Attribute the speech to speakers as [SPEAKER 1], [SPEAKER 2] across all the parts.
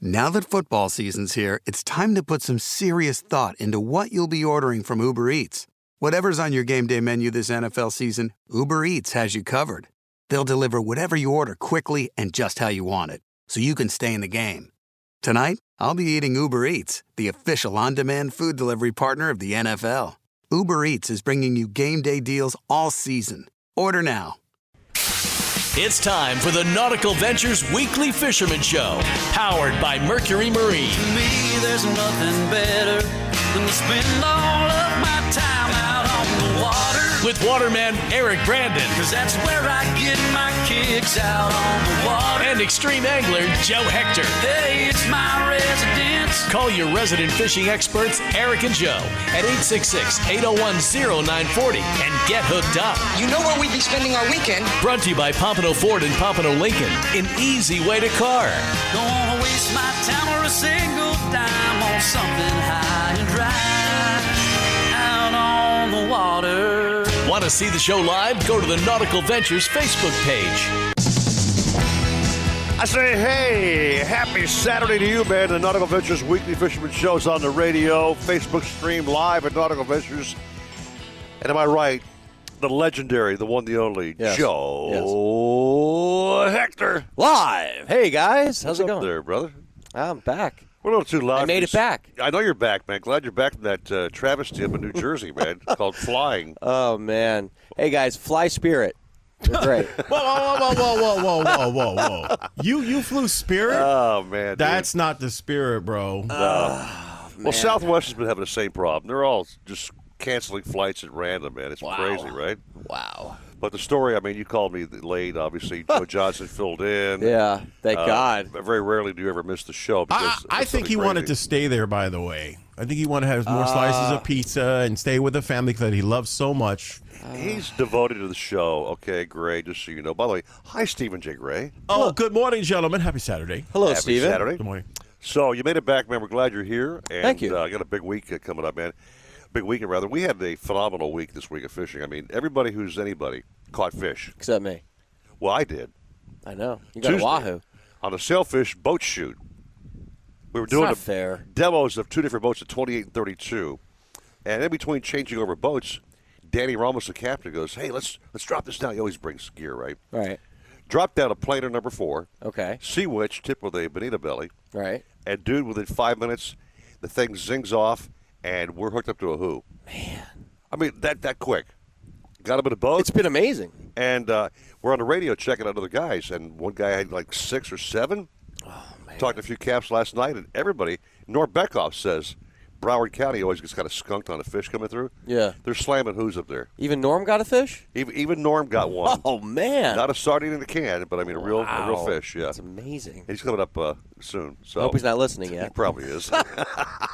[SPEAKER 1] Now that football season's here, it's time to put some serious thought into what you'll be ordering from Uber Eats. Whatever's on your game day menu this NFL season, Uber Eats has you covered. They'll deliver whatever you order quickly and just how you want it, so you can stay in the game. Tonight, I'll be eating Uber Eats, the official on demand food delivery partner of the NFL. Uber Eats is bringing you game day deals all season. Order now.
[SPEAKER 2] It's time for the Nautical Ventures Weekly Fisherman Show, powered by Mercury Marine.
[SPEAKER 3] To me, there's nothing better than to spend all of my time out on the water.
[SPEAKER 2] With waterman Eric Brandon
[SPEAKER 3] Cause that's where I get my kicks out on the water.
[SPEAKER 2] and extreme angler Joe Hector.
[SPEAKER 3] Hey, it's my residence.
[SPEAKER 2] Call your resident fishing experts, Eric and Joe, at 866 801 0940 and get hooked up.
[SPEAKER 4] You know where we'd be spending our weekend.
[SPEAKER 2] Brought to you by Pompano Ford and Pompano Lincoln, an easy way to car.
[SPEAKER 3] Don't wanna waste my time or a single dime on something high and dry. Out on the water.
[SPEAKER 2] Want to see the show live? Go to the Nautical Ventures Facebook page.
[SPEAKER 5] I say, hey, happy Saturday to you, man. The Nautical Ventures Weekly Fisherman Show is on the radio, Facebook stream live at Nautical Ventures. And am I right? The legendary, the one, the only, Joe Hector.
[SPEAKER 6] Live. Hey guys, how's
[SPEAKER 5] What's
[SPEAKER 6] it
[SPEAKER 5] up
[SPEAKER 6] going?
[SPEAKER 5] there, brother?
[SPEAKER 6] I'm back.
[SPEAKER 5] We're a little too loud.
[SPEAKER 6] I made
[SPEAKER 5] for
[SPEAKER 6] it
[SPEAKER 5] this-
[SPEAKER 6] back.
[SPEAKER 5] I know you're back, man. Glad you're back from that uh, travesty up in New Jersey, man, called flying.
[SPEAKER 6] Oh man. Hey guys, Fly Spirit. They're great.
[SPEAKER 7] Whoa, whoa, whoa, whoa, whoa, whoa, whoa, whoa, whoa. You you flew Spirit?
[SPEAKER 5] Oh, man. dude.
[SPEAKER 7] That's not the Spirit, bro.
[SPEAKER 5] Uh,
[SPEAKER 6] Oh,
[SPEAKER 5] Well, Southwest has been having the same problem. They're all just canceling flights at random, man. It's crazy, right?
[SPEAKER 6] wow.
[SPEAKER 5] But the story, I mean, you called me late, obviously. Joe Johnson filled in.
[SPEAKER 6] Yeah. Thank
[SPEAKER 5] Uh,
[SPEAKER 6] God.
[SPEAKER 5] Very rarely do you ever miss the show.
[SPEAKER 7] I,
[SPEAKER 5] Because
[SPEAKER 7] I
[SPEAKER 5] it's
[SPEAKER 7] think he
[SPEAKER 5] something
[SPEAKER 7] wanted to
[SPEAKER 5] crazy. Uh,
[SPEAKER 7] stay there. By the way, I think he wanted to have more slices of pizza and stay with the family that he loves so much.
[SPEAKER 6] Uh.
[SPEAKER 5] He's devoted to the show. Okay, great. Just so you know. By the way, hi, Stephen J. Gray.
[SPEAKER 7] Oh, good morning, gentlemen. Happy Saturday.
[SPEAKER 6] Hello,
[SPEAKER 5] Happy
[SPEAKER 6] Steven.
[SPEAKER 5] Saturday.
[SPEAKER 7] Good morning.
[SPEAKER 5] So you made it back, man. We're glad you're here. And,
[SPEAKER 6] Thank you.
[SPEAKER 5] Uh, I got a big week uh, coming up, man. Big weekend, rather. We had a phenomenal week this week of fishing. I mean, everybody who's anybody caught fish.
[SPEAKER 6] Except me.
[SPEAKER 5] Well, I did.
[SPEAKER 6] I know. You got
[SPEAKER 5] Tuesday
[SPEAKER 6] a Wahoo.
[SPEAKER 5] on a sailfish boat shoot. We were
[SPEAKER 6] It's
[SPEAKER 5] doing
[SPEAKER 6] not
[SPEAKER 5] the
[SPEAKER 6] fair.
[SPEAKER 5] demos of two different boats at 28 and 32, and in between changing over boats, Danny Ramos, the captain, goes, "Hey, let's let's drop this down." He always brings gear, right?
[SPEAKER 6] Right.
[SPEAKER 5] Drop down a planer number four,
[SPEAKER 6] Okay.
[SPEAKER 5] sea winch, tip with a bonita belly,
[SPEAKER 6] Right.
[SPEAKER 5] and dude, within five minutes, the thing zings off, and we're hooked up to a who. Man, I mean that that quick. Got him in a boat
[SPEAKER 6] It's been amazing.
[SPEAKER 5] and uh, we're on the radio checking out other guys, and one guy had like six or seven.
[SPEAKER 6] Oh,
[SPEAKER 5] Talked to a few caps last night, and everybody. Norm Beckoff says Broward County always gets kind of skunked on a fish coming through.
[SPEAKER 6] Yeah.
[SPEAKER 5] they're slamming who's up there.
[SPEAKER 6] Even Norm got a fish?
[SPEAKER 5] Even, even Norm got one.
[SPEAKER 6] Oh man.
[SPEAKER 5] Not a sardine in a can, but I mean a real a real
[SPEAKER 6] Wow.
[SPEAKER 5] fish. Yeah,
[SPEAKER 6] That's amazing.
[SPEAKER 5] he's coming up uh, soon. So
[SPEAKER 6] I hope he's not listening
[SPEAKER 5] He
[SPEAKER 6] yet.
[SPEAKER 5] probably is.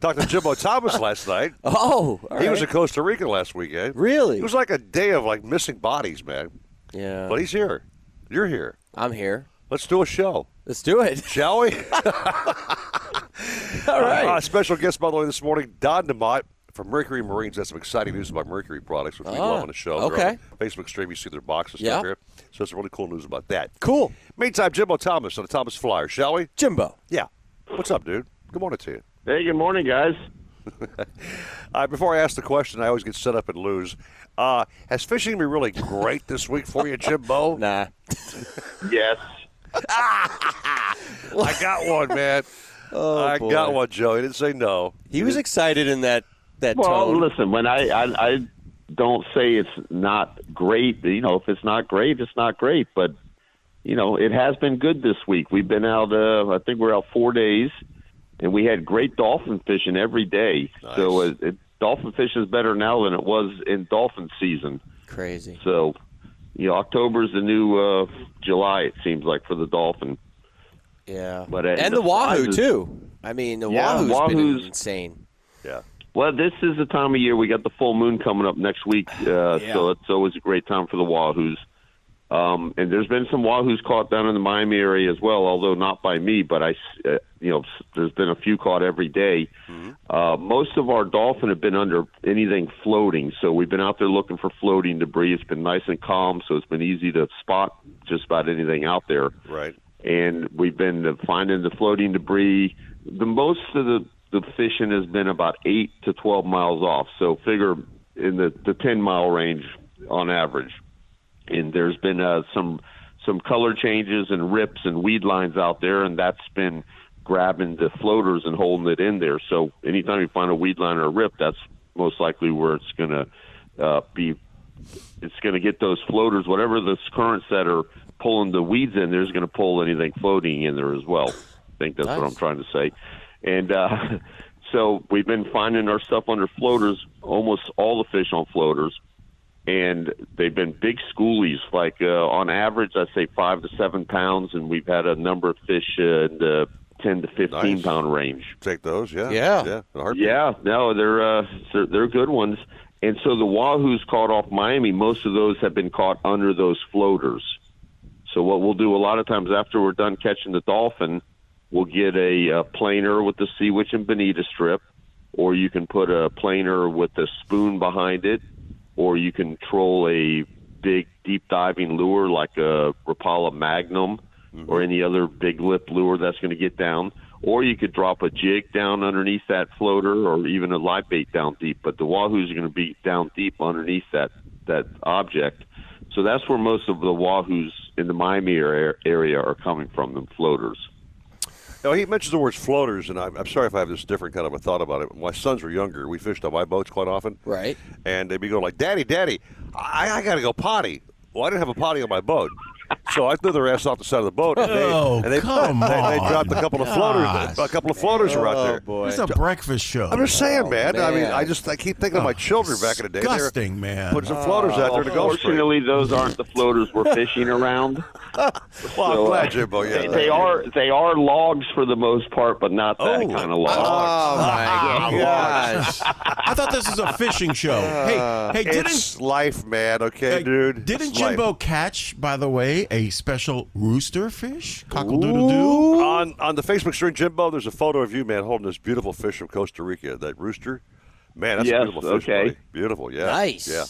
[SPEAKER 5] Talked to Jimbo Thomas last night.
[SPEAKER 6] Oh, all
[SPEAKER 5] He was in
[SPEAKER 6] right.
[SPEAKER 5] Costa Rica last weekend.
[SPEAKER 6] Really?
[SPEAKER 5] It was like a day of like missing bodies, man.
[SPEAKER 6] yeah.
[SPEAKER 5] But he's here. You're here.
[SPEAKER 6] I'm here.
[SPEAKER 5] Let's do a show,
[SPEAKER 6] Let's do it.
[SPEAKER 5] shall we?
[SPEAKER 6] All right.
[SPEAKER 5] Uh, special guest, by the way, this morning, Don DeMott from Mercury Marines. That's some exciting news about Mercury products, which we
[SPEAKER 6] Ah,
[SPEAKER 5] love on the show. They're
[SPEAKER 6] okay.
[SPEAKER 5] on the Facebook stream, you see their boxes
[SPEAKER 6] Yeah.
[SPEAKER 5] here. So it's really cool news about that.
[SPEAKER 6] Cool.
[SPEAKER 5] Meantime, Jimbo Thomas on the Thomas Flyer, shall we?
[SPEAKER 6] Jimbo.
[SPEAKER 5] Yeah. What's up, dude? Good morning to you.
[SPEAKER 8] Hey, good morning, guys.
[SPEAKER 5] Uh, before I ask the question, I always get set up and lose. Uh, has fishing been really great this week for you, Jimbo?
[SPEAKER 6] Nah.
[SPEAKER 8] Yes.
[SPEAKER 5] I got one, man. I
[SPEAKER 6] Oh, boy.
[SPEAKER 5] got one, Joe. He didn't say no.
[SPEAKER 6] He was excited in that that
[SPEAKER 8] Well,
[SPEAKER 6] tone.
[SPEAKER 8] listen, when I, I I don't say it's not great, you know, if it's not great, it's not great. But you know, it has been good this week. We've been out. Uh, I think we're out four days, and we had great dolphin fishing every day. So
[SPEAKER 5] Nice.
[SPEAKER 8] it, it, dolphin fishing is better now than it was in dolphin season.
[SPEAKER 6] Crazy.
[SPEAKER 8] So you know, October's the new uh, July. It seems like for the dolphin.
[SPEAKER 6] Yeah.
[SPEAKER 8] But, uh,
[SPEAKER 6] and
[SPEAKER 8] the
[SPEAKER 6] the Wahoo
[SPEAKER 8] prizes-
[SPEAKER 6] too. I mean, the
[SPEAKER 8] Yeah,
[SPEAKER 6] Wahoo's been
[SPEAKER 8] Wahoo's-
[SPEAKER 6] insane.
[SPEAKER 5] Yeah.
[SPEAKER 8] Well, this is the time of year we got the full moon coming up next week, uh, so it's always a great time for the wahoos. Um, and there's been some wahoos caught down in the Miami area as well, although not by me. But I, s- uh, you know, s- there's been a few caught every day.
[SPEAKER 5] Mm-hmm.
[SPEAKER 8] Uh, most of our dolphin have been under anything floating, so we've been out there looking for floating debris. It's been nice and calm, so it's been easy to spot just about anything out there
[SPEAKER 5] Right.
[SPEAKER 8] and we've been to finding the floating debris. The most of the the fishing has been about eight to twelve miles off, so figure in the the ten mile range on average. And there's been uh, some some color changes and rips and weed lines out there, and that's been grabbing the floaters and holding it in there. So anytime you find a weed line or a rip, that's most likely where it's going to uh, be. It's going to get those floaters, whatever those currents that are pulling the weeds in, there's going to pull anything floating in there as well. I think that's what I'm trying to say. And uh, so we've been finding our stuff under floaters, almost all the fish on floaters. And they've been big schoolies, like uh, on average, I say five to seven pounds, and we've had a number of fish uh, in the 10 to fifteen pound
[SPEAKER 5] Nice.
[SPEAKER 8] range.
[SPEAKER 5] Take those, yeah,
[SPEAKER 6] Yeah.
[SPEAKER 5] yeah. in a heartbeat.
[SPEAKER 8] Yeah, no, they're uh, they're, they're good ones. And so the wahoos caught off Miami. Most of those have been caught under those floaters. So what we'll do a lot of times after we're done catching the dolphin, we'll get a, uh planer with the sea witch and bonita strip, or you can put a planer with a spoon behind it, or you can troll a big deep diving lure like a Rapala Magnum
[SPEAKER 5] Mm-hmm.
[SPEAKER 8] or any other big lip lure that's going to get down. Or you could drop a jig down underneath that floater or even a live bait down deep. But the wahoos are going to be down deep underneath that, that object. So that's where most of the wahoos in the Miami ar- area are coming from, them floaters.
[SPEAKER 5] Now, he mentions the words floaters, and I'm, I'm sorry if I have this different kind of a thought about it. When my sons were younger, we fished on my boats quite often.
[SPEAKER 6] Right.
[SPEAKER 5] And they'd be going like, Daddy, Daddy, I, I got to go potty. Well, I didn't have a potty on my boat. So I threw their ass off the side of the boat, and they,
[SPEAKER 7] Oh,
[SPEAKER 5] and they,
[SPEAKER 7] come
[SPEAKER 5] they, they
[SPEAKER 7] on.
[SPEAKER 5] dropped a couple of floaters.
[SPEAKER 7] Gosh.
[SPEAKER 5] A couple of floaters were
[SPEAKER 7] Oh,
[SPEAKER 5] out there.
[SPEAKER 6] boy.
[SPEAKER 7] It's a breakfast show. Oh.
[SPEAKER 5] I'm just saying, Oh, man. I mean,
[SPEAKER 6] man.
[SPEAKER 5] I just I keep thinking of my children back in the day. They were
[SPEAKER 7] Disgusting, man.
[SPEAKER 5] Putting some floaters out there to go. Well,
[SPEAKER 8] Ah, Fortunately, those aren't the floaters we're fishing around.
[SPEAKER 5] I'm
[SPEAKER 8] So,
[SPEAKER 5] glad,
[SPEAKER 8] uh,
[SPEAKER 5] Jimbo. Yeah,
[SPEAKER 8] they, they are they are logs for the most part, but not that
[SPEAKER 5] Oh.
[SPEAKER 8] kind of log.
[SPEAKER 6] Oh my gosh!
[SPEAKER 7] I thought this was a fishing show. hey, hey, didn't
[SPEAKER 5] It's life, man. Okay,
[SPEAKER 7] hey,
[SPEAKER 5] dude.
[SPEAKER 7] Didn't
[SPEAKER 5] It's life.
[SPEAKER 7] Jimbo catch, by the way, a special rooster fish? Cockle-doodle doo.
[SPEAKER 5] on on the Facebook stream, Jimbo, there's a photo of you, man, holding this beautiful fish from Costa Rica, that rooster. Man, that's
[SPEAKER 8] Yes,
[SPEAKER 5] a beautiful fish.
[SPEAKER 8] okay.
[SPEAKER 5] buddy. Beautiful, yeah.
[SPEAKER 6] Nice.
[SPEAKER 5] Yeah.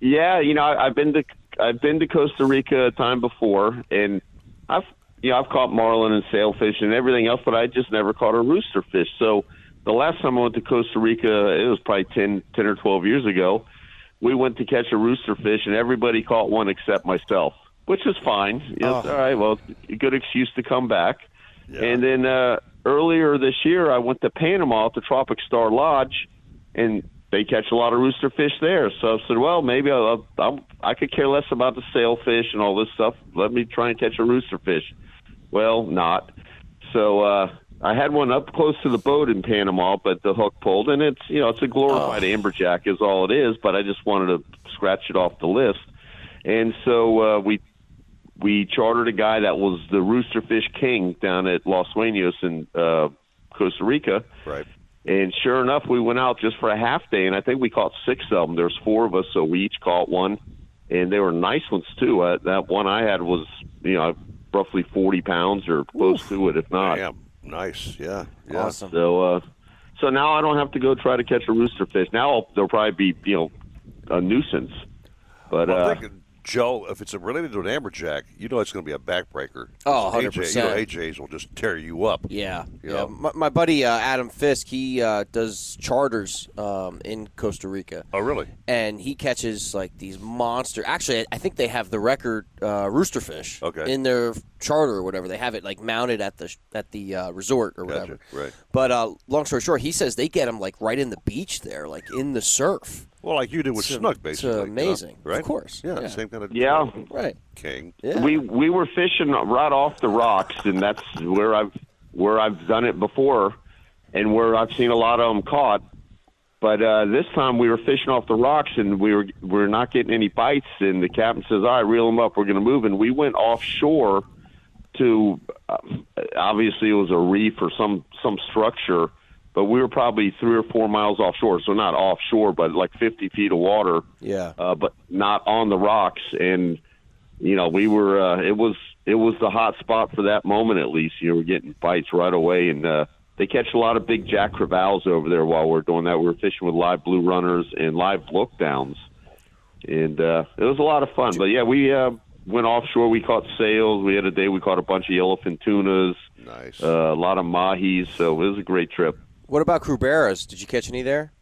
[SPEAKER 8] Yeah, you know, I, I've been to I've been to Costa Rica a time before, and I've you know I've caught marlin and sailfish and everything else, but I just never caught a rooster fish. So the last time I went to Costa Rica, it was probably ten ten or twelve years ago. We went to catch a rooster fish, and everybody caught one except myself, which is fine. You
[SPEAKER 5] Oh.
[SPEAKER 8] know, it's All right, well, a good excuse to come back. And then uh, earlier this year, I went to Panama to Tropic Star Lodge, and they catch a lot of rooster fish there. So I said, well, maybe I'll, I'll, I could care less about the sailfish and all this stuff. Let me try and catch a rooster fish. Well, not. So uh, I had one up close to the boat in Panama, but the hook pulled, and it's you know it's a glorified amberjack is all it is. But I just wanted to scratch it off the list, and so uh, we we chartered a guy that was the roosterfish king down at Los Sueños in uh, Costa Rica.
[SPEAKER 5] Right.
[SPEAKER 8] And sure enough, we went out just for a half day, and I think we caught six of them. There's four of us, so we each caught one, and they were nice ones too. Uh, that one I had was, you know, roughly 40 pounds or close to it, if not.
[SPEAKER 5] Damn. Nice. Yeah. Yeah.
[SPEAKER 6] Awesome.
[SPEAKER 8] So, uh, so now I don't have to go try to catch a rooster fish. Now they'll probably be, you know, a nuisance. But
[SPEAKER 5] Well,
[SPEAKER 8] uh,
[SPEAKER 5] I'm thinking, Joe, if it's related to an amberjack, you know it's going to be a backbreaker.
[SPEAKER 6] Oh,
[SPEAKER 5] Because AJ,
[SPEAKER 6] 100%.
[SPEAKER 5] you know, AJs will just tear you up.
[SPEAKER 6] Yeah,
[SPEAKER 5] You
[SPEAKER 6] yeah.
[SPEAKER 5] know?
[SPEAKER 6] My, my buddy uh, Adam Fisk, he uh, does charters um, in Costa Rica,
[SPEAKER 5] Oh, really?
[SPEAKER 6] and he catches like these monster. Actually, I- I think they have the record uh, roosterfish
[SPEAKER 5] Okay.
[SPEAKER 6] in their charter or whatever. They have it like mounted at the at the uh, resort or whatever.
[SPEAKER 5] right.
[SPEAKER 6] But uh, long story short, he says they get them like right in the beach there, like in the surf.
[SPEAKER 5] Well, like you did with
[SPEAKER 6] It's, uh,
[SPEAKER 5] snook,
[SPEAKER 6] it's, uh,
[SPEAKER 5] basically. you know,
[SPEAKER 6] amazing. Of
[SPEAKER 5] right?
[SPEAKER 6] course.
[SPEAKER 5] Yeah,
[SPEAKER 6] Yeah.
[SPEAKER 5] Same kind of.
[SPEAKER 8] Yeah.
[SPEAKER 6] Right.
[SPEAKER 5] King.
[SPEAKER 6] Yeah.
[SPEAKER 8] we we were fishing right off the rocks, and that's where I've where I've done it before, and where I've seen a lot of them caught. But uh, this time we were fishing off the rocks, and we were we were not getting any bites. And the captain says, "All right, reel them up. We're going to move." And we went offshore to uh, obviously it was a reef or some some structure, but we were probably three or four miles offshore, so not offshore, but like fifty feet of water
[SPEAKER 6] Yeah.
[SPEAKER 8] uh, but not on the rocks. And you know, we were uh, it was it was the hot spot for that moment at least. You know, we're getting bites right away, and uh, they catch a lot of big jack crevalle over there while we're doing that. We were fishing with live blue runners and live look downs, and uh, it was a lot of fun. But yeah, we uh, went offshore. We caught sails. We had a day. We caught a bunch of yellowfin tunas.
[SPEAKER 5] Nice.
[SPEAKER 8] Uh, a lot of mahis. So it was a great trip.
[SPEAKER 6] What about Cruberas? Did you catch any there?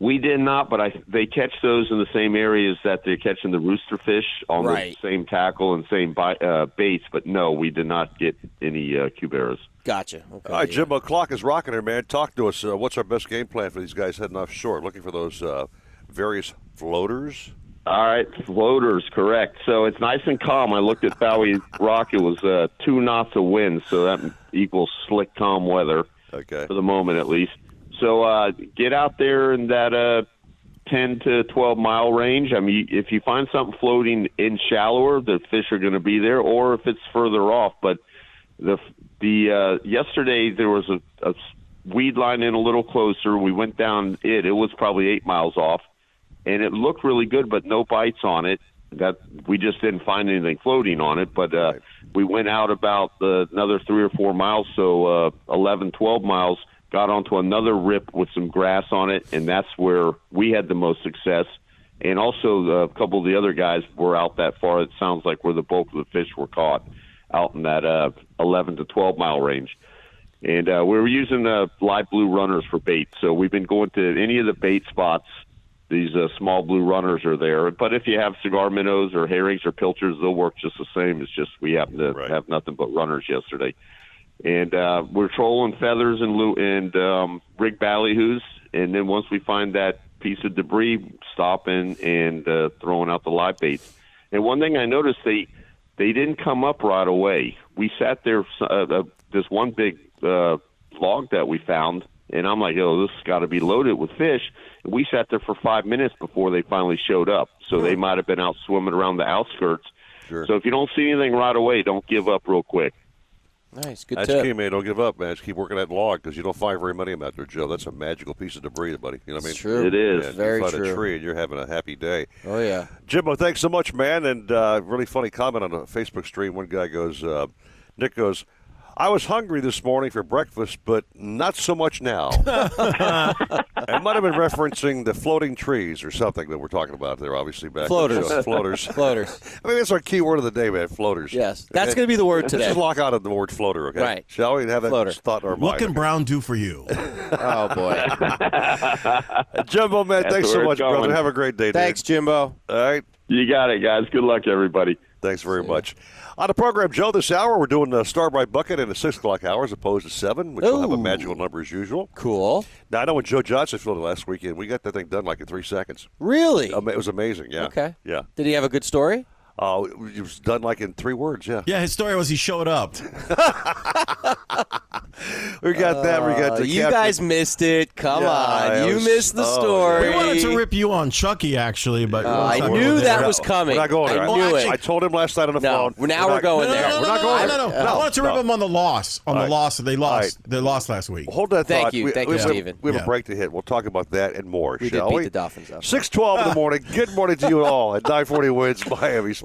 [SPEAKER 8] We did not, but I they catch those in the same areas that they're catching the rooster fish on
[SPEAKER 6] Right.
[SPEAKER 8] the same tackle and same bi- uh, baits. But no, we did not get any uh, cuberas.
[SPEAKER 6] Gotcha. Okay.
[SPEAKER 5] All right,
[SPEAKER 6] yeah.
[SPEAKER 5] Jim, Jimbo, clock is rocking here, man. Talk to us. Uh, what's our best game plan for these guys heading offshore? Looking for those uh, various floaters.
[SPEAKER 8] All right, floaters, correct. So it's nice and calm. I looked at Bowie Rock. It was uh, two knots of wind, so that equals slick, calm weather.
[SPEAKER 5] Okay.
[SPEAKER 8] for the moment at least. So uh, get out there in that uh, 10 to 12 mile range. I mean, if you find something floating in shallower, the fish are going to be there, or if it's further off. But the the uh, yesterday there was a, a weed line in a little closer. We went down it. It was probably eight miles off, and it looked really good, but no bites on it. That we just didn't find anything floating on it. But uh, we went out about the, another three or four miles, so uh, 11, 12 miles. Got onto another rip with some grass on it, and that's where we had the most success. And also, uh, a couple of the other guys were out that far. It sounds like where the bulk of the fish were caught, out in that uh, 11 to 12 mile range. And uh, we were using uh, live blue runners for bait. So we've been going to any of the bait spots. These uh, small blue runners are there. But if you have cigar minnows or herrings or pilchards, they'll work just the same. It's just we happen to
[SPEAKER 5] Right.
[SPEAKER 8] have nothing but runners yesterday. And uh, we're trolling feathers and, lu- and um, rig ballyhoos. And then once we find that piece of debris, stopping and uh, throwing out the live baits. And one thing I noticed, they they didn't come up right away. We sat there, uh, uh, this one big uh, log that we found, and I'm like, "Yo, this has got to be loaded with fish." And we sat there for five minutes before they finally showed up. So they might have been out swimming around the outskirts.
[SPEAKER 5] Sure.
[SPEAKER 8] So if you don't see anything right away, don't give up real quick.
[SPEAKER 6] Nice. Good
[SPEAKER 5] That's
[SPEAKER 6] tip.
[SPEAKER 5] key, man. Don't give up, man. Just keep working that log because you don't find very many of them out there, Joe. That's a magical piece of debris, buddy. You know what I mean?
[SPEAKER 6] It's true.
[SPEAKER 8] It is.
[SPEAKER 5] Yeah, you
[SPEAKER 6] Very
[SPEAKER 5] find a
[SPEAKER 6] true.
[SPEAKER 5] tree and you're having a happy day.
[SPEAKER 6] Oh yeah.
[SPEAKER 5] Jimbo, thanks so much, man. And uh, really funny comment on a Facebook stream. One guy goes, uh, Nick goes, I was hungry this morning for breakfast, but not so much now. it might have been referencing the floating trees or something that we're talking about there, obviously. back
[SPEAKER 6] Floaters.
[SPEAKER 5] So, floaters.
[SPEAKER 6] Floaters.
[SPEAKER 5] I mean, that's our key word of the day, man. Floaters.
[SPEAKER 6] Yes. That's going to be the word
[SPEAKER 5] Let's
[SPEAKER 6] today.
[SPEAKER 5] just lock out of the word floater, okay?
[SPEAKER 6] Right.
[SPEAKER 5] Shall we have that
[SPEAKER 6] Floater.
[SPEAKER 5] thought in our
[SPEAKER 7] What
[SPEAKER 5] mind?
[SPEAKER 7] can Brown do for you?
[SPEAKER 6] Oh boy.
[SPEAKER 5] Jumbo, man,
[SPEAKER 8] That's
[SPEAKER 5] thanks so
[SPEAKER 8] where it's
[SPEAKER 5] much,
[SPEAKER 8] going.
[SPEAKER 5] brother. Have a great day, dude.
[SPEAKER 6] Thanks, Jimbo.
[SPEAKER 5] All right.
[SPEAKER 8] You got it, guys. Good luck, everybody.
[SPEAKER 5] Thanks very much. On the program, Joe, this hour, we're doing the Starbright Bucket in the 6 o'clock hour as opposed to 7, which will have a
[SPEAKER 6] Ooh.
[SPEAKER 5] magical number as usual.
[SPEAKER 6] Cool.
[SPEAKER 5] Now, I know when Joe Johnson filled it last weekend, we got that thing done like in three seconds.
[SPEAKER 6] Really?
[SPEAKER 5] Ama- It was amazing, yeah.
[SPEAKER 6] Okay.
[SPEAKER 5] Yeah.
[SPEAKER 6] Did he have a good story?
[SPEAKER 5] Uh, it was done like in three words, yeah.
[SPEAKER 7] yeah, his story was he showed up.
[SPEAKER 5] We got that. We got
[SPEAKER 6] Uh,
[SPEAKER 5] the
[SPEAKER 6] you
[SPEAKER 5] captain.
[SPEAKER 6] guys missed it. Come
[SPEAKER 5] Yeah, I
[SPEAKER 6] on. You
[SPEAKER 5] was-
[SPEAKER 6] missed the
[SPEAKER 5] oh,
[SPEAKER 6] story.
[SPEAKER 7] We wanted to rip you on Chucky, actually, but
[SPEAKER 6] Uh, I
[SPEAKER 5] We're not
[SPEAKER 6] knew
[SPEAKER 5] going
[SPEAKER 6] that
[SPEAKER 5] there.
[SPEAKER 6] was coming.
[SPEAKER 5] We're not going
[SPEAKER 6] I
[SPEAKER 5] there.
[SPEAKER 6] knew
[SPEAKER 5] I,
[SPEAKER 6] it.
[SPEAKER 5] I told him last night on the
[SPEAKER 6] No,
[SPEAKER 5] phone.
[SPEAKER 6] now we're going
[SPEAKER 5] no,
[SPEAKER 6] there.
[SPEAKER 5] No, no,
[SPEAKER 7] No,
[SPEAKER 5] we're
[SPEAKER 7] no,
[SPEAKER 5] not
[SPEAKER 7] no,
[SPEAKER 5] going
[SPEAKER 7] no,
[SPEAKER 5] there.
[SPEAKER 7] no, no. I wanted to rip him on the loss, on the
[SPEAKER 5] right.
[SPEAKER 7] loss that they
[SPEAKER 5] All
[SPEAKER 7] lost. They lost last week.
[SPEAKER 5] Hold that
[SPEAKER 6] Thank
[SPEAKER 5] thought.
[SPEAKER 6] you.
[SPEAKER 5] We,
[SPEAKER 6] Thank
[SPEAKER 5] we
[SPEAKER 6] you,
[SPEAKER 5] have,
[SPEAKER 6] Steven.
[SPEAKER 5] We have
[SPEAKER 7] Yeah.
[SPEAKER 5] a break to hit. We'll talk about that and more,
[SPEAKER 6] We did
[SPEAKER 5] shall
[SPEAKER 6] beat
[SPEAKER 5] we?
[SPEAKER 6] the Dolphins, Ah. though.
[SPEAKER 5] 612 in the morning. Good morning to you all at 940 wins Miami Sports.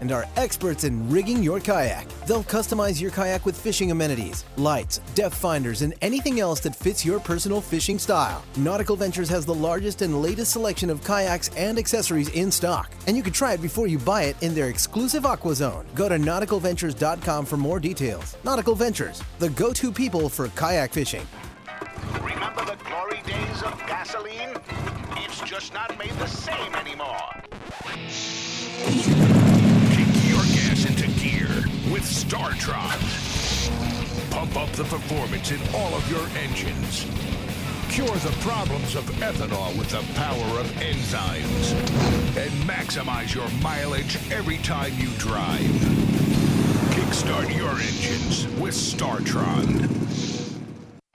[SPEAKER 3] and are experts in rigging your kayak. They'll customize your kayak with fishing amenities, lights, depth finders, and anything else that fits your personal fishing style. Nautical Ventures has the largest and latest selection of kayaks and accessories in stock, and you can try it before you buy it in their exclusive Aqua Zone. Go to nauticalventures.com for more details. Nautical Ventures, the go-to people for kayak fishing.
[SPEAKER 9] Remember the glory days of gasoline? It's just not made the same anymore. Kick your gas into gear with StarTron. Pump up the performance in all of your engines. Cure the problems of ethanol with the power of enzymes. And maximize your mileage every time you drive. Kickstart your engines with StarTron.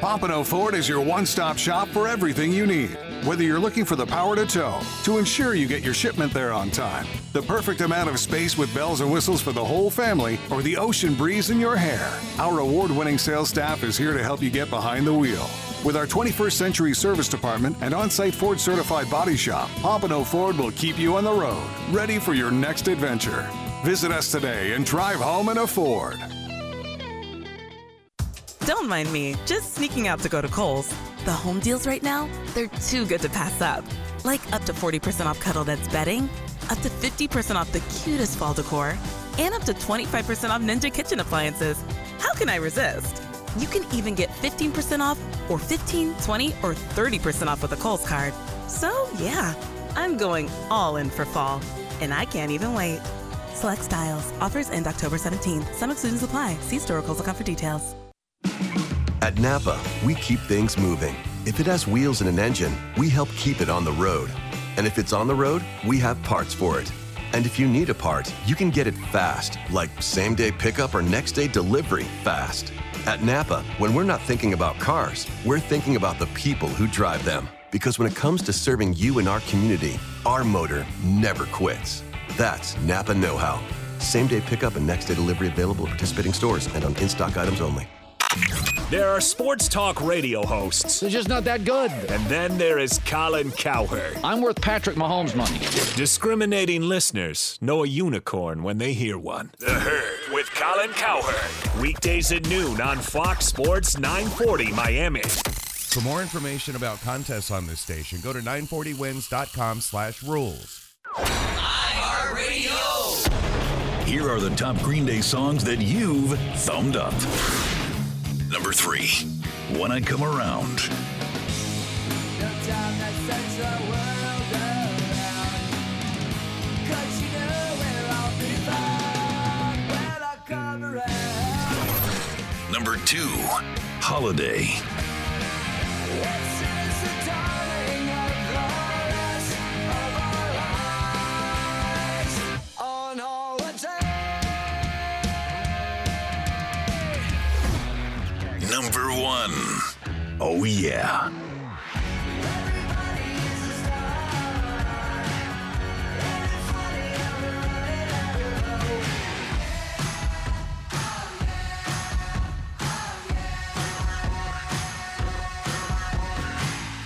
[SPEAKER 10] Pompano Ford is your one stop shop for everything you need. Whether you're looking for the power to tow, to ensure you get your shipment there on time, the perfect amount of space with bells and whistles for the whole family, or the ocean breeze in your hair, our award winning sales staff is here to help you get behind the wheel. With our 21st Century Service Department and on site Ford certified body shop, Pompano Ford will keep you on the road, ready for your next adventure. Visit us today and drive home in a Ford.
[SPEAKER 11] Don't mind me, just sneaking out to go to Kohl's. The home deals right now, they're too good to pass up. Like up to 40% off Cuddle Dad's bedding, up to 50% off the cutest fall decor, and up to 25% off Ninja kitchen appliances. How can I resist? You can even get 15% off, or 15, 20, or 30% off with a Kohl's card. So, yeah, I'm going all in for fall, and I can't even wait. Select styles. Offers end October 17th. Some students apply. See store or Kohl's.com for details.
[SPEAKER 12] At Napa, we keep things moving. If it has wheels and an engine, we help keep it on the road. And if it's on the road, we have parts for it. And if you need a part, you can get it fast, like same day pickup or next day delivery fast. At Napa, when we're not thinking about cars, we're thinking about the people who drive them. Because when it comes to serving you and our community, our motor never quits. That's Napa Know How. Same day pickup and next day delivery available at participating stores and on in stock items only.
[SPEAKER 13] There are sports talk radio hosts. They're just not that good. And then there is Colin Cowherd. I'm worth Patrick Mahomes money. Discriminating listeners know a unicorn when they hear one. The Herd with Colin Cowherd. Weekdays at noon on Fox Sports 940 Miami.
[SPEAKER 14] For more information about contests on this station, go to 940wins.com slash rules.
[SPEAKER 9] Here are the top Green Day songs that you've thumbed up. Number three, When I Come Around. Number two, Holiday. Number one, Oh Yeah.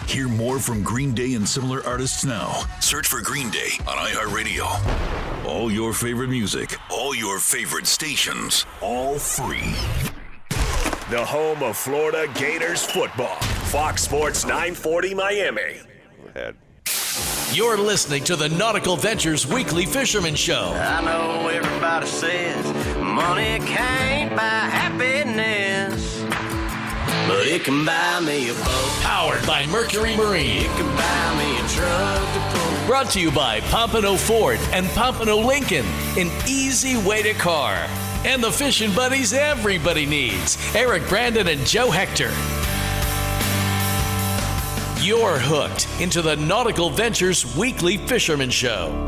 [SPEAKER 9] Hear more from Green Day and similar artists now. Search for Green Day on iHeartRadio. All your favorite music, all your favorite stations, all free.
[SPEAKER 13] The home of Florida Gators football. Fox Sports 940 Miami.
[SPEAKER 2] You're listening to the Nautical Ventures Weekly Fisherman Show.
[SPEAKER 15] I know everybody says money can't buy happiness, but it can buy me a boat.
[SPEAKER 2] Powered by Mercury Marine.
[SPEAKER 15] Buy me a truck to pull.
[SPEAKER 2] Brought to you by Pompano Ford and Pompano Lincoln, an easy way to car. And the fishing buddies everybody needs Eric Brandon and Joe Hector. You're hooked into the Nautical Ventures Weekly Fisherman Show.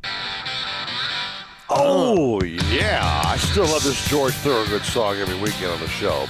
[SPEAKER 5] Oh, yeah. I still love this George Thorogood song every weekend on the show.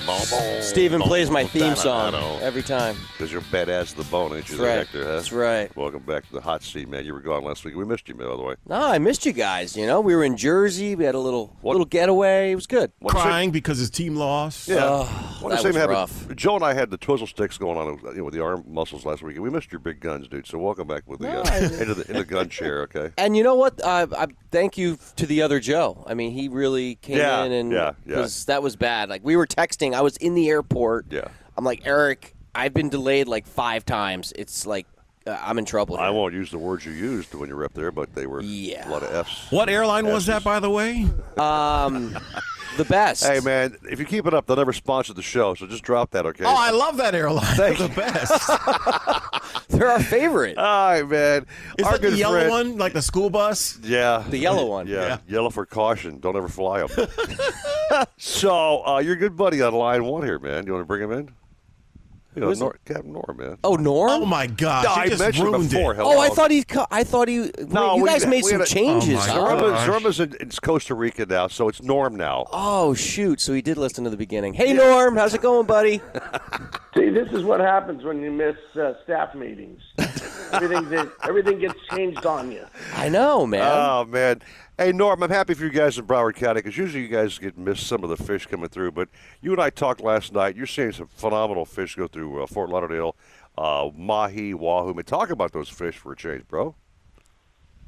[SPEAKER 6] Steven plays my theme song
[SPEAKER 5] every time. Because you're badass to the bone, ain't you,
[SPEAKER 6] That's right.
[SPEAKER 5] Hector? Huh? That's right. Welcome back to the hot seat, man. You were gone last week. We missed you, man, by the way.
[SPEAKER 6] No, Ah, I missed you guys. You know, we were in Jersey. We had a little little getaway. It was good.
[SPEAKER 7] Crying because his team lost. Oh,
[SPEAKER 5] Yeah.
[SPEAKER 6] uh,
[SPEAKER 5] What the same happened- Joe and I had the twizzle sticks going on uh, you know, with the arm muscles last week. and We missed your big guns, dude. So welcome back with the uh, into the into the gun chair, okay?
[SPEAKER 6] And you know what? I, I thank you to the other Joe. I mean, he really came
[SPEAKER 5] Yeah,
[SPEAKER 6] in and
[SPEAKER 5] yeah, yeah.
[SPEAKER 6] 'cause that was bad. Like we were texting. I was in the airport. Yeah. I'm like Eric. I've been delayed like five times. It's like uh, I'm in trouble. Here.
[SPEAKER 5] I won't use the words you used when you were up there, but they were a lot of F's.
[SPEAKER 7] What airline was that, by the way?
[SPEAKER 6] Um, the best.
[SPEAKER 5] Hey, man, if you keep it up, they'll never sponsor the show, so just drop that, okay?
[SPEAKER 7] Oh, I love that airline. They're the best.
[SPEAKER 6] They're our favorite.
[SPEAKER 5] All right, man.
[SPEAKER 7] Is
[SPEAKER 5] Our
[SPEAKER 7] that the
[SPEAKER 5] good
[SPEAKER 7] yellow
[SPEAKER 5] friend-
[SPEAKER 7] one, like the school bus?
[SPEAKER 5] Yeah.
[SPEAKER 6] The yellow one.
[SPEAKER 5] Yeah. Yellow for caution. Don't ever fly up. so, uh, your good buddy on line one here, man. You want to bring him in? You know,
[SPEAKER 6] Who is
[SPEAKER 5] Nor- Captain Norm, man.
[SPEAKER 6] Oh, Norm!
[SPEAKER 7] Oh my God!
[SPEAKER 5] No, I mentioned before. Hello.
[SPEAKER 6] Oh, I thought he. cu- I thought he. No, you
[SPEAKER 5] we-
[SPEAKER 6] guys made
[SPEAKER 5] we had
[SPEAKER 6] some
[SPEAKER 5] a-
[SPEAKER 7] Oh
[SPEAKER 6] changes. huh?
[SPEAKER 5] Zorba- Zorba's in, in Costa Rica now, so it's Norm now.
[SPEAKER 6] Oh shoot! So he did listen to the beginning. Hey Norm, how's it going, buddy?
[SPEAKER 16] See, this is what happens when you miss uh, staff meetings. everything that- everything gets changed on you.
[SPEAKER 6] I know, man.
[SPEAKER 5] Oh, man. Hey, Norm, I'm happy for you guys in Broward County because usually you guys get missed some of the fish coming through. But you and I talked last night. You're seeing some phenomenal fish go through uh, Fort Lauderdale, uh, Mahi, Wahoo. I mean, talk about those fish for a change, bro.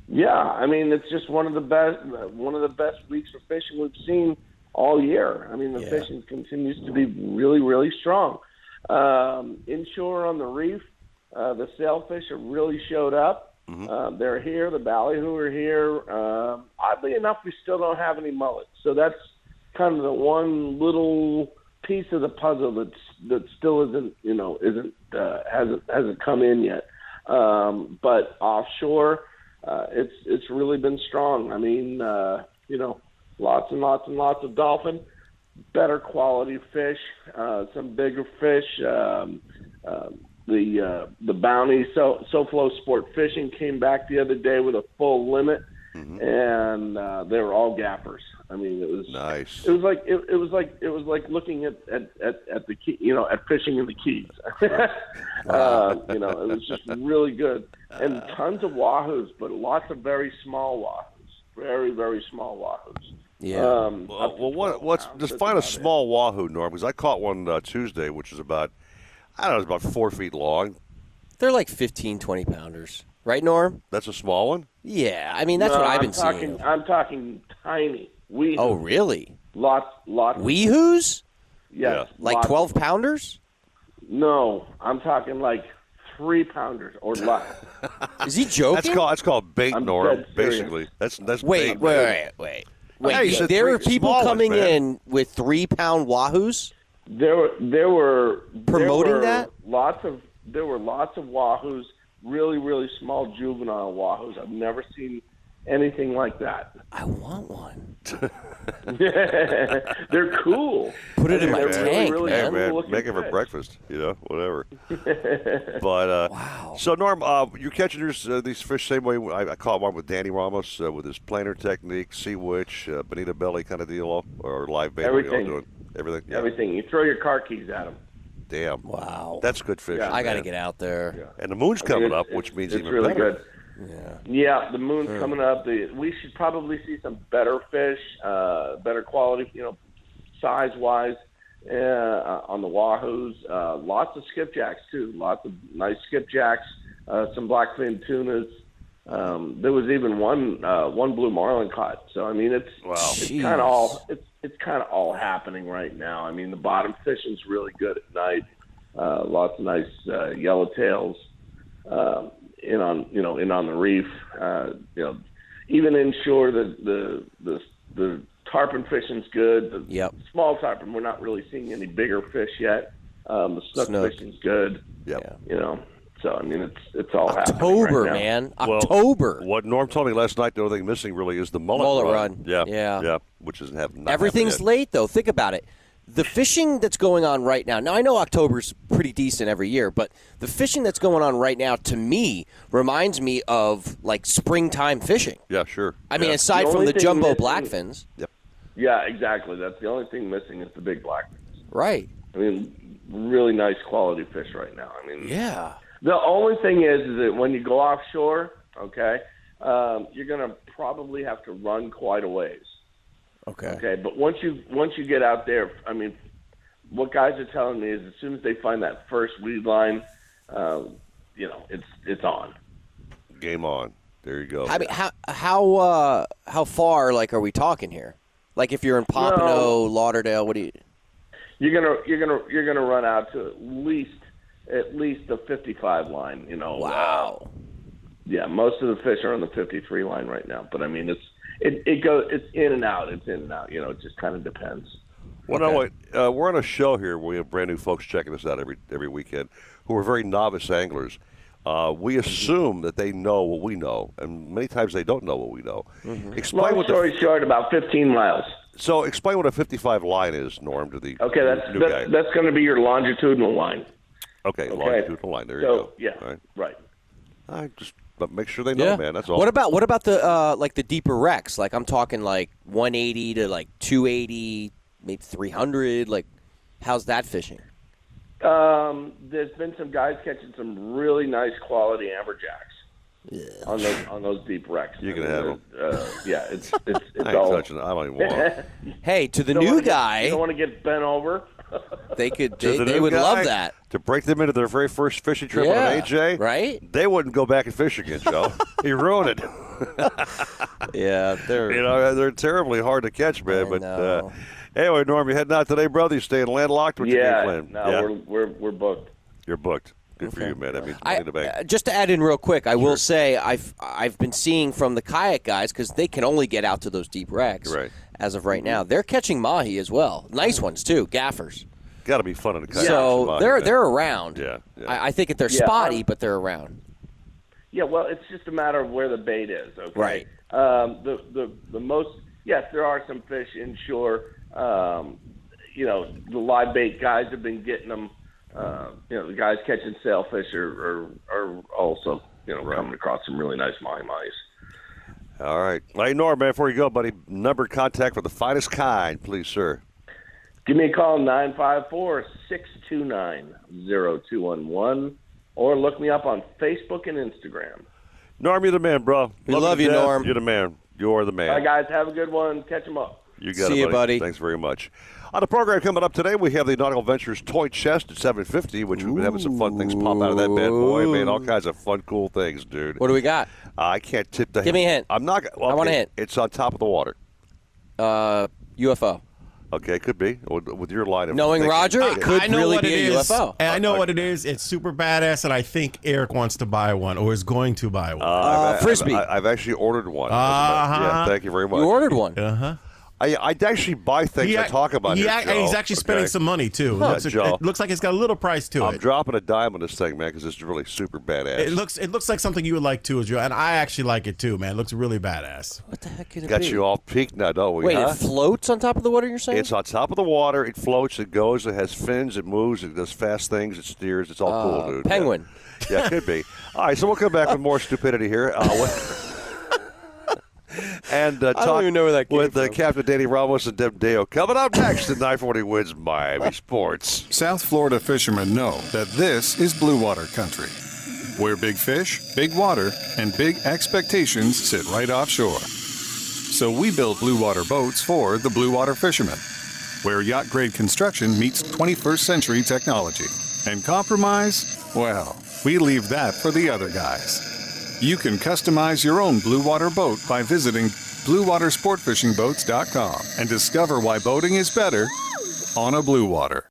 [SPEAKER 16] Yeah, I mean it's just one of the best uh, one of the best weeks for fishing we've seen all year. I mean the fishing continues to be really really strong. Um, inshore on the reef, uh, the sailfish have really showed up. Uh, they're here. The ballyhoo are here. Um, oddly enough, we still don't have any mullets, so that's kind of the one little piece of the puzzle that's that still isn't you know isn't uh, hasn't hasn't come in yet. Um, but offshore, uh, it's it's really been strong. I mean, uh, you know, lots and lots and lots of dolphin, better quality fish, uh, some bigger fish. Um, um the uh, the bounty so SoFlo Sport Fishing came back the other day with a full limit, Mm-hmm.
[SPEAKER 17] Mm-hmm.
[SPEAKER 16] and uh, they were all gappers. I mean, it was
[SPEAKER 5] nice.
[SPEAKER 16] It was like it, it was like it was like looking at at, at at the key, you know, at fishing in the keys. uh, you know, it was just really good and tons of wahoos, but lots of very small wahoos, very very small wahoos. Um,
[SPEAKER 5] well, well, what, what's just find a small wahoo, Norm, because I caught one uh, Tuesday, which is about I don't know, it's about four feet long.
[SPEAKER 6] They're like 15, 20 pounders, right, Norm?
[SPEAKER 5] That's a small one.
[SPEAKER 6] Yeah, I mean that's
[SPEAKER 16] No,
[SPEAKER 6] what I've
[SPEAKER 16] I'm
[SPEAKER 6] been
[SPEAKER 16] talking,
[SPEAKER 6] seeing.
[SPEAKER 16] I'm talking tiny. We
[SPEAKER 6] Oh really?
[SPEAKER 16] Lots, lots.
[SPEAKER 6] Weehoos?
[SPEAKER 16] Yes,
[SPEAKER 6] Like
[SPEAKER 16] lots.
[SPEAKER 6] twelve pounders?
[SPEAKER 16] No, I'm talking like three pounders or less.
[SPEAKER 6] Is he joking?
[SPEAKER 5] That's called that's called bait,
[SPEAKER 16] I'm
[SPEAKER 5] Norm.
[SPEAKER 16] dead serious.
[SPEAKER 5] Basically, that's that's
[SPEAKER 6] Wait,
[SPEAKER 5] bait,
[SPEAKER 6] wait,
[SPEAKER 5] man.
[SPEAKER 6] wait, wait.
[SPEAKER 5] Wait,
[SPEAKER 16] Hey, you
[SPEAKER 6] Wait,
[SPEAKER 16] said
[SPEAKER 6] there
[SPEAKER 16] three-
[SPEAKER 6] were people
[SPEAKER 16] small ones,
[SPEAKER 6] coming
[SPEAKER 16] man.
[SPEAKER 6] in with three pound wahoos.
[SPEAKER 16] There were there were
[SPEAKER 6] promoting
[SPEAKER 16] there were
[SPEAKER 6] that.
[SPEAKER 16] Lots of there were lots of wahoos, really really small juvenile wahoos. I've never seen anything like that.
[SPEAKER 6] I want one.
[SPEAKER 16] They're cool.
[SPEAKER 6] Put it in
[SPEAKER 16] They're
[SPEAKER 6] my
[SPEAKER 16] really,
[SPEAKER 6] tank,
[SPEAKER 16] really
[SPEAKER 5] Hey,
[SPEAKER 16] cool
[SPEAKER 5] man,
[SPEAKER 16] looking
[SPEAKER 5] make it for
[SPEAKER 16] fish.
[SPEAKER 5] breakfast, you know, whatever. but uh, So Norm, uh, you're catching yours, uh, these fish same way. I, I caught one with Danny Ramos uh, with his planer technique, sea witch, uh, Benita belly kind of deal, or live bait. what are y'all
[SPEAKER 16] Everything.
[SPEAKER 5] doing? everything, yeah.
[SPEAKER 16] Everything. You throw your car keys at them.
[SPEAKER 5] Damn.
[SPEAKER 6] Wow.
[SPEAKER 5] That's good fishing.
[SPEAKER 6] I gotta
[SPEAKER 5] man.
[SPEAKER 6] get out there.
[SPEAKER 5] And the moon's
[SPEAKER 16] I mean,
[SPEAKER 5] coming
[SPEAKER 16] it's-
[SPEAKER 5] up, which means
[SPEAKER 16] it's
[SPEAKER 5] even
[SPEAKER 16] really
[SPEAKER 5] better.
[SPEAKER 16] good.
[SPEAKER 6] Yeah.
[SPEAKER 16] Yeah, the moon's
[SPEAKER 5] Sure.
[SPEAKER 16] coming up. The, we should probably see some better fish, uh, better quality, you know, size wise uh, on the wahoos. Uh, lots of skipjacks too. Lots of nice skipjacks. Uh, some blackfin tunas. Um, there was even one uh, one blue marlin caught. So I mean, it's it's
[SPEAKER 6] Jeez.
[SPEAKER 16] kind of all it's it's kind of all happening right now. I mean, the bottom fishing's really good at night. Uh, lots of nice uh, yellowtails um, in on you know in on the reef. Uh, you know, even inshore the the the, the tarpon fishing's good. The
[SPEAKER 6] Yep.
[SPEAKER 16] small tarpon, we're not really seeing any bigger fish yet. Um, the snook,
[SPEAKER 6] Snook.
[SPEAKER 16] fishing's good.
[SPEAKER 5] Yep.
[SPEAKER 16] You know, so I mean, it's it's all
[SPEAKER 6] October,
[SPEAKER 16] happening right now.
[SPEAKER 6] man.
[SPEAKER 5] Well,
[SPEAKER 6] October.
[SPEAKER 5] What Norm told me last night, the only thing missing really is the mullet,
[SPEAKER 6] Mullet run.
[SPEAKER 5] Yeah,
[SPEAKER 6] Yeah.
[SPEAKER 5] yeah, which doesn't have not
[SPEAKER 6] Everything's
[SPEAKER 5] happened
[SPEAKER 6] late though. Think about it. The fishing that's going on right now. Now I know October's pretty decent every year, but the fishing that's going on right now to me reminds me of like springtime fishing.
[SPEAKER 5] yet. Yeah, sure.
[SPEAKER 6] I mean,
[SPEAKER 5] Yeah.
[SPEAKER 6] aside
[SPEAKER 16] The
[SPEAKER 6] from
[SPEAKER 16] only
[SPEAKER 6] the
[SPEAKER 16] thing
[SPEAKER 6] jumbo
[SPEAKER 16] missing-
[SPEAKER 6] blackfins,
[SPEAKER 16] Yeah, exactly. That's the only thing missing is the big black.
[SPEAKER 6] right?
[SPEAKER 16] I mean, really nice quality fish right now. I mean,
[SPEAKER 6] Yeah.
[SPEAKER 16] The only thing is, is that when you go offshore, okay, um, you're gonna probably have to run quite a ways.
[SPEAKER 6] Okay.
[SPEAKER 16] Okay, but once you once you get out there, I mean, what guys are telling me is as soon as they find that first weed line, um, you know, it's it's on.
[SPEAKER 5] Game on. There you go.
[SPEAKER 6] I mean, how how uh, how far like are we talking here? Like if you're in Pompano,
[SPEAKER 16] No.
[SPEAKER 6] Lauderdale, what do you?
[SPEAKER 16] You're gonna you're gonna you're gonna run out to at least at least the 55 line. You know, wow. yeah, most of the fish are on the 53 line right now. But I mean, it's it it goes it's in and out. It's in and out. You know, it just kind of depends.
[SPEAKER 5] Well, no, wait. Uh, we're on a show here. where We have brand new folks checking us out every every weekend who are very novice anglers. Uh,
[SPEAKER 6] Mm-hmm.
[SPEAKER 5] we assume that they know what we know, and many times they don't know what we know. Explain
[SPEAKER 16] Long
[SPEAKER 5] what the-
[SPEAKER 16] story short, about 15 miles.
[SPEAKER 5] So explain what a 55 line is, Norm, to the
[SPEAKER 16] Okay, that's
[SPEAKER 5] new
[SPEAKER 16] that's,
[SPEAKER 5] guy.
[SPEAKER 16] that's going to be your longitudinal line.
[SPEAKER 5] okay, longitudinal line. There
[SPEAKER 16] So,
[SPEAKER 5] you go.
[SPEAKER 16] yeah,
[SPEAKER 5] right.
[SPEAKER 16] right.
[SPEAKER 5] I just but make sure they know, man. That's all.
[SPEAKER 6] What about what about the uh, like the deeper wrecks? Like I'm talking like 180 to like 280, maybe 300. Like how's that fishing?
[SPEAKER 16] Um, there's been some guys catching some really nice quality amberjacks on those on those deep wrecks.
[SPEAKER 5] You're gonna have them.
[SPEAKER 16] Uh, yeah, it's it's it's
[SPEAKER 5] I ain't
[SPEAKER 16] all.
[SPEAKER 5] touching it. I don't even want. it.
[SPEAKER 6] hey, to the
[SPEAKER 16] Don't
[SPEAKER 6] new
[SPEAKER 16] wanna get-
[SPEAKER 6] guy,
[SPEAKER 16] you don't want to get bent over.
[SPEAKER 6] they could
[SPEAKER 5] To
[SPEAKER 6] they,
[SPEAKER 5] the
[SPEAKER 6] they
[SPEAKER 5] new
[SPEAKER 6] would love
[SPEAKER 5] guy,
[SPEAKER 6] that.
[SPEAKER 5] to break them into their very first fishing trip on
[SPEAKER 6] Yeah,
[SPEAKER 5] an AJ.
[SPEAKER 6] Right?
[SPEAKER 5] They wouldn't go back and fish again, Joe. he ruined it.
[SPEAKER 6] yeah, they're
[SPEAKER 5] you know they're terribly hard to catch, man. but uh, anyway, Norm, you heading out today, brother? You staying landlocked? What
[SPEAKER 6] Yeah,
[SPEAKER 5] you plan?
[SPEAKER 6] no,
[SPEAKER 5] yeah,
[SPEAKER 6] we're-
[SPEAKER 16] we're we're booked.
[SPEAKER 5] You're booked. Good for you, man. I mean, money in the bank.
[SPEAKER 6] Uh, just to add in real quick, I will say I've I've been seeing from the kayak guys because they can only get out to those deep wrecks
[SPEAKER 5] Right.
[SPEAKER 6] as of right now. They're catching mahi as well, nice ones too, gaffers.
[SPEAKER 5] Got to be fun in a kayak.
[SPEAKER 6] So
[SPEAKER 5] Mahi,
[SPEAKER 6] they're
[SPEAKER 5] man.
[SPEAKER 6] they're around.
[SPEAKER 5] Yeah, yeah.
[SPEAKER 6] I, I think that they're
[SPEAKER 16] Yeah,
[SPEAKER 6] spotty,
[SPEAKER 16] I'm-
[SPEAKER 6] but they're around.
[SPEAKER 16] Yeah, well, it's just a matter of where the bait is. Okay.
[SPEAKER 6] Right.
[SPEAKER 16] Um, the the the most yes, there are some fish inshore. Um, you know, the live bait guys have been getting them. Uh, you know, the guys catching sailfish are are, are also you know coming across some really nice mahi mahis.
[SPEAKER 5] All right, hey Norm, man. Before you go, buddy, number contact for the finest kind, please, sir.
[SPEAKER 16] Give me a call, 954 629 0211, or look me up on Facebook and Instagram.
[SPEAKER 5] Norm, you're the man, bro.
[SPEAKER 16] We
[SPEAKER 5] to
[SPEAKER 16] love you,
[SPEAKER 5] death.
[SPEAKER 16] Norm.
[SPEAKER 5] You're the man. You're the man.
[SPEAKER 16] Bye, guys. Have a good one. Catch 'em up.
[SPEAKER 5] You got it, Thanks very much. On the program coming up today, we have the Nautical Ventures toy chest at 750, which we've been having some fun things pop out of that bad boy. Man, all kinds of fun, cool things, dude. What
[SPEAKER 6] do we got?
[SPEAKER 5] I can't tip the
[SPEAKER 6] Give me a hint.
[SPEAKER 5] I'm not. Well,
[SPEAKER 6] I want a
[SPEAKER 5] okay,
[SPEAKER 6] hint.
[SPEAKER 5] It's on top of the water.
[SPEAKER 6] Uh, UFO.
[SPEAKER 5] Okay, could be. With with your line of
[SPEAKER 6] Knowing
[SPEAKER 5] thinking.
[SPEAKER 6] Roger, it could really
[SPEAKER 7] what
[SPEAKER 6] be
[SPEAKER 7] it
[SPEAKER 6] a
[SPEAKER 7] is,
[SPEAKER 6] UFO.
[SPEAKER 7] And I know what it is. It's super badass, and I think Eric wants to buy one or is going to buy
[SPEAKER 6] Uh,
[SPEAKER 7] one.
[SPEAKER 5] I've- I've- Uh, I- I've actually ordered one. Yeah,
[SPEAKER 7] Uh-huh.
[SPEAKER 5] thank you very much.
[SPEAKER 6] ordered one.
[SPEAKER 7] Uh huh.
[SPEAKER 5] I, I actually buy things
[SPEAKER 7] He
[SPEAKER 5] I
[SPEAKER 7] ac-
[SPEAKER 5] talk about.
[SPEAKER 7] he
[SPEAKER 5] here,
[SPEAKER 7] ac- and he's
[SPEAKER 5] Joe,
[SPEAKER 7] actually spending
[SPEAKER 5] okay?
[SPEAKER 7] some money too.
[SPEAKER 5] Yeah,
[SPEAKER 7] Looks- it,
[SPEAKER 5] Joe.
[SPEAKER 7] looks like it's got a little price to
[SPEAKER 5] I'm
[SPEAKER 7] it.
[SPEAKER 5] dropping a dime on this thing, man, because it's really super badass.
[SPEAKER 7] It looks it looks like something you would like too, Joe, and I actually like it too, man. It looks really badass.
[SPEAKER 6] What the heck could it
[SPEAKER 5] Got
[SPEAKER 6] be?
[SPEAKER 5] you all peaked now, don't we?
[SPEAKER 6] Wait,
[SPEAKER 5] huh?
[SPEAKER 6] it floats on top of the water. You're saying?
[SPEAKER 5] It's on top of the water. It floats. It goes. It has fins. It moves. It does fast things. It steers. It's all cool,
[SPEAKER 6] Uh,
[SPEAKER 5] dude.
[SPEAKER 6] penguin.
[SPEAKER 5] Yeah, it could be. All right, so we'll come back with more stupidity here. Uh, what- and uh,
[SPEAKER 6] I don't
[SPEAKER 5] talk
[SPEAKER 6] even know where that came
[SPEAKER 5] with uh,
[SPEAKER 6] from.
[SPEAKER 5] Captain Danny Ramos and Deb Deo coming up next at 940 Wins Miami Sports.
[SPEAKER 10] South Florida fishermen know that this is blue water country, where big fish, big water, and big expectations sit right offshore. So we build blue water boats for the blue water fishermen, where yacht grade construction meets 21st century technology. And compromise? Well, we leave that for the other guys. You can customize your own blue water boat by visiting bluewatersportfishingboats.com and discover why boating is better on a blue water.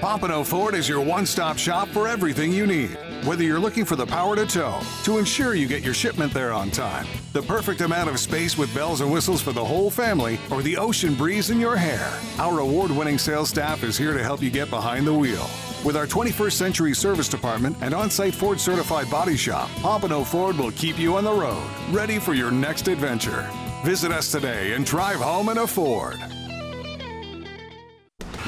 [SPEAKER 10] Pompano Ford is your one stop shop for everything you need. Whether you're looking for the power to tow, to ensure you get your shipment there on time, the perfect amount of space with bells and whistles for the whole family, or the ocean breeze in your hair, our award winning sales staff is here to help you get behind the wheel. With our 21st Century Service Department and on site Ford certified body shop, Pompano Ford will keep you on the road, ready for your next adventure. Visit us today and drive home in a Ford.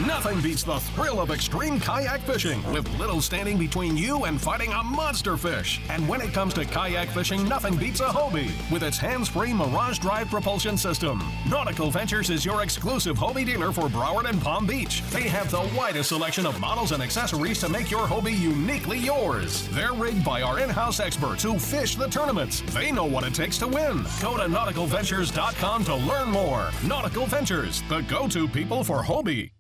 [SPEAKER 18] Nothing beats the thrill of extreme kayak fishing with little standing between you and fighting a monster fish. And when it comes to kayak fishing, nothing beats a Hobie with its hands-free Mirage Drive propulsion system. Nautical Ventures is your exclusive Hobie dealer for Broward and Palm Beach. They have the widest selection of models and accessories to make your Hobie uniquely yours. They're rigged by our in-house experts who fish the tournaments. They know what it takes to win. Go to nauticalventures.com to learn more. Nautical Ventures, the go-to people for Hobie.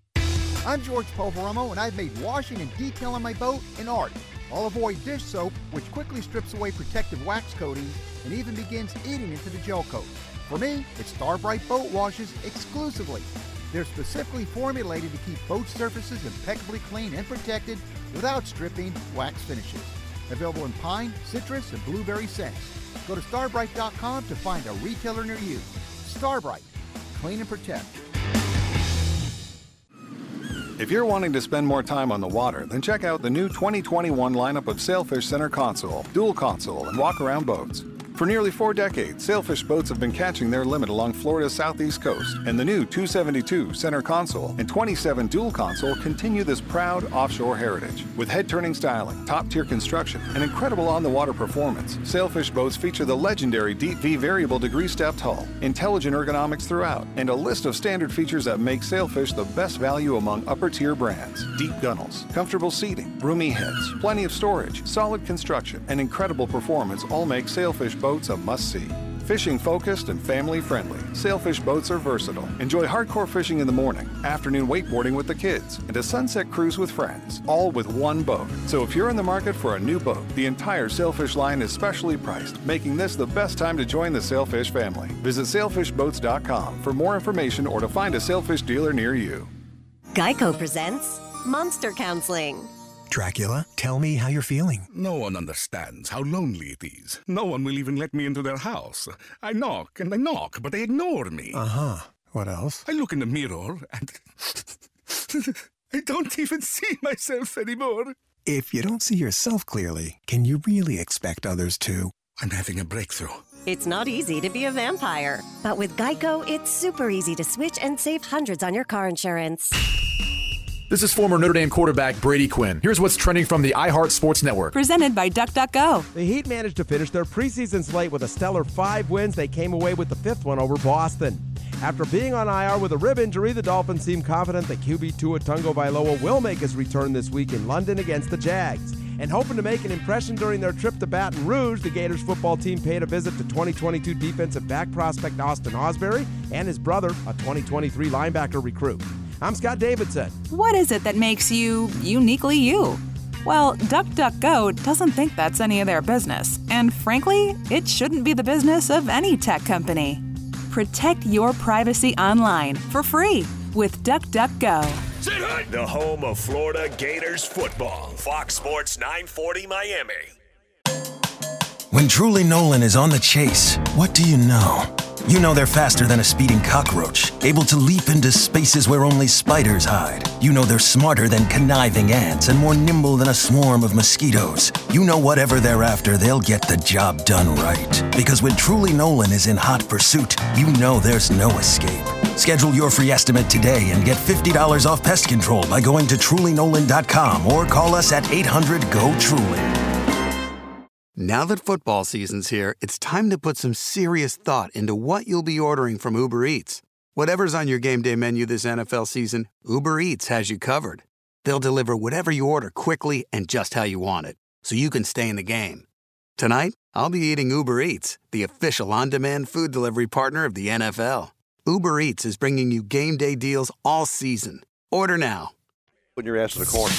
[SPEAKER 19] I'm George Poveromo, and I've made washing and detailing my boat an art. I'll avoid dish soap, which quickly strips away protective wax coating and even begins eating into the gel coat. For me, it's Starbright Boat Washes exclusively. They're specifically formulated to keep boat surfaces impeccably clean and protected without stripping wax finishes. Available in pine, citrus, and blueberry scents. Go to starbright.com to find a retailer near you. Starbright, clean and protect.
[SPEAKER 10] If you're wanting to spend more time on the water, then check out the new 2021 lineup of Sailfish Center Console, Dual Console, and Walk Around Boats. For nearly four decades, Sailfish boats have been catching their limit along Florida's southeast coast, and the new 272 Center Console and 27 Dual Console continue this proud offshore heritage. With head turning styling, top tier construction, and incredible on the water performance, Sailfish boats feature the legendary Deep V variable degree stepped hull, intelligent ergonomics throughout, and a list of standard features that make Sailfish the best value among upper tier brands. Deep gunnels, comfortable seating, roomy heads, plenty of storage, solid construction, and incredible performance all make Sailfish boats a must see. Fishing focused and family friendly, Sailfish boats are versatile. Enjoy hardcore fishing in the morning, afternoon wakeboarding with the kids, and a sunset cruise with friends, all with one boat. So if you're in the market for a new boat, the entire Sailfish line is specially priced, making this the best time to join the Sailfish family. Visit sailfishboats.com for more information or to find a Sailfish dealer near you.
[SPEAKER 20] Geico presents Monster Counseling.
[SPEAKER 21] Dracula, tell me how you're feeling.
[SPEAKER 9] No one understands how lonely it is. No one will even let me into their house. I knock and I knock, but they ignore me.
[SPEAKER 21] Uh huh. What else?
[SPEAKER 9] I look in the mirror and I don't even see myself anymore.
[SPEAKER 21] If you don't see yourself clearly, can you really expect others to?
[SPEAKER 9] I'm having a breakthrough.
[SPEAKER 20] It's not easy to be a vampire, but with Geico, it's super easy to switch and save hundreds on your car insurance.
[SPEAKER 22] This is former Notre Dame quarterback Brady Quinn. Here's what's trending from the iHeart Sports Network.
[SPEAKER 23] Presented by DuckDuckGo.
[SPEAKER 24] The Heat managed to finish their preseason slate with a stellar five wins. They came away with the fifth one over Boston. After being on IR with a rib injury, the Dolphins seem confident that QB Tua Tungo Vailoa will make his return this week in London against the Jags. And hoping to make an impression during their trip to Baton Rouge, the Gators football team paid a visit to 2022 defensive back prospect Austin Osbury and his brother, a 2023 linebacker recruit. I'm Scott Davidson.
[SPEAKER 23] What is it that makes you uniquely you? Well, DuckDuckGo doesn't think that's any of their business, and frankly, it shouldn't be the business of any tech company. Protect your privacy online for free with DuckDuckGo.
[SPEAKER 18] The home of Florida Gators football. Fox Sports 940 Miami.
[SPEAKER 21] When Truly Nolan is on the chase, what do you know? You know they're faster than a speeding cockroach, able to leap into spaces where only spiders hide. You know they're smarter than conniving ants and more nimble than a swarm of mosquitoes. You know whatever they're after, they'll get the job done right. Because when Truly Nolan is in hot pursuit, you know there's no escape. Schedule your free estimate today and get $50 off pest control by going to trulynolan.com or call us at 800 GO TRULY.
[SPEAKER 25] Now that football season's here, it's time to put some serious thought into what you'll be ordering from Uber Eats. Whatever's on your game day menu this NFL season, Uber Eats has you covered. They'll deliver whatever you order quickly and just how you want it, so you can stay in the game. Tonight, I'll be eating Uber Eats, the official on demand food delivery partner of the NFL. Uber Eats is bringing you game day deals all season. Order now.
[SPEAKER 5] Put your ass in the corner.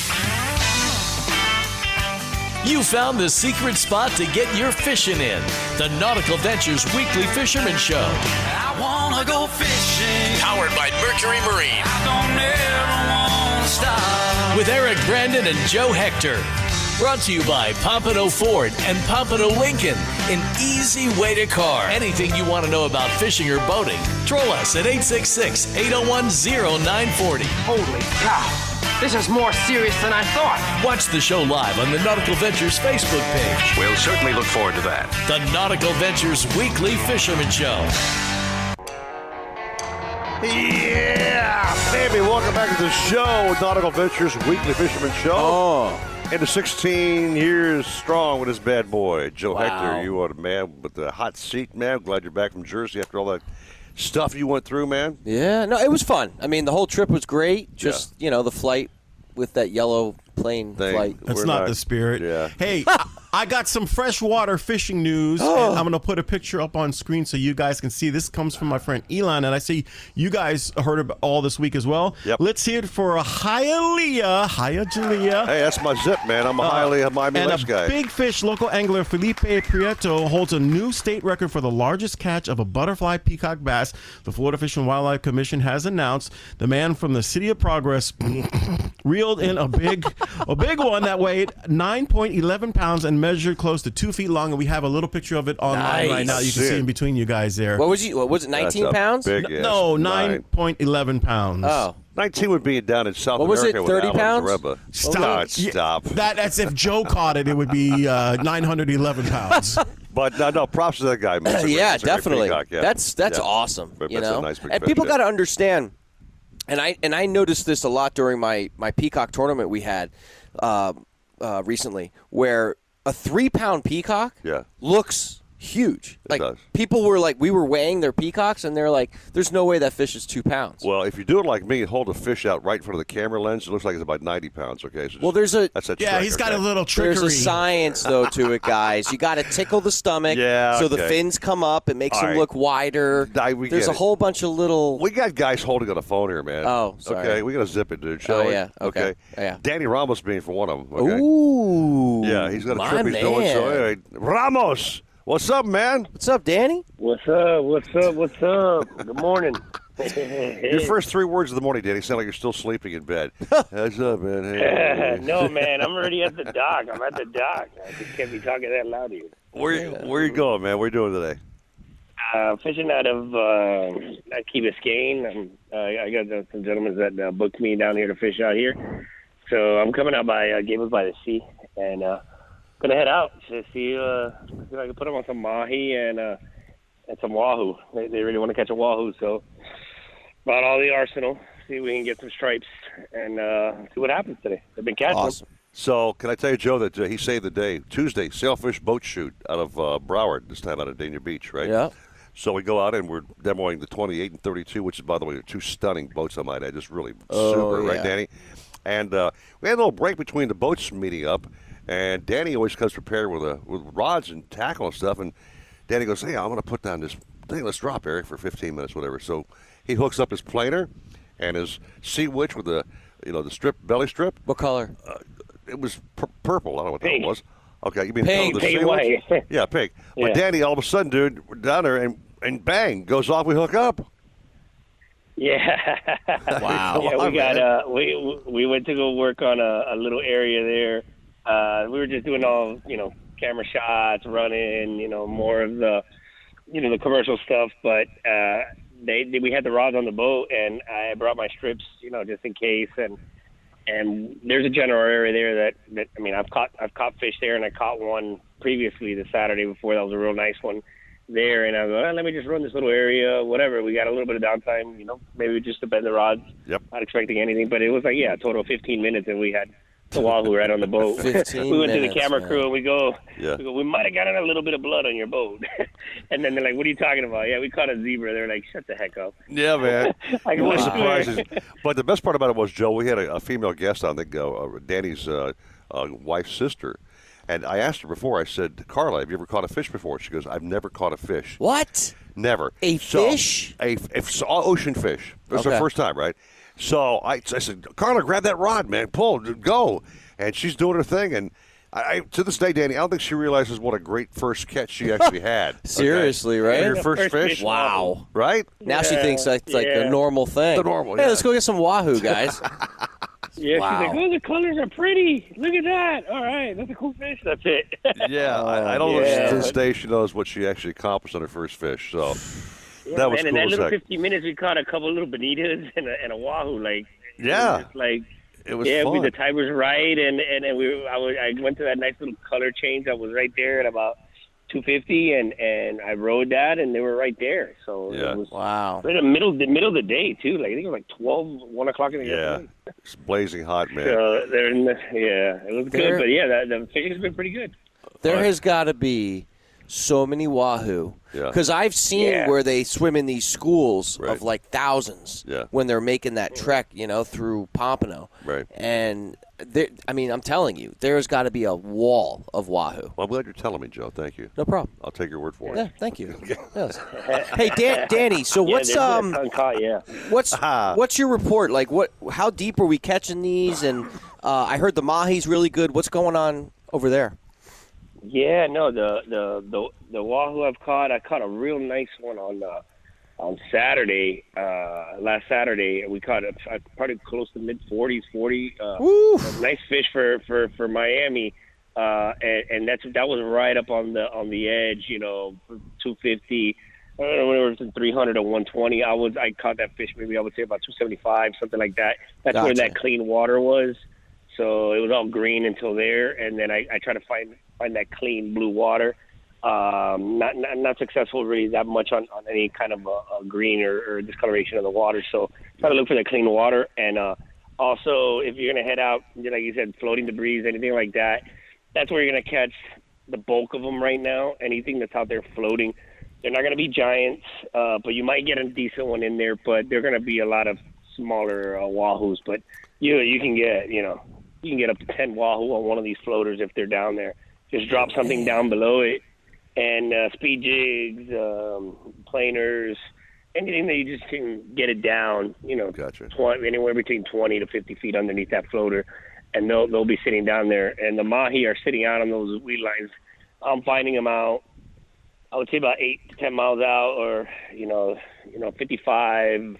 [SPEAKER 2] You found the secret spot to get your fishing in. The Nautical Ventures Weekly Fisherman Show.
[SPEAKER 15] I wanna go fishing.
[SPEAKER 2] Powered by Mercury Marine.
[SPEAKER 15] I don't ever wanna stop.
[SPEAKER 2] With Eric Brandon and Joe Hector. Brought to you by Pompano Ford and Pompano Lincoln. An easy way to car. Anything you want to know about fishing or boating, troll us at 866 801 0940. Holy cow.
[SPEAKER 26] This is more serious than I thought.
[SPEAKER 2] Watch the show live on the Nautical Ventures Facebook page.
[SPEAKER 27] We'll certainly look forward to that.
[SPEAKER 2] The Nautical Ventures Weekly Fisherman Show.
[SPEAKER 5] Yeah, baby, welcome back to the show, Nautical Ventures Weekly Fisherman Show. Oh. And the 16 years strong with his bad boy, Joe Hector. You are the man with the hot seat, man. Glad you're back from Jersey after all that stuff you went through, man.
[SPEAKER 6] Yeah, no, it was fun. I mean, the whole trip was great. Just you know, the flight with that yellow plane flight.
[SPEAKER 7] That's not, the spirit. Hey, I- I got some freshwater fishing news, and I'm going to put a picture up on screen so you guys can see. This comes from my friend Elon, and I see you guys heard about all this week as well. Yep. Let's hear it for a Hialeah. Hialeah.
[SPEAKER 5] Hey, that's my zip, man. I'm a highly a Miami
[SPEAKER 7] Uh, and
[SPEAKER 5] Lakes
[SPEAKER 7] a
[SPEAKER 5] guy.
[SPEAKER 7] big fish local angler Felipe Prieto holds a new state record for the largest catch of a butterfly peacock bass. The Florida Fish and Wildlife Commission has announced the man from the City of Progress reeled in a big, a big one that weighed 9.11 pounds and measured close to two feet long. And we have a little picture of it online right
[SPEAKER 6] Nice.
[SPEAKER 7] now. You can see in between you guys there.
[SPEAKER 6] What was he? What was it? Nineteen pounds?
[SPEAKER 7] no, 9.11 pounds.
[SPEAKER 6] Oh.
[SPEAKER 5] 19 would be down in South
[SPEAKER 7] What was it,
[SPEAKER 5] America with
[SPEAKER 7] 30
[SPEAKER 5] Alan
[SPEAKER 7] pounds?
[SPEAKER 5] Zareba.
[SPEAKER 7] Stop.
[SPEAKER 5] God, stop.
[SPEAKER 7] That, that's if Joe caught it, it would be uh, 911 pounds.
[SPEAKER 5] But no, no, props to that guy. man. It's a great-
[SPEAKER 6] yeah,
[SPEAKER 5] it's a great
[SPEAKER 6] definitely.
[SPEAKER 5] peacock, yeah.
[SPEAKER 6] That's that's
[SPEAKER 5] Yeah.
[SPEAKER 6] awesome.
[SPEAKER 5] But
[SPEAKER 6] you
[SPEAKER 5] that's
[SPEAKER 6] know,
[SPEAKER 5] a nice big
[SPEAKER 6] and
[SPEAKER 5] fish,
[SPEAKER 6] people
[SPEAKER 5] yeah.
[SPEAKER 6] got to understand. And I and I noticed this a lot during my my peacock tournament we had uh, uh, recently, where a three pound peacock
[SPEAKER 5] Yeah.
[SPEAKER 6] looks huge. like people were like, we were weighing their peacocks, and they're like, "There's no way that fish is two pounds."
[SPEAKER 5] Well, if you do it like me, hold a fish out right in front of the camera lens. It looks like it's about 90 pounds. Okay. So just-
[SPEAKER 6] Well, there's a
[SPEAKER 5] that's a
[SPEAKER 6] yeah.
[SPEAKER 5] trick,
[SPEAKER 6] he's got
[SPEAKER 5] okay?
[SPEAKER 6] a little trickery. There's a science though to it, guys. You got to tickle the stomach.
[SPEAKER 5] Yeah,
[SPEAKER 6] So the
[SPEAKER 5] okay.
[SPEAKER 6] fins come up. It makes
[SPEAKER 5] All
[SPEAKER 6] them
[SPEAKER 5] right.
[SPEAKER 6] look wider.
[SPEAKER 5] we get
[SPEAKER 6] There's a
[SPEAKER 5] it.
[SPEAKER 6] whole bunch of little.
[SPEAKER 5] We got guys holding on the phone here, man.
[SPEAKER 6] Oh, sorry.
[SPEAKER 5] Okay, we gotta zip it, dude. Shall
[SPEAKER 6] Oh,
[SPEAKER 5] we?
[SPEAKER 6] yeah, okay, yeah.
[SPEAKER 5] Danny Ramos being for one of them. Okay?
[SPEAKER 6] Ooh.
[SPEAKER 5] Yeah, he's got a
[SPEAKER 6] my
[SPEAKER 5] trip he's doing. So
[SPEAKER 6] man.
[SPEAKER 5] anyway, Ramos, what's up, man?
[SPEAKER 6] What's up, Danny?
[SPEAKER 4] What's up? What's up? What's up? Good morning.
[SPEAKER 5] Your first three words of the morning, Danny, sound like you're still sleeping in bed. What's up, man? Hey.
[SPEAKER 4] no, man, I'm already at the dock. I'm at the dock. I just can't be talking that loud here.
[SPEAKER 5] Where where you going, man? What are you doing today?
[SPEAKER 4] Uh, fishing out of uh, Key Biscayne. I'm, uh, I got some gentlemen that uh, booked me down here to fish out here. So I'm coming out by uh, Gables by the Sea and uh, gonna head out to see, uh, see if I can put them on some mahi and uh, and some wahoo. They, they really want to catch a wahoo, so about all the arsenal. See if we can get some stripes and uh, see what happens today. They've been catching 'em.
[SPEAKER 5] So, can I tell you, Joe, that uh, he saved the day. Tuesday, sailfish boat shoot out of uh, Broward, this time out of Dania Beach, right?
[SPEAKER 6] Yeah.
[SPEAKER 5] So we go out and we're demoing the 28 and 32, which is, by the way, are two stunning boats, I might add. Just really
[SPEAKER 6] Oh,
[SPEAKER 5] super,
[SPEAKER 6] yeah.
[SPEAKER 5] right, Danny? And uh, we had a little break between the boats meeting up, and Danny always comes prepared with, uh with rods and tackle and stuff. And Danny goes, "Hey, I'm going to put down this thing. Let's drop Eric for 15 minutes, whatever." So he hooks up his planer and his sea witch with the you know the strip belly strip.
[SPEAKER 6] What color?
[SPEAKER 5] Uh, it was pur- purple. I don't know what that was. Okay, you mean
[SPEAKER 4] Pink.
[SPEAKER 5] the
[SPEAKER 4] Pink
[SPEAKER 5] sea witch?
[SPEAKER 4] white.
[SPEAKER 5] yeah, pink.
[SPEAKER 4] Yeah.
[SPEAKER 5] But Danny, all of a sudden, dude, we're down there and and bang goes off. We hook up.
[SPEAKER 4] Yeah.
[SPEAKER 5] Wow.
[SPEAKER 4] yeah,
[SPEAKER 5] Wow,
[SPEAKER 4] we got
[SPEAKER 5] man.
[SPEAKER 4] uh, we we went to go work on a, a little area there. Uh, we were just doing all you know camera shots, running, you know, more of the you know the commercial stuff. But uh, they, they we had the rods on the boat, and I brought my strips, you know, just in case. And and there's a general area there that, that I mean I've caught I've caught fish there, and I caught one previously the Saturday before. That was a real nice one there, and I go, "Ah, let me just run this little area, whatever. We got a little bit of downtime, you know, maybe just to bend the rods.
[SPEAKER 5] Yep.
[SPEAKER 4] Not expecting anything, but it was like yeah, a total of 15 minutes, and we had the wahoo right on the boat.
[SPEAKER 6] 15
[SPEAKER 4] we went to the
[SPEAKER 6] minutes,
[SPEAKER 4] camera
[SPEAKER 6] man.
[SPEAKER 4] crew and we go,
[SPEAKER 5] Yeah.
[SPEAKER 4] we go, we might have gotten a little bit of blood on your boat, and then they're like, what are you talking about? Yeah, we caught a zebra. They're like, shut the heck up.
[SPEAKER 5] Yeah, man.
[SPEAKER 4] I
[SPEAKER 5] It was
[SPEAKER 4] go, "Wow."
[SPEAKER 5] surprises. But the best part about it was, Joe, we had a, a female guest on, I think, uh, uh, Danny's uh, uh, wife's sister. And I asked her before, I said, Carla, have you ever caught a fish before? She goes, I've never caught a fish.
[SPEAKER 6] What?
[SPEAKER 5] Never.
[SPEAKER 6] A
[SPEAKER 5] So,
[SPEAKER 6] fish?
[SPEAKER 5] A if, so, ocean fish. It was
[SPEAKER 6] Okay.
[SPEAKER 5] her first time, right? So I, I said, Carla, grab that rod, man. Pull, d- go. And she's doing her thing. And I, I, to this day, Danny, I don't think she realizes what a great first catch she actually had. okay?
[SPEAKER 6] Seriously, right?
[SPEAKER 5] Her first, fish.
[SPEAKER 6] Wow.
[SPEAKER 5] Right?
[SPEAKER 6] Now she thinks that's like
[SPEAKER 4] yeah.
[SPEAKER 6] a normal thing.
[SPEAKER 5] The normal,
[SPEAKER 6] Hey,
[SPEAKER 5] yeah.
[SPEAKER 6] let's go get some wahoo, guys.
[SPEAKER 4] Yeah,
[SPEAKER 6] Wow.
[SPEAKER 4] she's like, oh, the colors are pretty. Look at that. All right, that's a cool fish. That's it.
[SPEAKER 5] Yeah, I, I don't
[SPEAKER 4] Oh, yeah.
[SPEAKER 5] know. To this day, she knows what she actually accomplished on her first fish. So
[SPEAKER 4] Yeah,
[SPEAKER 5] that was
[SPEAKER 4] man,
[SPEAKER 5] cool
[SPEAKER 4] In
[SPEAKER 5] as
[SPEAKER 4] that little
[SPEAKER 5] heck.
[SPEAKER 4] 15 minutes, we caught a couple little bonitas and a, and a wahoo. Like, it
[SPEAKER 5] Yeah.
[SPEAKER 4] was just like
[SPEAKER 5] It was
[SPEAKER 4] yeah, we,
[SPEAKER 5] fun.
[SPEAKER 4] the tide was right, and and, and we were, I, was, I went to that nice little color change that was right there at about 250, and and I rode that, and they were right there. So it was
[SPEAKER 6] wow,
[SPEAKER 4] right in the middle the middle of the day too. Like I think it was like 12, 1 o'clock in the
[SPEAKER 5] Yeah,
[SPEAKER 4] afternoon.
[SPEAKER 5] it's blazing hot, man.
[SPEAKER 4] So they're in the, yeah, it was
[SPEAKER 6] There-
[SPEAKER 4] good, but yeah, that, the figure's been pretty good.
[SPEAKER 6] There has got to be so many wahoo because I've seen
[SPEAKER 4] Yeah.
[SPEAKER 6] where they swim in these schools of like thousands when they're making that trek, you know, through Pompano. Right. And there, I mean, I'm telling you, there's got to be a wall of wahoo.
[SPEAKER 5] Well, I'm glad you're telling me, Joe. Thank you.
[SPEAKER 6] No problem.
[SPEAKER 5] I'll take your word for it.
[SPEAKER 6] Yeah, thank you. Yes. Hey, Dan, Danny. So
[SPEAKER 5] Yeah,
[SPEAKER 6] what's
[SPEAKER 5] there's that
[SPEAKER 6] um
[SPEAKER 4] caught? Yeah.
[SPEAKER 6] What's
[SPEAKER 5] Ah.
[SPEAKER 6] what's your report? Like, what? How deep are we catching these? And uh, I heard the mahi's really good. What's going on over there?
[SPEAKER 4] Yeah, no, the the the the wahoo I've caught, I caught a real nice one on uh, on Saturday, uh, last Saturday. We caught a, a- probably close to mid forties, forty. Uh, a nice fish for for for Miami, uh, and, and that's that was right up on the on the edge, you know, two fifty. I don't know, whatever, between 300 and 120. I was, I caught that fish maybe I would say about 275, something like that. That's where
[SPEAKER 28] Gotcha.
[SPEAKER 4] that clean water was. So it was all green until there, and then I, I try to find find that clean blue water. Um, not, not not successful really that much on, on any kind of a, a green or, or discoloration of the water. So try to look for the clean water, and uh, also if you're gonna head out, you know, like you said, floating debris, anything like that, that's where you're gonna catch the bulk of them right now. Anything that's out there floating, they're not gonna be giants, uh, but you might get a decent one in there. But they're gonna be a lot of smaller uh, wahoos, but you you can get you know you can get up to ten wahoo on one of these floaters if they're down there. Just drop something down below it, and uh, speed jigs, um, planers, anything that you just can get it down. You know,
[SPEAKER 5] gotcha.
[SPEAKER 4] 20, anywhere between twenty to fifty feet underneath that floater, and they'll they'll be sitting down there. And the mahi are sitting out on those weed lines. I'm finding them out. I would say about eight to ten miles out, or you know, you know, fifty-five,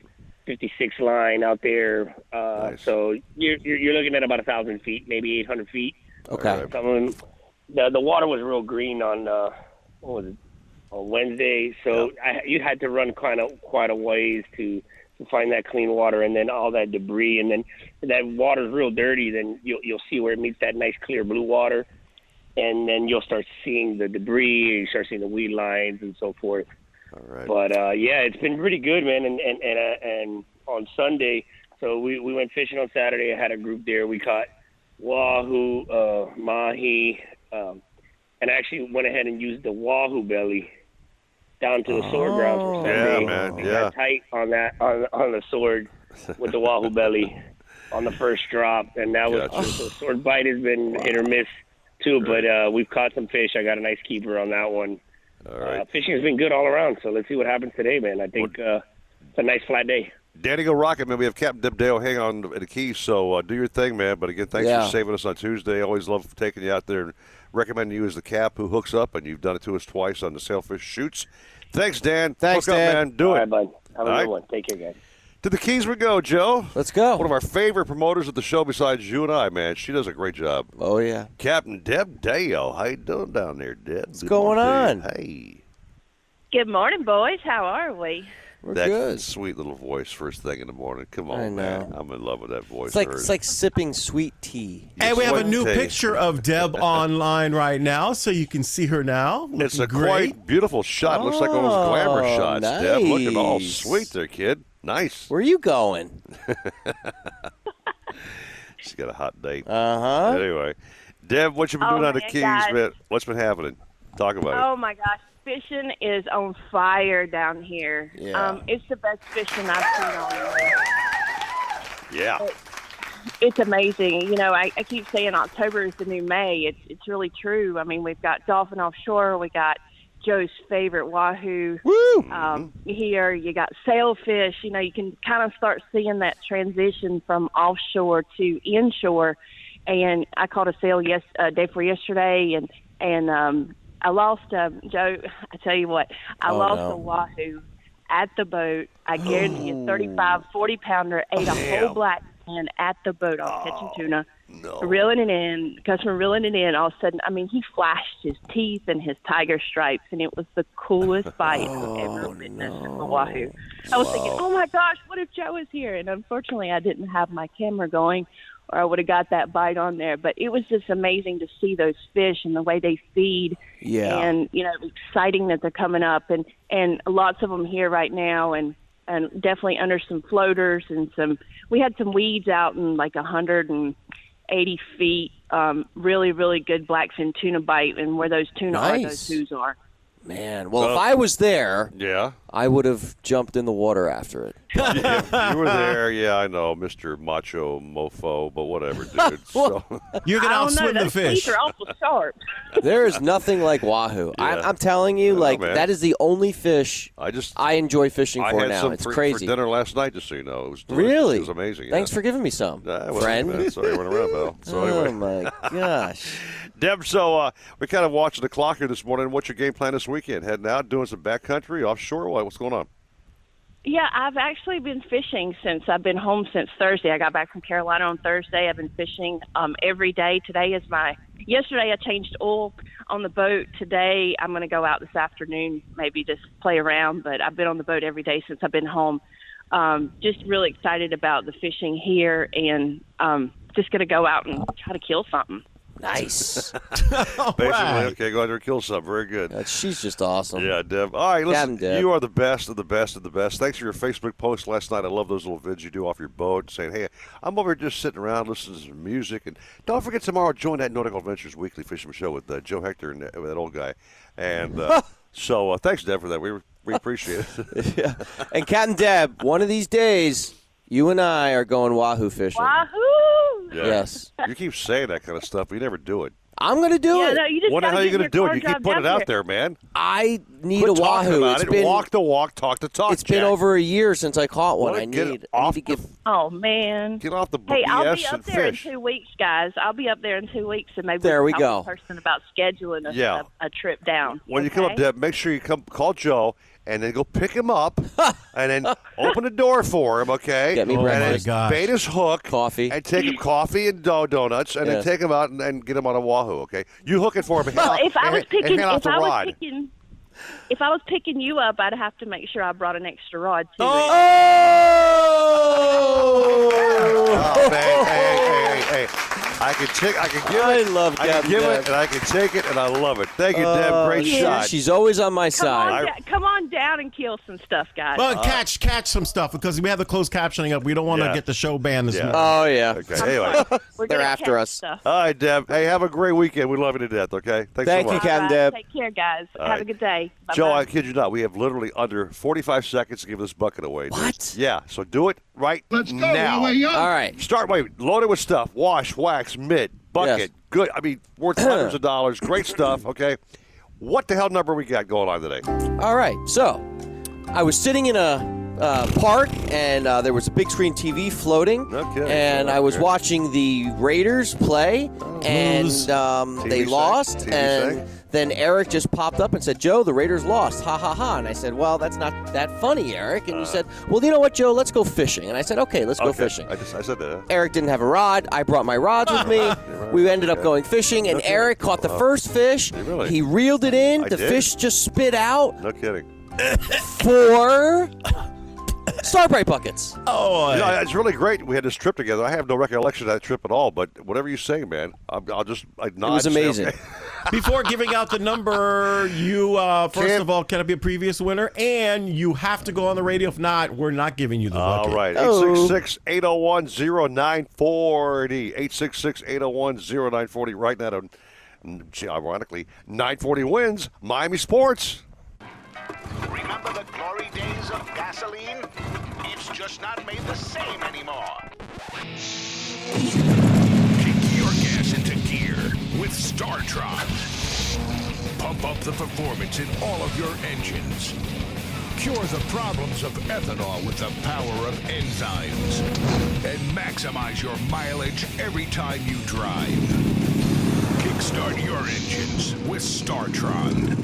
[SPEAKER 4] 56 line out there. Uh, So you're, you're you're looking at about a thousand feet, maybe 800 feet.
[SPEAKER 6] Okay.
[SPEAKER 4] Some of them- the the water was real green on uh, what was it on Wednesday, so I, you had to run kind of quite a ways to to find that clean water, and then all that debris, and then if that water's real dirty. Then you'll you'll see where it meets that nice clear blue water, and then you'll start seeing the debris, you start seeing the weed lines and so forth.
[SPEAKER 5] All right.
[SPEAKER 4] But uh, yeah, it's been pretty good, man. And and and, uh, and on Sunday, so we we went fishing on Saturday. I had a group there. We caught wahoo, uh, mahi, um, and I actually went ahead and used the wahoo belly down to the sword grounds
[SPEAKER 5] Oh.
[SPEAKER 4] for
[SPEAKER 5] Yeah,
[SPEAKER 4] Sunday.
[SPEAKER 5] man,
[SPEAKER 4] I
[SPEAKER 5] yeah.
[SPEAKER 4] Got tight on that on on the sword with the wahoo belly on the first drop, and that was the sword bite has been hit or miss too. But uh, we've caught some fish. I got a nice keeper on that one.
[SPEAKER 5] right.
[SPEAKER 4] Uh, fishing has been good all around, so let's see what happens today, man. I think uh, it's a nice flat day.
[SPEAKER 5] Danny Go Rocket, man. We have Captain Deb Dale hanging on at the keys, so uh, do your thing, man. But again, thanks
[SPEAKER 4] Yeah.
[SPEAKER 5] for saving us on Tuesday. Always love taking you out there and recommending you as the cap who hooks up, and you've done it to us twice on the Sailfish Shoots. Thanks, Dan.
[SPEAKER 4] Thanks,
[SPEAKER 5] Hook
[SPEAKER 4] Dan.
[SPEAKER 5] Up, man. Do
[SPEAKER 4] All
[SPEAKER 5] it.
[SPEAKER 4] right, bud. Have a
[SPEAKER 5] All
[SPEAKER 4] good
[SPEAKER 5] right.
[SPEAKER 4] one. Take care, guys.
[SPEAKER 5] To the keys we go, Joe.
[SPEAKER 6] Let's go.
[SPEAKER 5] One of our favorite promoters of the show, besides you and I, man. She does a great job.
[SPEAKER 6] Oh yeah,
[SPEAKER 5] Captain Deb Dale. How you doing down there, Deb? What's
[SPEAKER 6] going
[SPEAKER 5] Hey,
[SPEAKER 29] Good morning, boys. How are we?
[SPEAKER 5] that sweet little voice first thing in the morning. Come on,
[SPEAKER 6] I
[SPEAKER 5] man. I'm in love with that voice.
[SPEAKER 6] It's like
[SPEAKER 5] hers.
[SPEAKER 6] it's like sipping sweet tea.
[SPEAKER 7] Hey, we have a new
[SPEAKER 5] Wednesday.
[SPEAKER 7] picture of Deb online right now, so you can see her now.
[SPEAKER 5] It's
[SPEAKER 7] Looking
[SPEAKER 5] a
[SPEAKER 7] great.
[SPEAKER 5] quite beautiful shot. Looks like one of those glamour
[SPEAKER 7] Oh,
[SPEAKER 5] shots, Deb. Looking all
[SPEAKER 7] nice.
[SPEAKER 5] sweet there, kid. Nice.
[SPEAKER 6] Where are you going?
[SPEAKER 5] She's got a hot date.
[SPEAKER 6] Uh huh.
[SPEAKER 5] Anyway, Deb, what you been
[SPEAKER 29] Oh,
[SPEAKER 5] doing out of
[SPEAKER 29] man,
[SPEAKER 5] Keys,
[SPEAKER 29] guys.
[SPEAKER 5] man? What's been happening? Talk about
[SPEAKER 29] Oh my gosh, fishing is on fire down here.
[SPEAKER 5] Yeah.
[SPEAKER 29] Um, it's the best fishing I've seen all year.
[SPEAKER 5] it. Yeah.
[SPEAKER 29] It's amazing. You know, I, I keep saying October is the new May. It's it's really true. I mean, we've got dolphin offshore. We got Joe's favorite wahoo.
[SPEAKER 5] Woo!
[SPEAKER 29] Um, here you got sailfish. You know, you can kind of start seeing that transition from offshore to inshore. And I caught a sail yes uh, day for yesterday, and and um, I lost um, Joe. I tell you what, I
[SPEAKER 30] Oh,
[SPEAKER 29] lost
[SPEAKER 30] no. Oh.
[SPEAKER 29] a wahoo at the boat. I guarantee you, 35, 40 pounder ate a
[SPEAKER 30] Damn.
[SPEAKER 29] whole black man at the boat on catching tuna, reeling it in. Customer reeling it in. All of a sudden, I mean, he flashed his teeth and his tiger stripes, and it was the coolest bite I've ever witnessed from a wahoo. I was thinking,
[SPEAKER 30] Wow.
[SPEAKER 29] oh my gosh, what if Joe is here? And unfortunately, I didn't have my camera going or I would have got that bite on there. But it was just amazing to see those fish and the way they feed.
[SPEAKER 6] Yeah.
[SPEAKER 29] And you know, exciting that they're coming up, and and lots of them here right now, and and definitely under some floaters and some. We had some weeds out in like a hundred and eighty feet. Um, really, really good blackfin tuna bite, and where those tuna are,
[SPEAKER 6] Nice.
[SPEAKER 29] those zoos are.
[SPEAKER 6] Man, well, if I was there,
[SPEAKER 5] yeah,
[SPEAKER 6] I would have jumped in the water after it.
[SPEAKER 5] you were there, yeah, I know, Mister Macho Mofo, but whatever, dude. So.
[SPEAKER 7] You
[SPEAKER 29] I don't know, those teeth are awful sharp.
[SPEAKER 6] There is nothing like wahoo. I'm, I'm telling you, like
[SPEAKER 5] man.
[SPEAKER 6] that is the only fish
[SPEAKER 5] I just
[SPEAKER 6] I enjoy fishing
[SPEAKER 5] I
[SPEAKER 6] for
[SPEAKER 5] had
[SPEAKER 6] now.
[SPEAKER 5] some
[SPEAKER 6] it's
[SPEAKER 5] for, for
[SPEAKER 6] crazy.
[SPEAKER 5] dinner last night, just so you know. It was delicious.
[SPEAKER 6] really,
[SPEAKER 5] It was amazing.
[SPEAKER 6] Thanks
[SPEAKER 5] yeah.
[SPEAKER 6] for giving me some,
[SPEAKER 5] Nah, it wasn't
[SPEAKER 6] friend.
[SPEAKER 5] too bad. Sorry, I went around, pal. So
[SPEAKER 6] oh
[SPEAKER 5] anyway.
[SPEAKER 6] my gosh,
[SPEAKER 5] Deb. So uh, we're kind of watching the clock here this morning. What's your game plan this weekend? Heading out, doing some backcountry, offshore. What, what's going on?
[SPEAKER 29] Yeah, I've actually been fishing since I've been home since Thursday. I got back from Carolina on Thursday. I've been fishing um, every day. Today is my. Yesterday I changed oil on the boat. Today I'm going to go out this afternoon, maybe just play around. But I've been on the boat every day since I've been home. Um, just really excited about the fishing here, and um, just going to go out and try to kill something.
[SPEAKER 6] Nice.
[SPEAKER 5] Basically,
[SPEAKER 6] right.
[SPEAKER 5] okay, go out there and kill some. Very good.
[SPEAKER 6] she's just awesome.
[SPEAKER 5] Yeah, Deb. All right, listen,
[SPEAKER 6] Damn, Deb.
[SPEAKER 5] you are the best of the best of the best. Thanks for your Facebook post last night. I love those little vids you do off your boat saying, hey, I'm over here just sitting around listening to some music. And don't forget tomorrow, join that Nautical Adventures Weekly Fisherman Show with uh, Joe Hector and uh, that old guy. And uh, so uh, thanks, Deb, for that. We, we appreciate it.
[SPEAKER 6] yeah. and Captain Deb, one of these days, you and I are going wahoo fishing.
[SPEAKER 29] Wahoo!
[SPEAKER 6] Yes.
[SPEAKER 5] You keep saying that kind of stuff, but you never do it.
[SPEAKER 6] I'm gonna do
[SPEAKER 29] Yeah,
[SPEAKER 6] it.
[SPEAKER 29] no, you just
[SPEAKER 5] When the
[SPEAKER 29] gotta
[SPEAKER 5] hell are you
[SPEAKER 29] get
[SPEAKER 5] going to
[SPEAKER 29] your
[SPEAKER 5] do
[SPEAKER 29] car
[SPEAKER 5] it? You
[SPEAKER 29] job
[SPEAKER 5] keep putting it
[SPEAKER 29] down
[SPEAKER 5] out there, man.
[SPEAKER 6] I need
[SPEAKER 5] Quit
[SPEAKER 6] a
[SPEAKER 5] talking
[SPEAKER 6] wahoo.
[SPEAKER 5] about
[SPEAKER 6] It's
[SPEAKER 5] it.
[SPEAKER 6] been
[SPEAKER 5] walk the walk, talk the talk.
[SPEAKER 6] It's been
[SPEAKER 5] Jack.
[SPEAKER 6] over a year since I caught one.
[SPEAKER 5] Wanna
[SPEAKER 6] I
[SPEAKER 5] get
[SPEAKER 6] need, I
[SPEAKER 5] off
[SPEAKER 6] need to get
[SPEAKER 29] Oh man!
[SPEAKER 5] Get off the
[SPEAKER 29] Hey, I'll be
[SPEAKER 5] BS
[SPEAKER 29] up
[SPEAKER 5] and
[SPEAKER 29] there
[SPEAKER 5] fish.
[SPEAKER 29] in two weeks, guys. I'll be up there in two weeks, and maybe
[SPEAKER 5] There we
[SPEAKER 29] can talk
[SPEAKER 5] go.
[SPEAKER 29] to the person about scheduling a,
[SPEAKER 5] Yeah.
[SPEAKER 29] a, a trip down.
[SPEAKER 5] When you come up,
[SPEAKER 29] okay?
[SPEAKER 5] Deb, make sure you come call Joe and then go pick him up and then open the door for him, okay?
[SPEAKER 6] Get me
[SPEAKER 5] and
[SPEAKER 6] breakfast.
[SPEAKER 5] then
[SPEAKER 6] Oh my gosh.
[SPEAKER 5] bait his hook.
[SPEAKER 6] Coffee.
[SPEAKER 5] And take him coffee and dough donuts and
[SPEAKER 6] Yeah.
[SPEAKER 5] then take him out and, and get him on a wahoo, okay? You hook it for him. and hand
[SPEAKER 29] Well,
[SPEAKER 5] out-
[SPEAKER 29] if I
[SPEAKER 5] and-
[SPEAKER 29] was picking,
[SPEAKER 5] and hand out
[SPEAKER 29] if
[SPEAKER 5] the
[SPEAKER 29] I was
[SPEAKER 5] rod.
[SPEAKER 29] picking, if I was picking you up, I'd have to make sure I brought an extra rod too.
[SPEAKER 5] Oh, man. Hey, hey, hey, hey. I can take, I can give it. I love I
[SPEAKER 6] Deb,
[SPEAKER 5] can give
[SPEAKER 6] Deb.
[SPEAKER 5] it, and I can take it, and I love it. Thank you, Deb.
[SPEAKER 6] Oh,
[SPEAKER 5] Great
[SPEAKER 6] she-
[SPEAKER 5] shot.
[SPEAKER 6] She's always on my
[SPEAKER 29] Come on,
[SPEAKER 7] I-
[SPEAKER 29] da- come on down and kill some stuff, guys.
[SPEAKER 7] But catch catch some stuff because we have the closed captioning up. We don't want to
[SPEAKER 5] Yeah.
[SPEAKER 7] get the show banned this
[SPEAKER 5] Yeah.
[SPEAKER 7] morning.
[SPEAKER 5] Oh,
[SPEAKER 6] yeah.
[SPEAKER 5] Okay. Anyway.
[SPEAKER 29] We're
[SPEAKER 6] They're
[SPEAKER 29] gonna
[SPEAKER 6] after
[SPEAKER 29] catch
[SPEAKER 6] us.
[SPEAKER 29] Stuff.
[SPEAKER 5] All right, Deb. Hey, have a great weekend. We love you to death. Okay. Thanks
[SPEAKER 6] Thank
[SPEAKER 5] so
[SPEAKER 6] you,
[SPEAKER 5] much.
[SPEAKER 6] Captain
[SPEAKER 29] All
[SPEAKER 6] Deb.
[SPEAKER 29] Take care, guys.
[SPEAKER 5] All
[SPEAKER 29] have
[SPEAKER 5] right.
[SPEAKER 29] a good day. Bye-bye.
[SPEAKER 5] Joe, I kid you not, we have literally under 45 seconds to give this bucket away. dude. Yeah, so do it right Let's
[SPEAKER 6] go,
[SPEAKER 5] now.
[SPEAKER 6] while we're young. All right.
[SPEAKER 5] Start by load it with stuff. Wash, wax, mitt, bucket. Good. I mean, worth hundreds of dollars. Great stuff, okay? What the hell number we got going on today?
[SPEAKER 6] All right, so I was sitting in a uh, park, and uh, there was a big screen TV floating, and I was watching the Raiders play,
[SPEAKER 5] Oh,
[SPEAKER 6] and um,
[SPEAKER 5] TV
[SPEAKER 6] they
[SPEAKER 5] sag,
[SPEAKER 6] lost,
[SPEAKER 5] TV
[SPEAKER 6] and
[SPEAKER 5] sag.
[SPEAKER 6] then Eric just popped up and said, "Joe, the Raiders lost, ha ha ha," and I said, "Well, that's not that funny, Eric," and you said, "Well, you know what, Joe? Let's go fishing," and I said, "Okay, let's go
[SPEAKER 5] Uh. Okay,
[SPEAKER 6] fishing."
[SPEAKER 5] I, just, I said that.
[SPEAKER 6] Eric didn't have a rod. I brought my rods with me. We ended up going fishing, and
[SPEAKER 5] Okay.
[SPEAKER 6] Eric caught the
[SPEAKER 5] Wow.
[SPEAKER 6] first fish.
[SPEAKER 5] Really?
[SPEAKER 6] He reeled it in.
[SPEAKER 5] I
[SPEAKER 6] the
[SPEAKER 5] did.
[SPEAKER 6] fish just spit out
[SPEAKER 5] No kidding.
[SPEAKER 6] four Starbright buckets.
[SPEAKER 5] Oh, it's really great. We had this trip together. I have no recollection of that trip at all, but whatever you say, man, I'm, I'll just I nod.
[SPEAKER 6] was
[SPEAKER 5] and say,
[SPEAKER 6] amazing.
[SPEAKER 5] okay.
[SPEAKER 7] Before giving out the number, you uh, 1st of all can it be a previous winner, and you have to go on the radio. If not, we're not giving you the bucket.
[SPEAKER 5] All right.
[SPEAKER 7] Oh.
[SPEAKER 6] Oh.
[SPEAKER 5] 866 801 0940. 866 801 0940. Right now, um, gee, ironically, 940 wins Miami Sports.
[SPEAKER 31] Remember the glory days of gasoline? It's just not made the same anymore.
[SPEAKER 9] Kick your gas into gear with StarTron. Pump up the performance in all of your engines. Cure the problems of ethanol with the power of enzymes. And maximize your mileage every time you drive. Kickstart your engines with StarTron.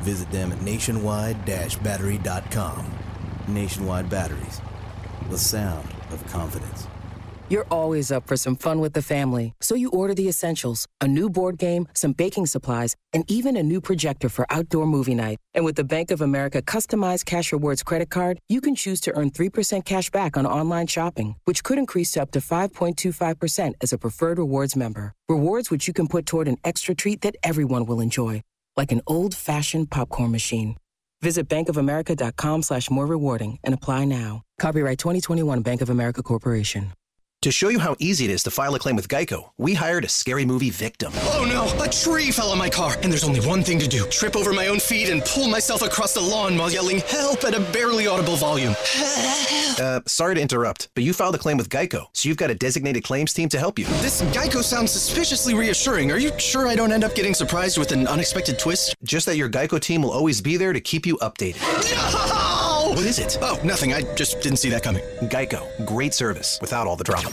[SPEAKER 32] Visit them at nationwide-battery.com. Nationwide Batteries, the sound of confidence.
[SPEAKER 33] You're always up for some fun with the family, so you order the essentials a new board game, some baking supplies, and even a new projector for outdoor movie night. And with the Bank of America customized cash rewards credit card, you can choose to earn 3% cash back on online shopping, which could increase to up to 5.25% as a preferred rewards member. Rewards which you can put toward an extra treat that everyone will enjoy, like an old fashioned popcorn machine. Visit bankofamerica.com slash more rewarding and apply now. Copyright 2021 Bank of America Corporation.
[SPEAKER 3] To show you how easy it is to file a claim with Geico, we hired a scary movie victim.
[SPEAKER 34] Oh no, a tree fell on my car, and there's only one thing to do trip over my own feet and pull myself across the lawn while yelling help at a barely audible volume.
[SPEAKER 3] Uh, sorry to interrupt, but you filed a claim with Geico, so you've got a designated claims team to help you.
[SPEAKER 34] This Geico sounds suspiciously reassuring. Are you sure I don't end up getting surprised with an unexpected twist?
[SPEAKER 3] Just that your Geico team will always be there to keep you updated.
[SPEAKER 34] No!
[SPEAKER 3] What is it?
[SPEAKER 34] Oh, nothing. I just didn't see that coming.
[SPEAKER 3] Geico, great service without all the drama.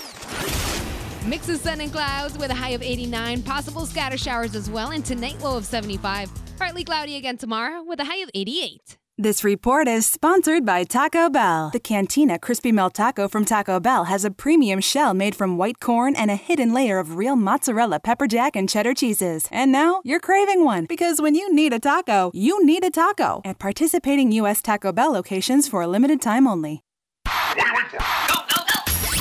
[SPEAKER 35] Mix of sun and clouds with a high of 89, possible scatter showers as well, and tonight low of 75. Partly cloudy again tomorrow with a high of 88.
[SPEAKER 23] This report is sponsored by Taco Bell. The Cantina Crispy Melt Taco from Taco Bell has a premium shell made from white corn and a hidden layer of real mozzarella, pepper jack, and cheddar cheeses. And now you're craving one because when you need a taco, you need a taco at participating U.S. Taco Bell locations for a limited time only.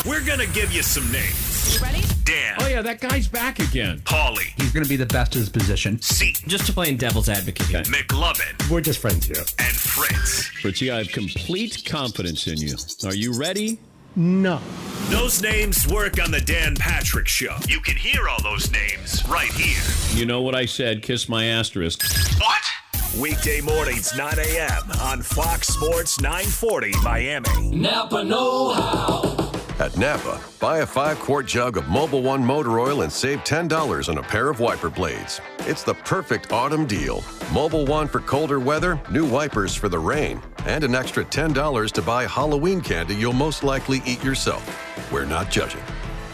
[SPEAKER 13] We're gonna give you some names. You ready? Dan. Oh yeah, that guy's back again. Holly.
[SPEAKER 15] He's going to be the best at his position.
[SPEAKER 13] C.
[SPEAKER 28] Just to play in devil's advocate here.
[SPEAKER 13] McLovin.
[SPEAKER 15] We're just friends here.
[SPEAKER 13] And Fritz.
[SPEAKER 28] Fritzy, I have complete confidence in you. Are you ready?
[SPEAKER 15] No.
[SPEAKER 13] Those names work on the Dan Patrick Show. You can hear all those names right here.
[SPEAKER 28] You know what I said. Kiss my asterisk.
[SPEAKER 13] What? Weekday mornings, 9 a.m. on Fox Sports 940 Miami.
[SPEAKER 21] Napa Know How.
[SPEAKER 36] At Napa, buy a five quart jug of Mobile One motor oil and save $10 on a pair of wiper blades. It's the perfect autumn deal. Mobile One for colder weather, new wipers for the rain, and an extra $10 to buy Halloween candy you'll most likely eat yourself. We're not judging.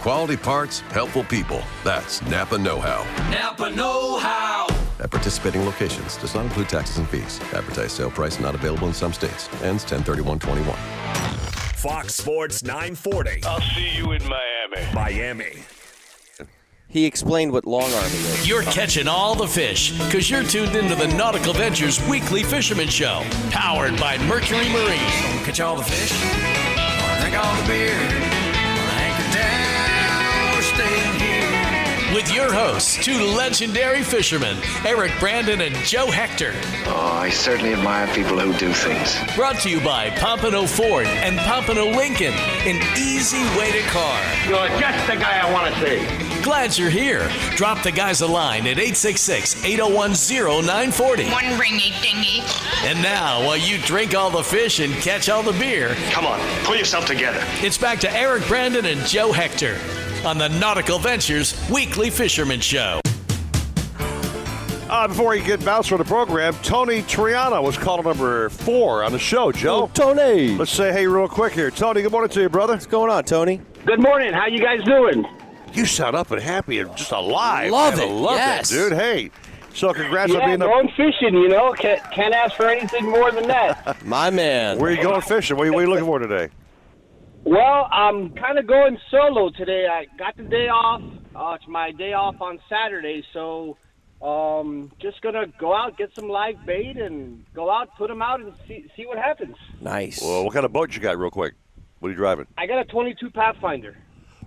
[SPEAKER 36] Quality parts, helpful people. That's Napa Know How.
[SPEAKER 21] Napa Know How.
[SPEAKER 36] At participating locations, does not include taxes and fees. Advertised sale price not available in some states. Ends 10 31 21.
[SPEAKER 13] Fox Sports 940. I'll see you in Miami. Miami.
[SPEAKER 6] He explained what long arm is.
[SPEAKER 2] You're catching all the fish because you're tuned into the Nautical Ventures Weekly Fisherman Show, powered by Mercury Marine. Catch all the fish, drink all the beer, anchor down, stay here. With your hosts, two legendary fishermen, Eric Brandon and Joe Hector.
[SPEAKER 37] Oh, I certainly admire people who do things.
[SPEAKER 2] Brought to you by Pompano Ford and Pompano Lincoln, an easy way to car.
[SPEAKER 37] You're just the guy I want to see.
[SPEAKER 2] Glad you're here. Drop the guys a line at 866 801 940.
[SPEAKER 9] One ringy dingy.
[SPEAKER 2] And now, while you drink all the fish and catch all the beer,
[SPEAKER 37] Come on, pull yourself together.
[SPEAKER 2] it's back to Eric Brandon and Joe Hector on the Nautical Ventures Weekly Fisherman Show.
[SPEAKER 5] Uh, before you get bounced from the program, Tony Triana was caller number four on the show, Joe.
[SPEAKER 6] Oh, Tony.
[SPEAKER 5] Let's say hey real quick here. Tony, good morning to you, brother. What's
[SPEAKER 6] going on, Tony?
[SPEAKER 5] Good morning. How you guys doing? You sound up and happy and just alive.
[SPEAKER 6] Love
[SPEAKER 5] man. I
[SPEAKER 6] it.
[SPEAKER 5] love
[SPEAKER 6] Yes.
[SPEAKER 5] it, dude. Hey. So congrats on
[SPEAKER 38] Yeah,
[SPEAKER 5] being
[SPEAKER 38] going fishing, you know. Can't, can't ask for anything more than that.
[SPEAKER 6] My man.
[SPEAKER 5] Where you going fishing? What are you, what are you looking for today?
[SPEAKER 38] well, I'm kind of going solo today. I got the day off. Uh, it's my day off on Saturday, so Um, just gonna go out, get some live bait, and go out, put them out, and see see what happens.
[SPEAKER 6] Nice.
[SPEAKER 5] Well, what kind of boat you got, real quick? What are you driving?
[SPEAKER 38] I got a 22 Pathfinder.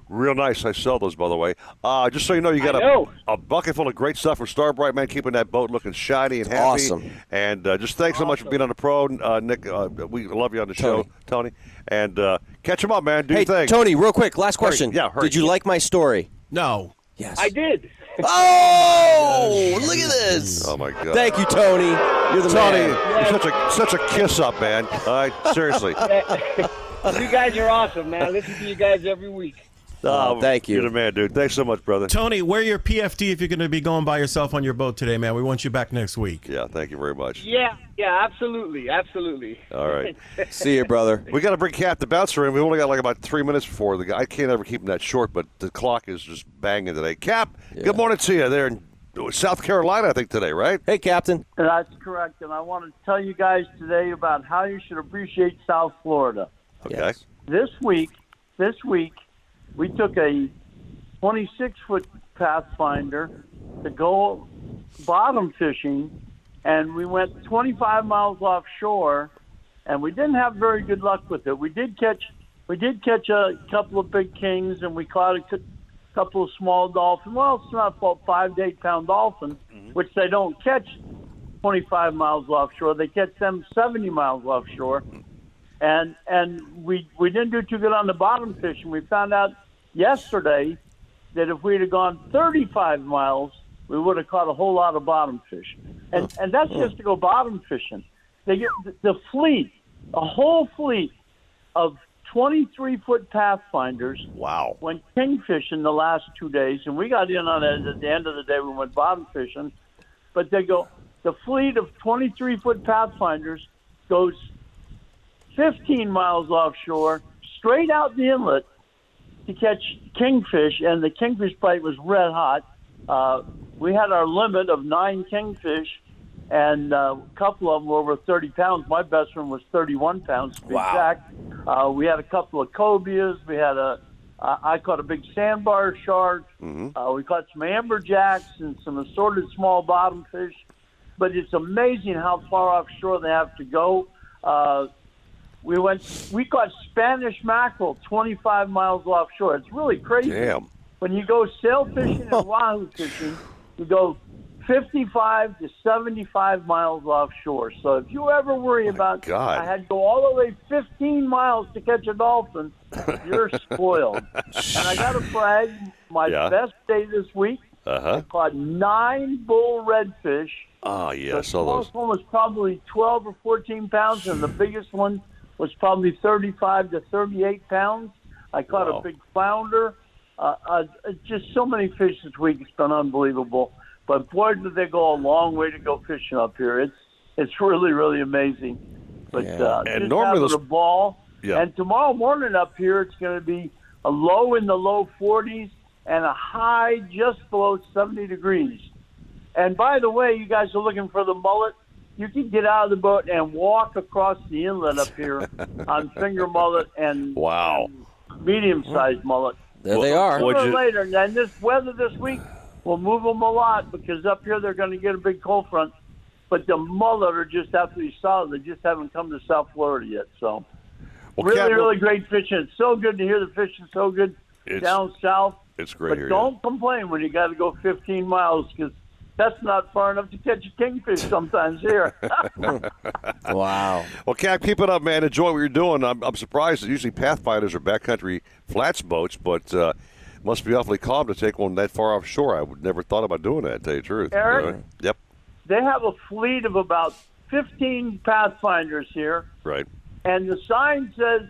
[SPEAKER 5] Real nice. I sell those, by the way. Uh, just so you know, you got
[SPEAKER 38] I know.
[SPEAKER 5] a, a bucket full of great stuff from Starbright, man, keeping that boat looking shiny and happy.
[SPEAKER 6] Awesome.
[SPEAKER 5] And uh, just thanks so much for being on the pro, uh, Nick. Uh, we love you on the show, Tony. And uh, catch him up, man. Do
[SPEAKER 6] hey,
[SPEAKER 5] your thing.
[SPEAKER 6] Tony, real quick, last
[SPEAKER 5] Hurry.
[SPEAKER 6] question.
[SPEAKER 5] Yeah, hurry.
[SPEAKER 6] Did you like my story?
[SPEAKER 7] No.
[SPEAKER 6] Yes.
[SPEAKER 38] I did.
[SPEAKER 6] Oh, look at this.
[SPEAKER 5] Oh my God.
[SPEAKER 6] Thank you, Tony. You're the
[SPEAKER 5] Tony,
[SPEAKER 6] man.
[SPEAKER 5] you're such a such a kiss up, man. All right, seriously.
[SPEAKER 38] you guys are awesome, man. I listen to you guys every week.
[SPEAKER 5] Oh, thank you. You're the man, dude. Thanks so much, brother.
[SPEAKER 7] Tony, wear your PFD if you're going to be going by yourself on your boat today, man. We want you back next week.
[SPEAKER 5] Yeah, thank you very much.
[SPEAKER 38] Yeah, yeah, absolutely, absolutely.
[SPEAKER 5] All right.
[SPEAKER 6] See you, brother.
[SPEAKER 5] We got to bring Cap the bouncer in. We only got like about three minutes before the guy. I can't ever keep him that short, but the clock is just banging today. Cap, good morning to you. There in South Carolina, I think today, right?
[SPEAKER 6] Hey, Captain.
[SPEAKER 1] That's correct. And I want to tell you guys today about how you should appreciate South Florida.
[SPEAKER 5] Okay.
[SPEAKER 1] This week, this week, we took a 26 foot pathfinder to go bottom fishing, and we went 25 miles offshore, and we didn't have very good luck with it. We did catch, we did catch a couple of big kings, and we caught a cou- couple of small dolphins. Well, it's not about five to eight pound dolphins, which they don't catch 25 miles offshore. They catch them 70 miles offshore and and we we didn't do too good on the bottom fishing. We found out yesterday that if we'd have gone 35 miles, we would have caught a whole lot of bottom fish, and and that's just to go bottom fishing. They get the- the fleet, a whole fleet of 23 foot pathfinders.
[SPEAKER 5] Wow!
[SPEAKER 1] Went kingfish in the last two days, and we got in on it at the end of the day. We went bottom fishing, but they go the fleet of 23 foot pathfinders goes 15 miles offshore, straight out the inlet to catch kingfish, and the kingfish bite was red hot. Uh, we had our limit of nine kingfish, and uh, a couple of them were over 30 pounds. My best one was 31 pounds to be exact. Uh, we had a couple of cobias. We had a I I caught a big sandbar shark. Uh, we caught some amberjacks and some assorted small bottom fish. But it's amazing how far offshore they have to go. Uh, we went. We caught Spanish mackerel 25 miles offshore. It's really crazy.
[SPEAKER 5] Damn.
[SPEAKER 1] When you go sail fishing and wahoo fishing, you go 55 to 75 miles offshore. So if you ever worry about,
[SPEAKER 5] God.
[SPEAKER 1] I had to go all the way 15 miles to catch a dolphin. You're spoiled. and I got to brag, my
[SPEAKER 5] Yeah.
[SPEAKER 1] best day this week.
[SPEAKER 5] Uh huh.
[SPEAKER 1] Caught nine bull redfish.
[SPEAKER 5] Oh yeah, I
[SPEAKER 1] the
[SPEAKER 5] saw those.
[SPEAKER 1] smallest one was probably 12 or 14 pounds, and the
[SPEAKER 5] Hmm.
[SPEAKER 1] biggest one was probably 35 to 38 pounds. I caught
[SPEAKER 5] Wow.
[SPEAKER 1] a big flounder. Uh, uh, just so many fish this week. It's been unbelievable. But boy, did they go a long way to go fishing up here. It's it's really really amazing. But
[SPEAKER 5] Yeah.
[SPEAKER 1] uh,
[SPEAKER 5] And
[SPEAKER 1] just
[SPEAKER 5] normally
[SPEAKER 1] having
[SPEAKER 5] those-
[SPEAKER 1] a ball.
[SPEAKER 5] Yeah.
[SPEAKER 1] And tomorrow morning up here, it's going to be a low in the low 40s and a high just below 70 degrees. And by the way, you guys are looking for the mullet. You can get out of the boat and walk across the inlet up here on finger mullet and
[SPEAKER 5] Wow.
[SPEAKER 1] medium sized mullet.
[SPEAKER 6] There they are.
[SPEAKER 1] Sooner or
[SPEAKER 6] Would you-
[SPEAKER 1] later, and then this weather this week will move them a lot because up here they're going to get a big cold front. But the mullet are just absolutely solid. They just haven't come to South Florida yet. So really,
[SPEAKER 5] Cap,
[SPEAKER 1] really great fishing. It's so good to hear the fishing so good
[SPEAKER 5] It's-
[SPEAKER 1] down south.
[SPEAKER 5] It's great
[SPEAKER 1] but
[SPEAKER 5] here.
[SPEAKER 1] don't complain when you got to go 15 miles because that's not far enough to catch a kingfish sometimes here.
[SPEAKER 6] wow.
[SPEAKER 5] Well, Cap, keep it up, man. Enjoy what you're doing. I'm, I'm surprised that usually pathfinders are backcountry flats boats, but uh, must be awfully calm to take one that far offshore. I would never thought about doing that. To tell you the truth.
[SPEAKER 1] Eric?
[SPEAKER 5] Uh, yep.
[SPEAKER 1] they have a fleet of about 15 pathfinders here,
[SPEAKER 5] Right.
[SPEAKER 1] and the sign says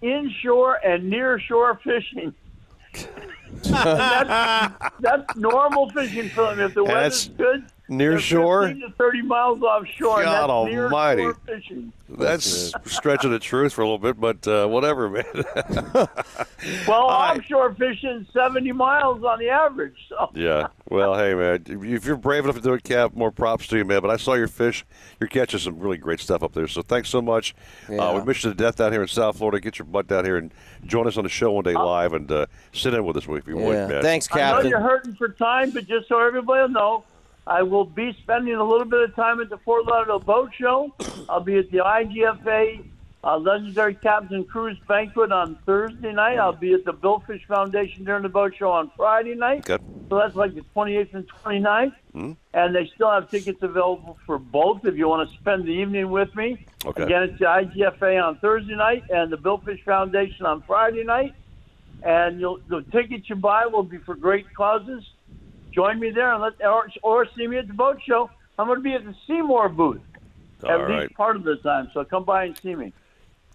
[SPEAKER 1] inshore and near shore fishing. And that's, that's normal fishing for them. If the weather's
[SPEAKER 5] That's
[SPEAKER 1] good,
[SPEAKER 5] Near shore.
[SPEAKER 1] 15 to 30 miles offshore.
[SPEAKER 5] God
[SPEAKER 1] and that's
[SPEAKER 5] almighty.
[SPEAKER 1] Near shore fishing.
[SPEAKER 5] That's stretching the truth for a little bit, but uh, whatever, man.
[SPEAKER 1] Well, offshore fishing 70 miles on the average. So.
[SPEAKER 5] yeah. Well, hey, man, if you- if you're brave enough to do it, Cap, more props to you, man. But I saw your fish. You're catching some really great stuff up there. So thanks so much. Uh,
[SPEAKER 6] Yeah.
[SPEAKER 5] we miss you to death down here in South Florida. Get your butt down here and join us on the show one day live and uh, sit in with us if you would,
[SPEAKER 6] Yeah.
[SPEAKER 5] man.
[SPEAKER 6] Thanks,
[SPEAKER 1] I know
[SPEAKER 6] Captain.
[SPEAKER 1] you're hurting for time, but just so everybody will know, I will be spending a little bit of time at the Fort Lauderdale Boat Show. I'll be at the IGFA uh, Legendary Captain Cruise Banquet on Thursday night. I'll be at the Billfish Foundation during the boat show on Friday night.
[SPEAKER 5] Good.
[SPEAKER 1] So that's like the 28th and 29th.
[SPEAKER 5] Hmm?
[SPEAKER 1] And they still have tickets available for both if you want to spend the evening with me.
[SPEAKER 5] Okay.
[SPEAKER 1] Again, it's the IGFA on Thursday night and the Billfish Foundation on Friday night. And you'll, the tickets you buy will be for great causes. Join me there and let or, or see me at the boat show. I'm going to be at the Seymour booth at
[SPEAKER 5] All
[SPEAKER 1] least
[SPEAKER 5] right.
[SPEAKER 1] part of the time. So come by and see me.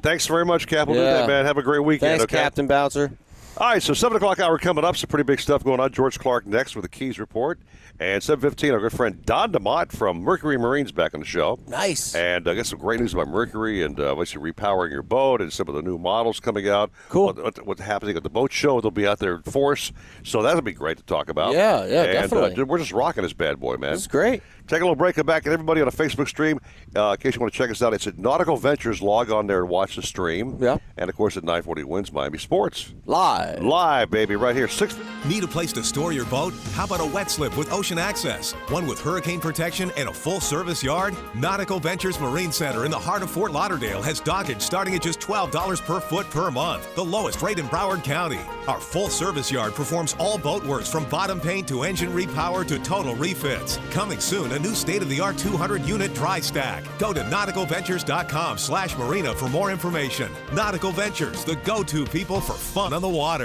[SPEAKER 5] Thanks very much, Cap. We'll do
[SPEAKER 8] Yeah.
[SPEAKER 5] that, man. Have a great weekend.
[SPEAKER 8] Thanks,
[SPEAKER 5] okay?
[SPEAKER 8] Captain Bouncer.
[SPEAKER 5] All right, so seven o'clock hour coming up. Some pretty big stuff going on. George Clark next with the Keys report, and seven fifteen. Our good friend Don DeMott from Mercury Marines back on the show.
[SPEAKER 8] Nice.
[SPEAKER 5] And I got some great news about Mercury and uh, obviously repowering your boat and some of the new models coming out. Cool. What, what, what's happening at the boat show? They'll be out there in force, so that'll be great to talk about.
[SPEAKER 8] Yeah, yeah,
[SPEAKER 5] and, uh,
[SPEAKER 8] definitely.
[SPEAKER 5] dude, we're just rocking this bad boy, man. It's
[SPEAKER 8] great.
[SPEAKER 5] Take a little break. Come back and everybody on a Facebook stream. Uh, in case you want to check us out, it's at Nautical Ventures. Log on there and watch the stream. Yeah. And of course at nine forty wins Miami Sports.
[SPEAKER 8] Live.
[SPEAKER 5] Live, baby, right here. Six
[SPEAKER 39] Need a place to store your boat? How about a wet slip with ocean access? One with hurricane protection and a full service yard? Nautical Ventures Marine Center in the heart of Fort Lauderdale has dockage starting at just $12 per foot per month, the lowest rate in Broward County. Our full service yard performs all boat works from bottom paint to engine repower to total refits. Coming soon, a new state-of-the-art 200-unit dry stack. Go to nauticalventures.com slash marina for more information. Nautical Ventures, the go-to people for fun on the water.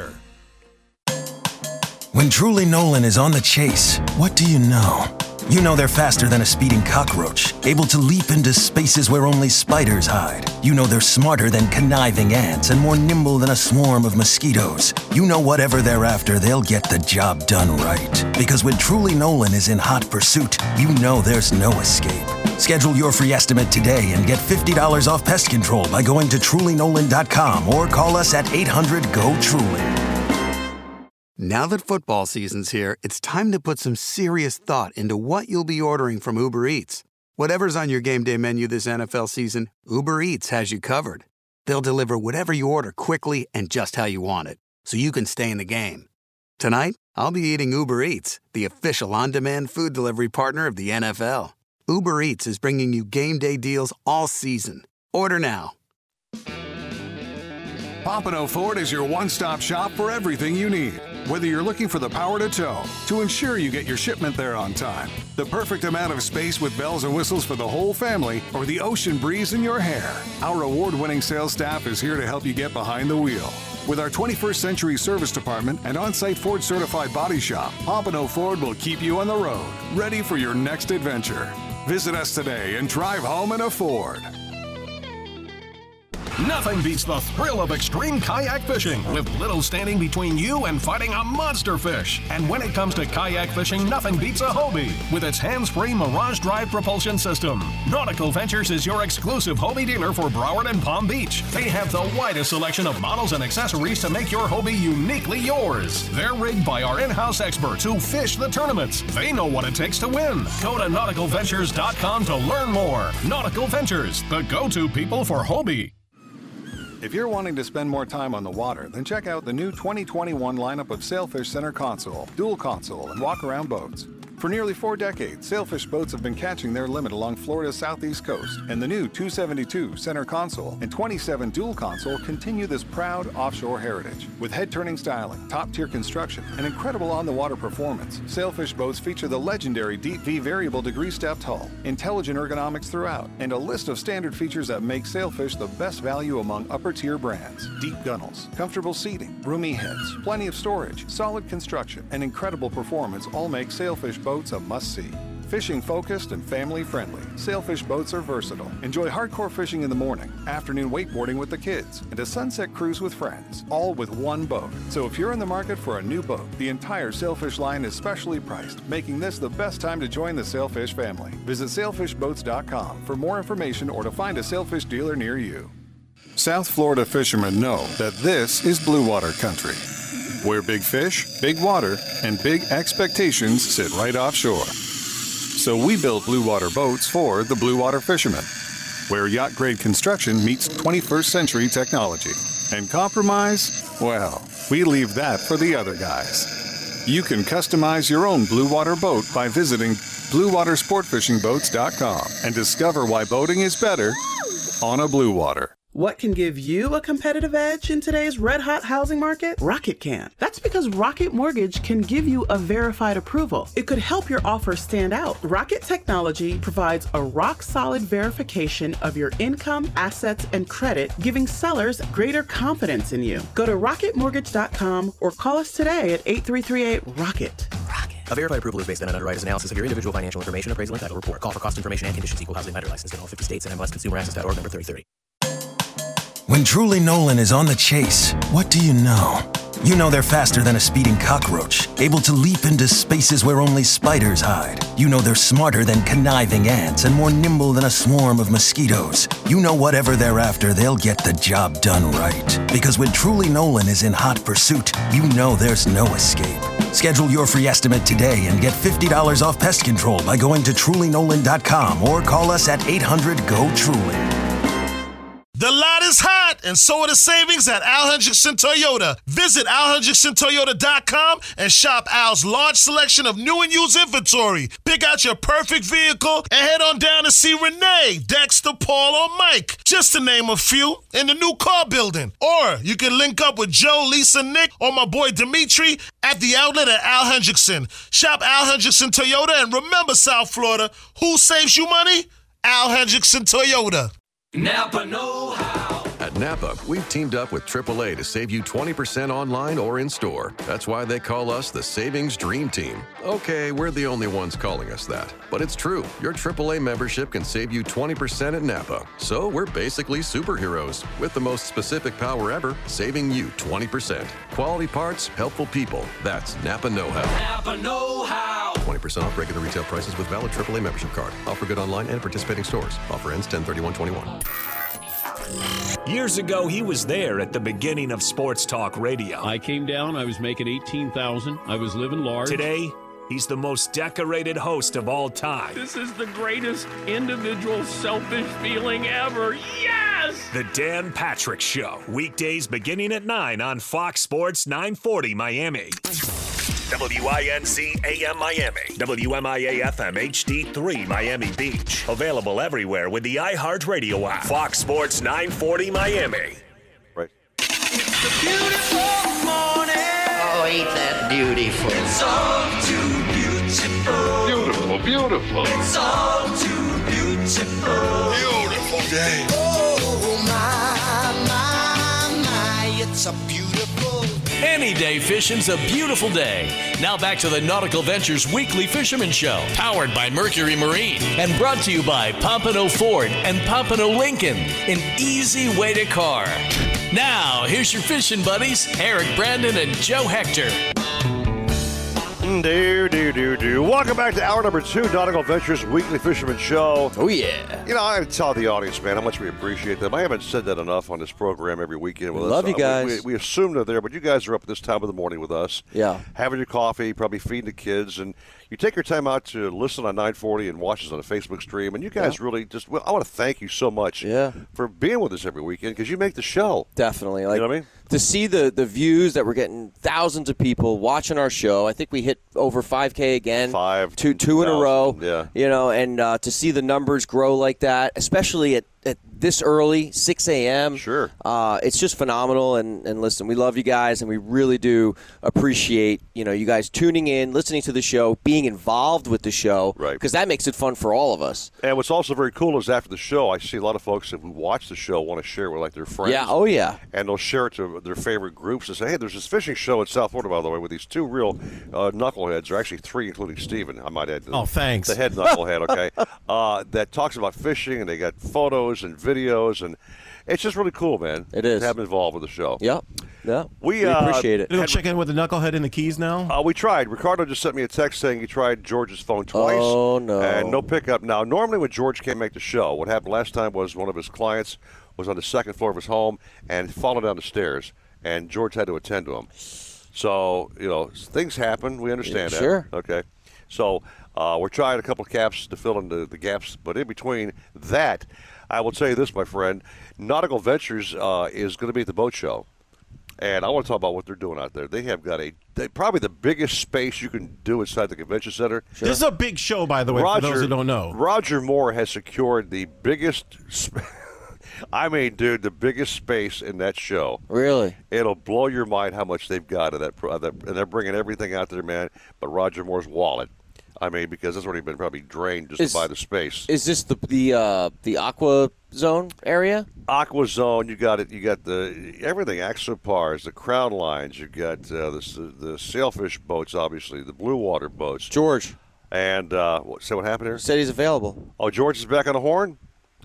[SPEAKER 21] When Truly Nolan is on the chase, what do you know? You know they're faster than a speeding cockroach, able to leap into spaces where only spiders hide. You know they're smarter than conniving ants and more nimble than a swarm of mosquitoes. You know whatever they're after, they'll get the job done right. Because when Truly Nolan is in hot pursuit, you know there's no escape. Schedule your free estimate today and get $50 off pest control by going to trulynolan.com or call us at 800 GO Truly.
[SPEAKER 25] Now that football season's here, it's time to put some serious thought into what you'll be ordering from Uber Eats. Whatever's on your game day menu this NFL season, Uber Eats has you covered. They'll deliver whatever you order quickly and just how you want it, so you can stay in the game. Tonight, I'll be eating Uber Eats, the official on demand food delivery partner of the NFL. Uber Eats is bringing you game day deals all season. Order now.
[SPEAKER 10] Pompano Ford is your one stop shop for everything you need. Whether you're looking for the power to tow, to ensure you get your shipment there on time, the perfect amount of space with bells and whistles for the whole family, or the ocean breeze in your hair, our award winning sales staff is here to help you get behind the wheel. With our 21st Century Service Department and on site Ford certified body shop, Pompano Ford will keep you on the road, ready for your next adventure. Visit us today and drive home in a Ford.
[SPEAKER 18] Nothing beats the thrill of extreme kayak fishing with little standing between you and fighting a monster fish. And when it comes to kayak fishing, nothing beats a Hobie with its hands-free Mirage Drive propulsion system. Nautical Ventures is your exclusive Hobie dealer for Broward and Palm Beach. They have the widest selection of models and accessories to make your Hobie uniquely yours. They're rigged by our in-house experts who fish the tournaments. They know what it takes to win. Go to nauticalventures.com to learn more. Nautical Ventures, the go-to people for Hobie.
[SPEAKER 10] If you're wanting to spend more time on the water, then check out the new 2021 lineup of Sailfish Center console, dual console, and walk around boats. For nearly four decades, sailfish boats have been catching their limit along Florida's southeast coast, and the new 272 center console and 27 dual console continue this proud offshore heritage. With head turning styling, top tier construction, and incredible on the water performance, sailfish boats feature the legendary Deep V variable degree stepped hull, intelligent ergonomics throughout, and a list of standard features that make sailfish the best value among upper tier brands. Deep gunnels, comfortable seating, roomy heads, plenty of storage, solid construction, and incredible performance all make sailfish boats a must see. Fishing focused and family friendly, sailfish boats are versatile. Enjoy hardcore fishing in the morning, afternoon wakeboarding with the kids, and a sunset cruise with friends, all with one boat. So if you're in the market for a new boat, the entire sailfish line is specially priced, making this the best time to join the sailfish family. Visit sailfishboats.com for more information or to find a sailfish dealer near you. South Florida fishermen know that this is blue water country, where big fish, big water, and big expectations sit right offshore. So we build blue water boats for the blue water fishermen, where yacht grade construction meets 21st century technology. And compromise? Well, we leave that for the other guys. You can customize your own blue water boat by visiting bluewatersportfishingboats.com and discover why boating is better on a blue water.
[SPEAKER 40] What can give you a competitive edge in today's red hot housing market? Rocket can. That's because Rocket Mortgage can give you a verified approval. It could help your offer stand out. Rocket Technology provides a rock solid verification of your income, assets, and credit, giving sellers greater confidence in you. Go to rocketmortgage.com or call us today at 8338 Rocket.
[SPEAKER 34] A verified approval is based on an underwriter's analysis of your individual financial information, appraisal, and title report. Call for cost information and conditions. Equal housing lender license in all 50 states and MLSConsumerAccess.org number 3030.
[SPEAKER 21] When Truly Nolan is on the chase, what do you know? You know they're faster than a speeding cockroach, able to leap into spaces where only spiders hide. You know they're smarter than conniving ants and more nimble than a swarm of mosquitoes. You know whatever they're after, they'll get the job done right. Because when Truly Nolan is in hot pursuit, you know there's no escape. Schedule your free estimate today and get $50 off pest control by going to trulynolan.com or call us at 800 GO Truly.
[SPEAKER 41] The lot is hot, and so are the savings at Al Hendrickson Toyota. Visit alhendricksontoyota.com and shop Al's large selection of new and used inventory. Pick out your perfect vehicle and head on down to see Renee, Dexter, Paul, or Mike, just to name a few, in the new car building. Or you can link up with Joe, Lisa, Nick, or my boy Dimitri at the outlet at Al Hendrickson. Shop Al Hendrickson Toyota, and remember, South Florida, who saves you money? Al Hendrickson Toyota.
[SPEAKER 15] Napa Know
[SPEAKER 36] At Napa, we've teamed up with AAA to save you 20% online or in store. That's why they call us the Savings Dream Team. Okay, we're the only ones calling us that. But it's true. Your AAA membership can save you 20% at Napa. So we're basically superheroes with the most specific power ever, saving you 20%. Quality parts, helpful people. That's Napa Know How.
[SPEAKER 15] Napa Know How.
[SPEAKER 36] 20% off regular retail prices with valid AAA membership card. Offer good online and participating stores. Offer ends 10 31 21.
[SPEAKER 13] Years ago, he was there at the beginning of Sports Talk Radio. I came down. I was making eighteen thousand. I was living large. Today, he's the most decorated host of all time.
[SPEAKER 42] This is the greatest individual selfish feeling ever. Yes!
[SPEAKER 13] The Dan Patrick Show, weekdays beginning at nine on Fox Sports 940 Miami. WINC AM Miami, WMIA FM HD3 Miami Beach. Available everywhere with the iHeartRadio app. Fox Sports 940 Miami.
[SPEAKER 15] Oh, ain't that beautiful? It's all too beautiful. Beautiful, beautiful. It's all too beautiful. Beautiful day. Oh, my, my, my, it's a beautiful
[SPEAKER 2] Any day fishing's a beautiful day. Now back to the Nautical Ventures Weekly Fisherman Show, powered by Mercury Marine and brought to you by Pompano Ford and Pompano Lincoln, an easy way to car. Now, here's your fishing buddies, Eric Brandon and Joe Hector.
[SPEAKER 5] Mm, Do, do, do, do. Welcome back to hour number two, Nautical Ventures Weekly Fisherman Show.
[SPEAKER 6] Oh, yeah.
[SPEAKER 5] You know, I tell the audience, man, how much we appreciate them. I haven't said that enough on this program every weekend. With
[SPEAKER 6] We
[SPEAKER 5] us.
[SPEAKER 6] love you
[SPEAKER 5] Uh,
[SPEAKER 6] guys.
[SPEAKER 5] We, we, we assume they're there, but you guys are up at this time of the morning with us.
[SPEAKER 6] Yeah.
[SPEAKER 5] Having your coffee, probably feeding the kids, and you take your time out to listen on 940 and watch us on a Facebook stream. And you guys really just, well, I want to thank you so much yeah. for being with us every weekend because you make the show.
[SPEAKER 6] Definitely. Like, To see the, the views that we're getting, thousands of people watching our show. I think we hit over 5K again. Five. Two, two in a row. Yeah. You know, and uh, to see the numbers grow like that, especially at, at this early, 6 a.m. Sure. Uh, it's just phenomenal. And, and listen, we love you guys, and we really do appreciate, you know, you guys tuning in, listening to the show, being involved with the show. Right. Because that makes it fun for all of us.
[SPEAKER 5] And what's also very cool is after the show, I see a lot of folks that who watch the show want to share with like their friends.
[SPEAKER 6] Yeah, oh, yeah.
[SPEAKER 5] And they'll share it to their favorite groups and say, "Hey, there's this fishing show in South Florida, by the way, with these two real uh, knuckleheads, or actually three, including Steven, I might add.
[SPEAKER 7] Oh, thanks.
[SPEAKER 5] The head knucklehead, okay, uh, that talks about fishing, and they got photos and videos, and it's just really cool, man. It is. To have them involved with the show.
[SPEAKER 6] Yeah, yeah.
[SPEAKER 5] We, uh,
[SPEAKER 7] They don't
[SPEAKER 5] had-
[SPEAKER 7] check in with the knucklehead and the keys now.
[SPEAKER 5] uh, we tried. Ricardo just sent me a text saying he tried George's phone twice.
[SPEAKER 7] Oh, no.
[SPEAKER 5] And no pickup. Now, normally when George can't make the show, what happened last time was one of his clients was on the second floor of his home and fallen down the stairs, and George had to attend to him. So, you know, things happen. We understand that.
[SPEAKER 6] Yeah, sure.
[SPEAKER 5] Okay. So uh, we're trying a couple of caps to fill in the, the gaps, but in between that, I will tell you this, my friend, Nautical Ventures uh, is going to be at the boat show And I want to talk about what they're doing out there. They have got a they, probably the biggest space you can do inside the convention center.
[SPEAKER 7] This is a big show, by the way, for those who don't know.
[SPEAKER 5] Roger Moore has secured the biggest. Sp- I mean, dude, the biggest space in that show.
[SPEAKER 6] Really?
[SPEAKER 5] It'll blow your mind how much they've got of that. pro- of that and they're bringing everything out there, man. But Roger Moore's wallet. I mean, because that's already been probably drained just
[SPEAKER 6] Is-
[SPEAKER 5] by the space.
[SPEAKER 6] Is this the the uh, the aqua zone area?
[SPEAKER 5] Aqua Zone, you got it. You got the everything. Axopars, the crown lines. You got uh, the the sailfish boats, obviously the blue water boats.
[SPEAKER 6] George.
[SPEAKER 5] And uh, what, say what happened here?
[SPEAKER 6] Said he's available.
[SPEAKER 5] Oh, George is back on the horn.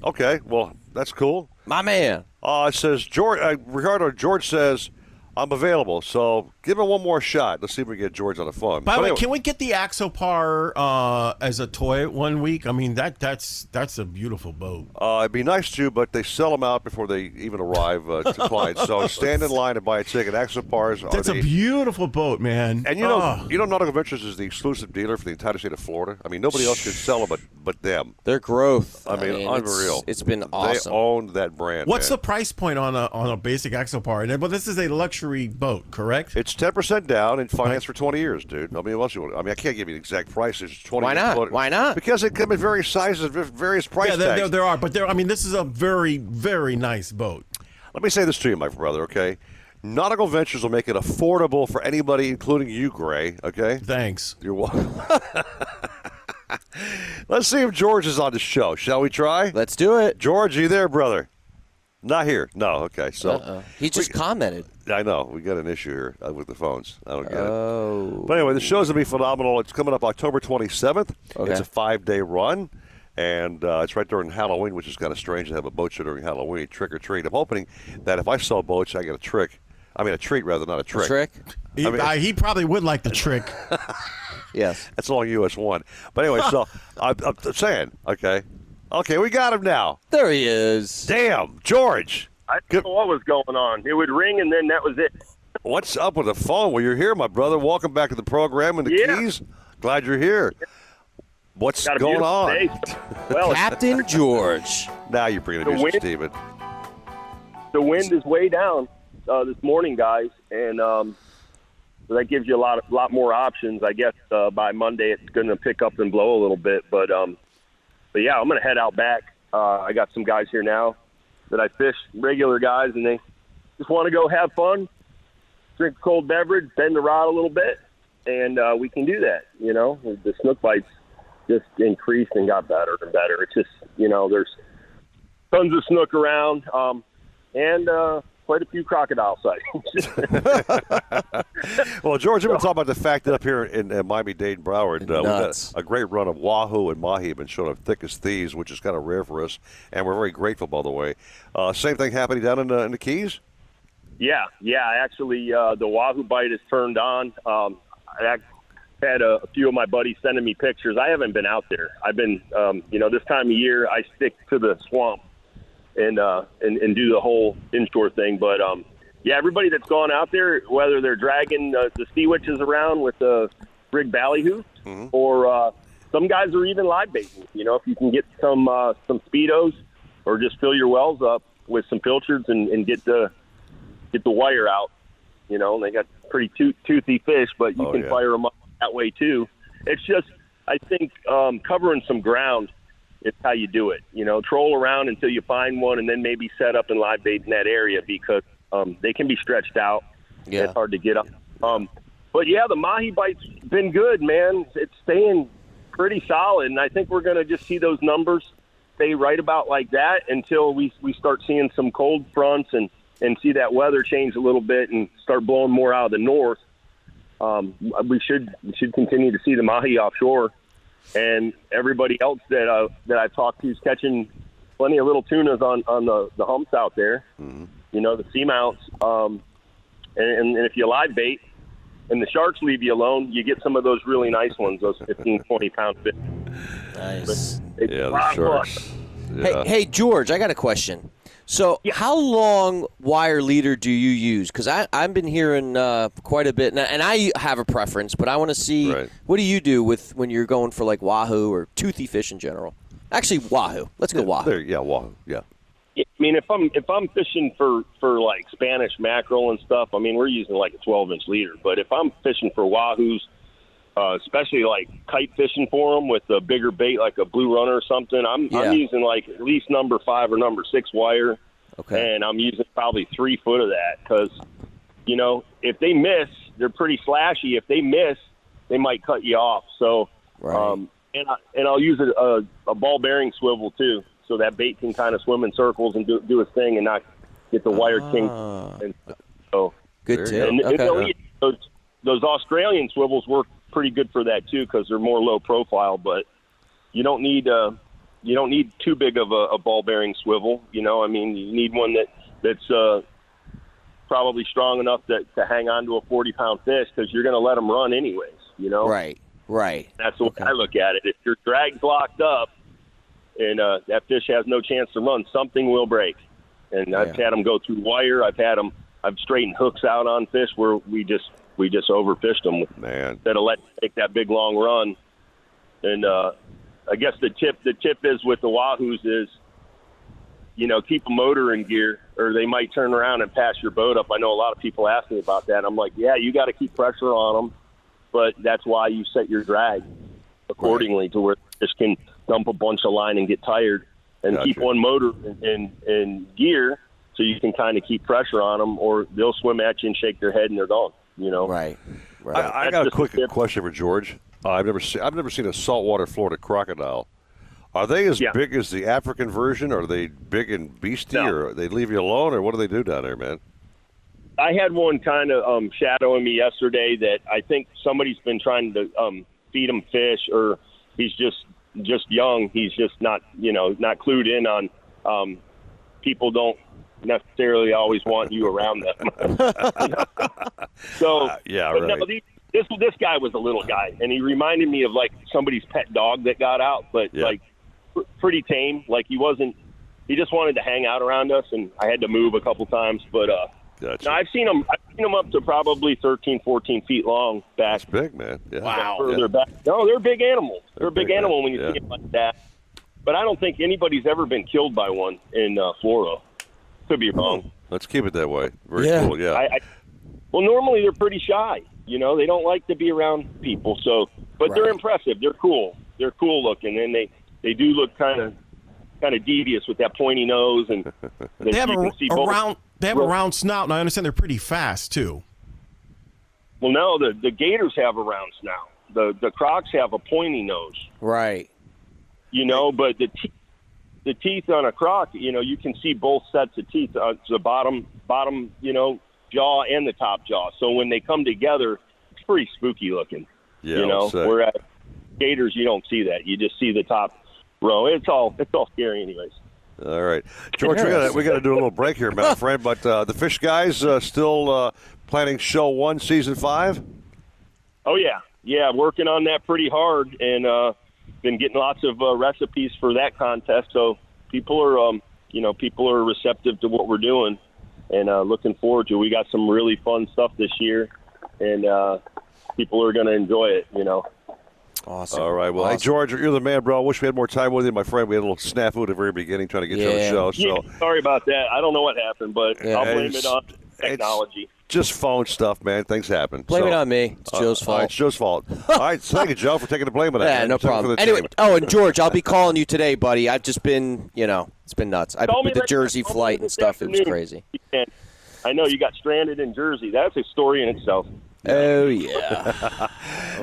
[SPEAKER 5] Okay, well that's cool.
[SPEAKER 6] My man.
[SPEAKER 5] Uh, it says George uh, Ricardo. George says I'm available, so give him one more shot. Let's see if we can get George on the phone.
[SPEAKER 7] By the
[SPEAKER 5] But
[SPEAKER 7] way,
[SPEAKER 5] anyway-
[SPEAKER 7] can we get the Axopar uh, as a toy one week? I mean, that that's that's a beautiful boat.
[SPEAKER 5] Uh, it'd be nice to, but they sell them out before they even arrive uh, to clients. So stand in line and buy a ticket. Axopars are
[SPEAKER 7] That's
[SPEAKER 5] the
[SPEAKER 7] a beautiful boat, man.
[SPEAKER 5] And you know,
[SPEAKER 7] Ah.
[SPEAKER 5] you know, Nautical Ventures is the exclusive dealer for the entire state of Florida. I mean, nobody else could sell them, but but them.
[SPEAKER 6] Their growth.
[SPEAKER 5] I mean,
[SPEAKER 6] I mean, it's-
[SPEAKER 5] unreal.
[SPEAKER 6] it's been awesome.
[SPEAKER 5] They owned that brand.
[SPEAKER 7] what's the price point on a on a basic Axopar? And but this is a luxury boat, correct?
[SPEAKER 5] It's ten percent down and finance for twenty years, dude. I mean, what else you want? I mean, I can't give you the exact price. It's twenty.
[SPEAKER 7] Why not?
[SPEAKER 5] Why not? Because they come in various sizes, v- various price
[SPEAKER 7] yeah, there,
[SPEAKER 5] tags.
[SPEAKER 7] there, there are, but there. I mean, this is a very very nice boat.
[SPEAKER 5] Let me say this to you, my brother. Okay, Nautical Ventures will make it affordable for anybody, including you, Gray. Okay.
[SPEAKER 7] Thanks.
[SPEAKER 5] You're welcome. Let's see if George is on the show. Shall we try?
[SPEAKER 6] Let's do it.
[SPEAKER 5] George, are you there, brother? Not here. No. Okay. So
[SPEAKER 6] Uh-oh. He just commented.
[SPEAKER 5] I know we got an issue here uh, with the phones. I don't get
[SPEAKER 6] Oh.
[SPEAKER 5] it. But anyway, the show's gonna be phenomenal. It's coming up October 27th.
[SPEAKER 6] Okay.
[SPEAKER 5] It's a five-day run, and uh, it's right during Halloween, which is kind of strange to have a boat show during Halloween, trick or treat. I'm hoping that if I sell boats, I get a trick. I mean, a treat rather, not a trick.
[SPEAKER 6] trick?
[SPEAKER 7] He,
[SPEAKER 5] I mean-
[SPEAKER 7] I- he probably would like the trick.
[SPEAKER 6] Yes.
[SPEAKER 5] That's along US one. But anyway, so I'm, I'm saying, okay, okay, we got him now.
[SPEAKER 6] There he is.
[SPEAKER 5] Damn, George.
[SPEAKER 17] I didn't know what was going on. It would ring, and then that was it.
[SPEAKER 5] What's up with the phone? Well, you're here, my brother. Welcome back to the program and the keys. Glad you're here. What's
[SPEAKER 17] Got a
[SPEAKER 5] going
[SPEAKER 17] beautiful
[SPEAKER 5] on?
[SPEAKER 17] day. Well, it's-
[SPEAKER 6] Captain George.
[SPEAKER 5] Now you're bringing
[SPEAKER 17] The
[SPEAKER 5] the music, Steven.
[SPEAKER 17] wind- The wind is way down uh, this morning, guys, and um, so that gives you a lot, lot more options. I guess uh, by Monday it's going to pick up and blow a little bit, but um, but yeah, I'm going to head out back. Uh, I got some guys here now that I fish, regular guys, and they just want to go have fun, drink a cold beverage, bend the rod a little bit, and uh, we can do that. You know, the snook bites just increased and got better and better. It's just you know, there's tons of snook around, um, and uh, quite a few crocodile sightings.
[SPEAKER 5] Well, George, we've been talking about the fact that up here in, in Miami Dade and Broward, uh, we've got
[SPEAKER 17] Nuts.
[SPEAKER 5] a great run of Wahoo and Mahi have been showing up thick as thieves, which is kind of rare for us, and we're very grateful, by the way. Uh, same thing happening down in, uh, in the Keys?
[SPEAKER 17] Yeah, yeah. Actually, uh, the Wahoo bite is turned on. Um, I ac- had a, a few of my buddies sending me pictures. I haven't been out there. I've been, um, you know, this time of year I stick to the swamp and uh, and, and do the whole inshore thing. But um, yeah, everybody that's gone out there, whether they're dragging uh, the sea witches around with the rig ballyhoo, or uh, some guys are even live baiting. You know, if you can get some uh, some speedos or just fill your wells up with some pilchards and, and get the get the wire out. You know, and they got pretty tooth, toothy fish, but you
[SPEAKER 5] Oh,
[SPEAKER 17] can
[SPEAKER 5] yeah.
[SPEAKER 17] fire them up that way too. It's just, I think, um, covering some ground is how you do it. You know, troll around until you find one, and then maybe set up and live bait in that area because um, they can be stretched out.
[SPEAKER 6] Yeah.
[SPEAKER 17] it's hard to get up. Um, but yeah, the mahi bite's been good, man. It's staying pretty solid, and I think we're going to just see those numbers stay right about like that until we we start seeing some cold fronts and and see that weather change a little bit and start blowing more out of the north. Um, we should we should continue to see the mahi offshore, and everybody else that uh, that I talked to is catching plenty of little tunas on on the the humps out there.
[SPEAKER 43] Mm-hmm.
[SPEAKER 17] You know the seamounts, um, and, and if you live bait and the sharks leave you alone, you get some of those really nice ones, those 15, 20 pound fish.
[SPEAKER 6] Nice.
[SPEAKER 5] Yeah,
[SPEAKER 17] the
[SPEAKER 5] sharks.
[SPEAKER 6] Hey, hey, George, I got a question. So, how long wire leader do you use? Because I've been hearing uh, quite a bit, and I, and I have a preference, but I want to see what do you do with when you're going for like wahoo or toothy fish in general. Actually, wahoo. Let's go wahoo.
[SPEAKER 5] yeah, wahoo. Yeah.
[SPEAKER 17] I mean, if I'm if I'm fishing for for like Spanish mackerel and stuff, I mean, we're using like a 12 inch leader. But if I'm fishing for wahoos, uh, especially like kite fishing for them with a bigger bait like a blue runner or something, I'm
[SPEAKER 44] Yeah.
[SPEAKER 17] I'm using like at least number five or number six wire.
[SPEAKER 6] Okay.
[SPEAKER 17] And I'm using probably three foot of that because, you know, if they miss, they're pretty slashy. If they miss, they might cut you off. So, um, and I, and I'll use a, a, a ball bearing swivel too, so that bait can kind of swim in circles and do, do its thing and not get the wire king. And so
[SPEAKER 6] Good tip.
[SPEAKER 17] And
[SPEAKER 6] Okay. uh,
[SPEAKER 17] they'll eat- those, those Australian swivels work pretty good for that too because they're more low profile, but you don't need uh, you don't need too big of a, a ball bearing swivel. You know, I mean, you need one that that's uh, probably strong enough that to hang on to a forty pound fish because you're going to let them run anyways. You know,
[SPEAKER 6] Right. Right.
[SPEAKER 17] That's the way I look at it. If your drag's locked up and uh, that fish has no chance to run, something will break. And I've
[SPEAKER 6] Yeah.
[SPEAKER 17] had them go through wire. I've had them. I've straightened hooks out on fish where we just we just overfished them. Man, instead of let take that big long run. And uh, I guess the tip the tip is with the wahoos is, you know, keep a motor in gear, or they might turn around and pass your boat up. I know a lot of people ask me about that. I'm like, yeah, you got to keep pressure on them but that's why you set your drag accordingly to where this can dump a bunch of line and get tired and keep one motor in, in, in gear so you can kind of keep pressure on them or they'll swim at you and shake their head and they're gone you know
[SPEAKER 6] right
[SPEAKER 5] I, I got a quick question for George. Uh, I've never seen I've never seen a saltwater Florida crocodile. Are they as big as the African version? Are they big and beasty, or they leave you alone, or what do they do down there, man?
[SPEAKER 17] I had one kind of um, shadowing me yesterday that I think somebody's been trying to um, feed him fish, or he's just just young. He's just not you know not clued in on um, people don't necessarily always want you around them. so
[SPEAKER 5] Uh, yeah,
[SPEAKER 17] but
[SPEAKER 5] right.
[SPEAKER 17] no, these- this this guy was a little guy, and he reminded me of like somebody's pet dog that got out, but like pr- pretty tame. Like he wasn't. He just wanted to hang out around us, and I had to move a couple times. But uh, no, I've seen him. I've seen him up to probably 13, 14 feet long back. That's
[SPEAKER 5] big, man. Yeah.
[SPEAKER 17] Wow.
[SPEAKER 5] Yeah.
[SPEAKER 17] Further back. No, they're big animals. They're, a big,
[SPEAKER 5] big,
[SPEAKER 17] animal
[SPEAKER 5] man.
[SPEAKER 17] when you
[SPEAKER 5] Yeah.
[SPEAKER 17] see them like that. But I don't think anybody's ever been killed by one in uh, Florida. Could be wrong.
[SPEAKER 5] Hmm. Let's keep it that way. Very
[SPEAKER 17] Yeah.
[SPEAKER 5] cool. Yeah.
[SPEAKER 17] I, I, well, normally they're pretty shy. You know, they don't like to be around people. So, but they're impressive. They're cool. They're cool looking, and they they do look kind of kind of devious with that pointy nose, and
[SPEAKER 7] They have
[SPEAKER 17] you
[SPEAKER 7] a,
[SPEAKER 17] can see
[SPEAKER 7] a
[SPEAKER 17] both-
[SPEAKER 7] round. They have a
[SPEAKER 17] Well,
[SPEAKER 7] round snout, and I understand they're pretty fast too.
[SPEAKER 17] Well, no, the the gators have a round snout. The the crocs have a pointy nose.
[SPEAKER 6] Right.
[SPEAKER 17] you know. But the te- the teeth on a croc, you know, you can see both sets of teeth, uh, the bottom bottom, you know, jaw and the top jaw. So when they come together, it's pretty spooky looking.
[SPEAKER 5] Yeah,
[SPEAKER 17] you
[SPEAKER 5] I'll
[SPEAKER 17] know,
[SPEAKER 5] say.
[SPEAKER 17] whereas gators, you don't see that. You just see the top row. It's all it's all scary, anyways.
[SPEAKER 5] All right, George, we got we got to do a little break here, my friend. But uh, the fish guys uh, still uh, planning show one, season five.
[SPEAKER 17] Oh yeah, yeah, working on that pretty hard, and uh, been getting lots of uh, recipes for that contest. So people are, um, you know, people are receptive to what we're doing, and uh, looking forward to. it. We got some really fun stuff this year, and uh, people are going to enjoy it. You know.
[SPEAKER 6] Awesome.
[SPEAKER 5] All right. Well, hey,
[SPEAKER 17] Awesome.
[SPEAKER 5] George, you're the man, bro. I wish we had more time with you, my friend. We had a little snafu at the very beginning trying to get you on the show. So
[SPEAKER 17] Yeah, sorry about that. I don't know what happened, but
[SPEAKER 5] Yeah,
[SPEAKER 17] I'll blame
[SPEAKER 5] it's-
[SPEAKER 17] it on technology.
[SPEAKER 5] just phone stuff, man. Things happen.
[SPEAKER 6] Blame
[SPEAKER 5] So, uh,
[SPEAKER 6] it on me. It's Joe's
[SPEAKER 5] all right,
[SPEAKER 6] fault.
[SPEAKER 5] it's Joe's fault. All right. so Thank you, Joe, for taking the blame on that.
[SPEAKER 6] Yeah, no
[SPEAKER 5] Took it for
[SPEAKER 6] problem.
[SPEAKER 5] the
[SPEAKER 6] Anyway,
[SPEAKER 5] team.
[SPEAKER 6] oh, and George, I'll be calling you today, buddy. I've just been, you know, it's been nuts. I've
[SPEAKER 17] Call
[SPEAKER 6] been
[SPEAKER 17] me
[SPEAKER 6] with the
[SPEAKER 17] right-
[SPEAKER 6] Jersey
[SPEAKER 17] call me
[SPEAKER 6] flight and
[SPEAKER 17] this
[SPEAKER 6] stuff. It was
[SPEAKER 17] afternoon.
[SPEAKER 6] crazy.
[SPEAKER 17] And I know you got stranded in Jersey. That's a story in itself.
[SPEAKER 6] Oh yeah.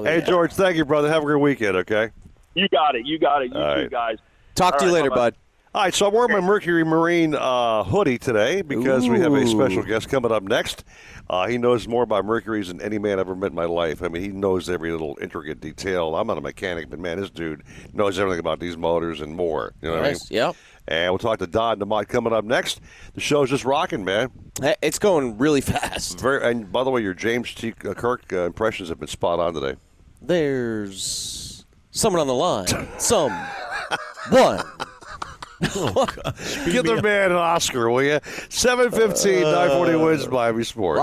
[SPEAKER 5] hey, George, thank you, brother. Have a great weekend. Okay.
[SPEAKER 17] You got it. You got it. You
[SPEAKER 5] All
[SPEAKER 17] two
[SPEAKER 5] right.
[SPEAKER 17] guys.
[SPEAKER 6] Talk to
[SPEAKER 17] All
[SPEAKER 6] you
[SPEAKER 17] right,
[SPEAKER 6] later,
[SPEAKER 17] bye-bye.
[SPEAKER 6] bud.
[SPEAKER 5] All right, so I'm wearing my Mercury Marine uh, hoodie today because we have a
[SPEAKER 6] Ooh.
[SPEAKER 5] special guest coming up next. Uh, he knows more about Mercuries than any man I've ever met in my life. I mean, he knows every little intricate detail. I'm not a mechanic, but man, this dude knows everything about these motors and more. You know what I mean?
[SPEAKER 6] Nice, yeah.
[SPEAKER 5] And we'll talk to Don DeMott coming up next. The show's just rocking, man.
[SPEAKER 6] It's going really fast.
[SPEAKER 5] Very, and by the way, your James T. Kirk uh, impressions have been spot on today.
[SPEAKER 6] There's someone on the line. Some one.
[SPEAKER 5] Oh, Give Uh, the man an Oscar, will you? 715, 940 wins Miami Sports.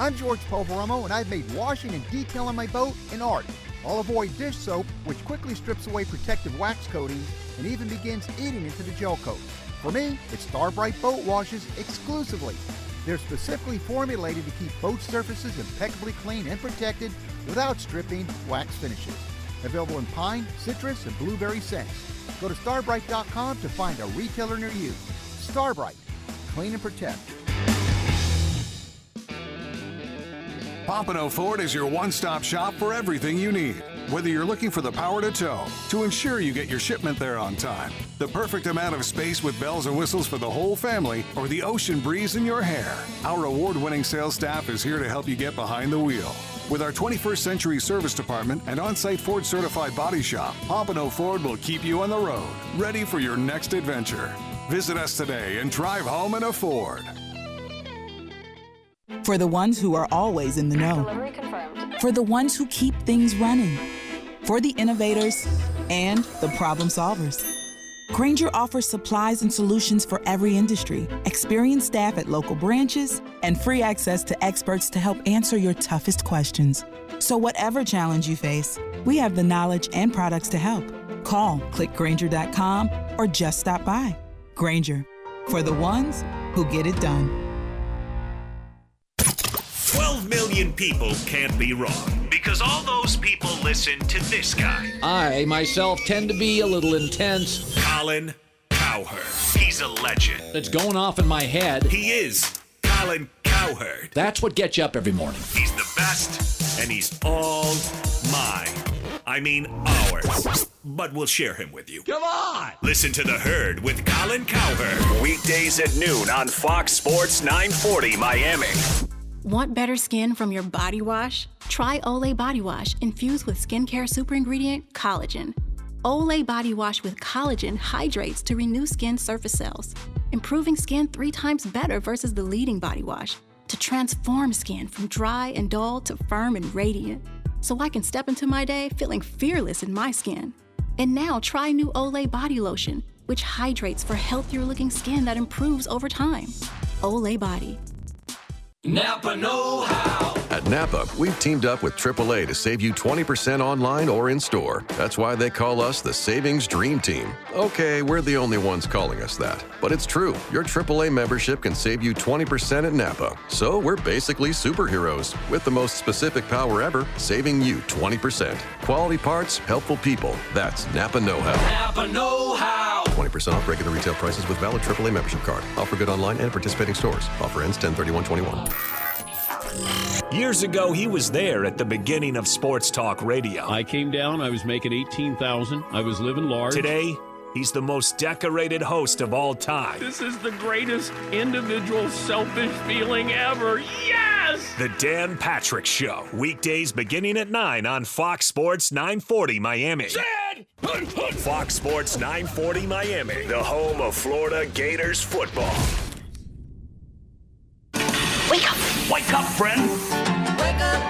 [SPEAKER 19] I'm George Poveromo, and I've made washing and detailing my boat an art. I'll avoid dish soap, which quickly strips away protective wax coatings and even begins eating into the gel coat. For me, it's Starbright Boat Washes exclusively. They're specifically formulated to keep boat surfaces impeccably clean and protected without stripping wax finishes. Available in pine, citrus, and blueberry scents. Go to starbright.com to find a retailer near you. Starbright, clean and protect.
[SPEAKER 10] Pompano Ford is your one stop shop for everything you need. Whether you're looking for the power to tow, to ensure you get your shipment there on time, the perfect amount of space with bells and whistles for the whole family, or the ocean breeze in your hair, our award winning sales staff is here to help you get behind the wheel. With our 21st Century Service Department and on site Ford certified body shop, Pompano Ford will keep you on the road, ready for your next adventure. Visit us today and drive home in a Ford.
[SPEAKER 45] For the ones who are always in the know. For the ones who keep things running. For the innovators and the problem solvers. Granger offers supplies and solutions for every industry, experienced staff at local branches, and free access to experts to help answer your toughest questions. So, whatever challenge you face, we have the knowledge and products to help. Call clickgranger.com or just stop by. Granger, for the ones who get it done.
[SPEAKER 13] 12 million people can't be wrong because all those people listen to this guy,
[SPEAKER 22] I myself tend to be a little intense.
[SPEAKER 13] Colin Cowherd. He's a legend.
[SPEAKER 22] It's going off in my head.
[SPEAKER 13] He is Colin Cowherd.
[SPEAKER 22] That's what gets you up every morning.
[SPEAKER 13] He's the best, and he's all mine. I mean, ours. But we'll share him with you. Come on! Listen to The Herd with Colin Cowherd. Weekdays at noon on Fox Sports 940 Miami.
[SPEAKER 46] Want better skin from your body wash? Try Olay Body Wash infused with skincare super ingredient collagen. Olay Body Wash with collagen hydrates to renew skin surface cells, improving skin three times better versus the leading body wash to transform skin from dry and dull to firm and radiant. So I can step into my day feeling fearless in my skin. And now try new Olay Body Lotion, which hydrates for healthier looking skin that improves over time. Olay Body.
[SPEAKER 13] Napa Know How.
[SPEAKER 36] At Napa, we've teamed up with AAA to save you 20% online or in store. That's why they call us the Savings Dream Team. Okay, we're the only ones calling us that. But it's true. Your AAA membership can save you 20% at Napa. So we're basically superheroes with the most specific power ever, saving you 20%. Quality parts, helpful people. That's Napa Know How.
[SPEAKER 13] Napa Know How.
[SPEAKER 36] 20% off regular retail prices with valid AAA membership card. Offer good online and participating stores. Offer ends 10 31 21.
[SPEAKER 28] Years ago, he was there at the beginning of Sports Talk Radio. I came down, I was making 18,000. I was living large. Today, he's the most decorated host of all time.
[SPEAKER 42] This is the greatest individual selfish feeling ever. Yes!
[SPEAKER 13] The Dan Patrick Show. Weekdays beginning at 9 on Fox Sports 940 Miami. Fox Sports 940 Miami, the home of Florida Gators football.
[SPEAKER 15] Wake up!
[SPEAKER 13] Wake up, friend!
[SPEAKER 15] Wake up!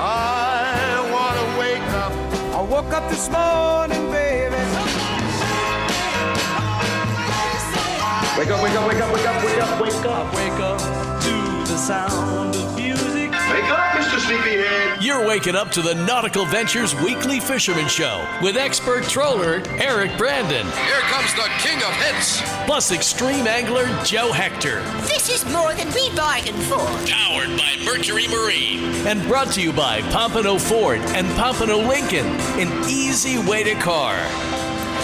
[SPEAKER 5] I want to wake up. I woke up this morning, baby.
[SPEAKER 15] Wake up, wake up, wake up, wake up, wake up, wake up, wake up to the sound of music. Wake
[SPEAKER 2] Wake up, Mr. Sleepyhead. You're waking up to the Nautical Ventures Weekly Fisherman Show with expert troller Eric Brandon,
[SPEAKER 1] Here comes the king of hits.
[SPEAKER 2] plus extreme angler Joe Hector,
[SPEAKER 4] This is more than we bargained for.
[SPEAKER 2] Powered by Mercury Marine. and brought to you by Pompano Ford and Pompano Lincoln, an easy way to car.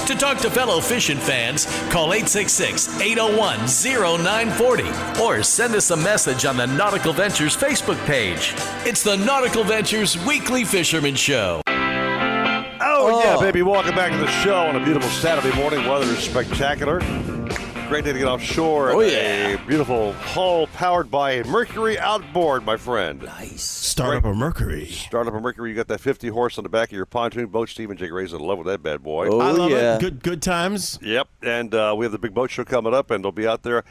[SPEAKER 2] To talk to fellow fishing fans, call 866 801 0940 or send us a message on the Nautical Ventures Facebook page. It's the Nautical Ventures Weekly Fisherman Show.
[SPEAKER 5] Oh, yeah, baby. Welcome back to the show on a beautiful Saturday morning. Weather is spectacular. Great day to get offshore.
[SPEAKER 7] Oh,
[SPEAKER 5] at
[SPEAKER 7] yeah.
[SPEAKER 5] A beautiful hull powered by a Mercury outboard, my friend. Nice.
[SPEAKER 7] Start up a Mercury.
[SPEAKER 5] Start up a Mercury. You got that 50 horse on the back of your pontoon boat. Steve and Jake Ray's in love with that bad boy.
[SPEAKER 7] I love it. Good good times.
[SPEAKER 5] Yep, and uh, we have the big boat show coming up, and they'll be out there.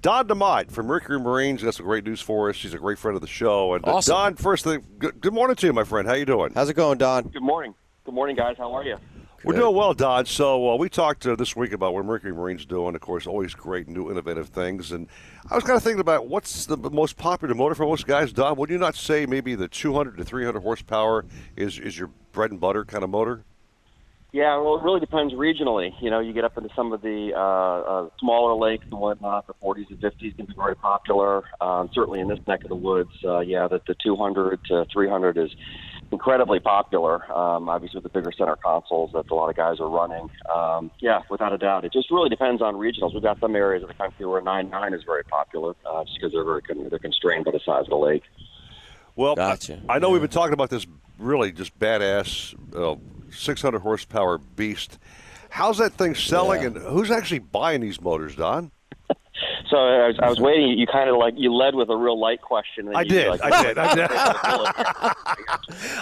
[SPEAKER 5] Don DeMott from Mercury Marines got some great news for us. She's a great friend of the show. And uh,
[SPEAKER 17] Awesome.
[SPEAKER 5] Don, first thing, good, good morning to you, my friend. How you doing?
[SPEAKER 6] How's it going, Don?
[SPEAKER 17] Good morning. Good morning, guys. How are you?
[SPEAKER 5] We're doing well, Don. So uh, we talked uh, this week about what Mercury Marines doing. Of course, always great, new, innovative things. And I was kind of thinking about what's the most popular motor for most guys, Don. Would you not say maybe the 200 to 300 horsepower is is your bread and butter kind of motor?
[SPEAKER 43] Yeah, well, it really depends regionally. You know, you get up into some of the uh, uh, smaller lakes and whatnot. The 40s and 50s can be very popular. Um, certainly in this neck of the woods, uh, yeah, the, the 200 to 300 is incredibly popular. Um, obviously, with the bigger center consoles that a lot of guys are running. Um, yeah, without a doubt. It just really depends on regionals. We've got some areas of the country where 9.9 is very popular, uh, just because they're very con- they're constrained by the size of the lake.
[SPEAKER 5] Well, I know we've been talking about this really just badass uh, 600 horsepower beast. How's that thing selling, and who's actually buying these motors, Don?
[SPEAKER 43] So I was, I was waiting. You kind of like you led with a real light question. and
[SPEAKER 5] I
[SPEAKER 43] you,
[SPEAKER 5] did,
[SPEAKER 43] like-
[SPEAKER 5] I did, I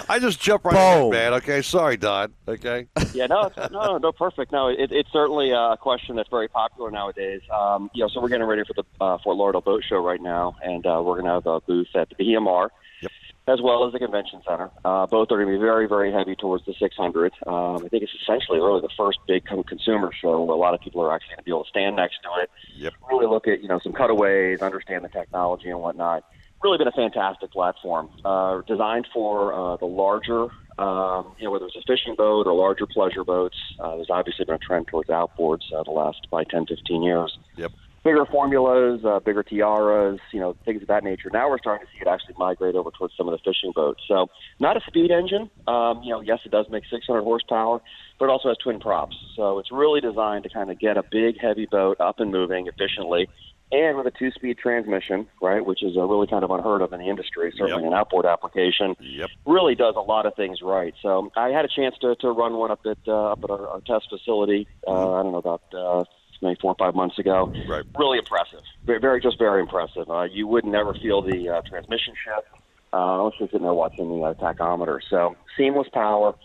[SPEAKER 5] I just jump right in, man. Okay, sorry, Don. Okay.
[SPEAKER 43] yeah, no, it's- no, no, no, perfect. No, it, it's certainly a question that's very popular nowadays. Um, you know, so we're getting ready for the uh, Fort Lauderdale Boat Show right now, and uh, we're going to have a booth at the BMR. As well as the convention center, uh, both are going to be very, very heavy towards the 600. Um, I think it's essentially really the first big con- consumer show where a lot of people are actually going to be able to stand next to it,
[SPEAKER 5] Yep.
[SPEAKER 43] really look at you know some cutaways, understand the technology and whatnot. Really been a fantastic platform, uh, designed for uh, the larger, um, you know, whether it's a fishing boat or larger pleasure boats. Uh, there's obviously been a trend towards outboards uh, the last by 10, 15 years.
[SPEAKER 5] Yep.
[SPEAKER 43] Bigger formulas, uh, bigger tiaras, you know, things of that nature. Now we're starting to see it actually migrate over towards some of the fishing boats. So not a speed engine. Um, you know, yes, it does make 600 horsepower, but it also has twin props. So it's really designed to kind of get a big, heavy boat up and moving efficiently, and with a two-speed transmission, right, which is uh, really kind of unheard of in the industry. Certainly an outboard application.
[SPEAKER 5] Yep.
[SPEAKER 43] Really does a lot of things right. So I had a chance to, to run one up at uh, up at our, our test facility. Uh, I don't know about uh, maybe four or five months ago.
[SPEAKER 5] Mm-hmm. Right.
[SPEAKER 43] Really impressive. Very, very just very impressive. Uh, you would never feel the uh, transmission shift. Uh, I was just sitting there watching the uh, tachometer. So seamless power,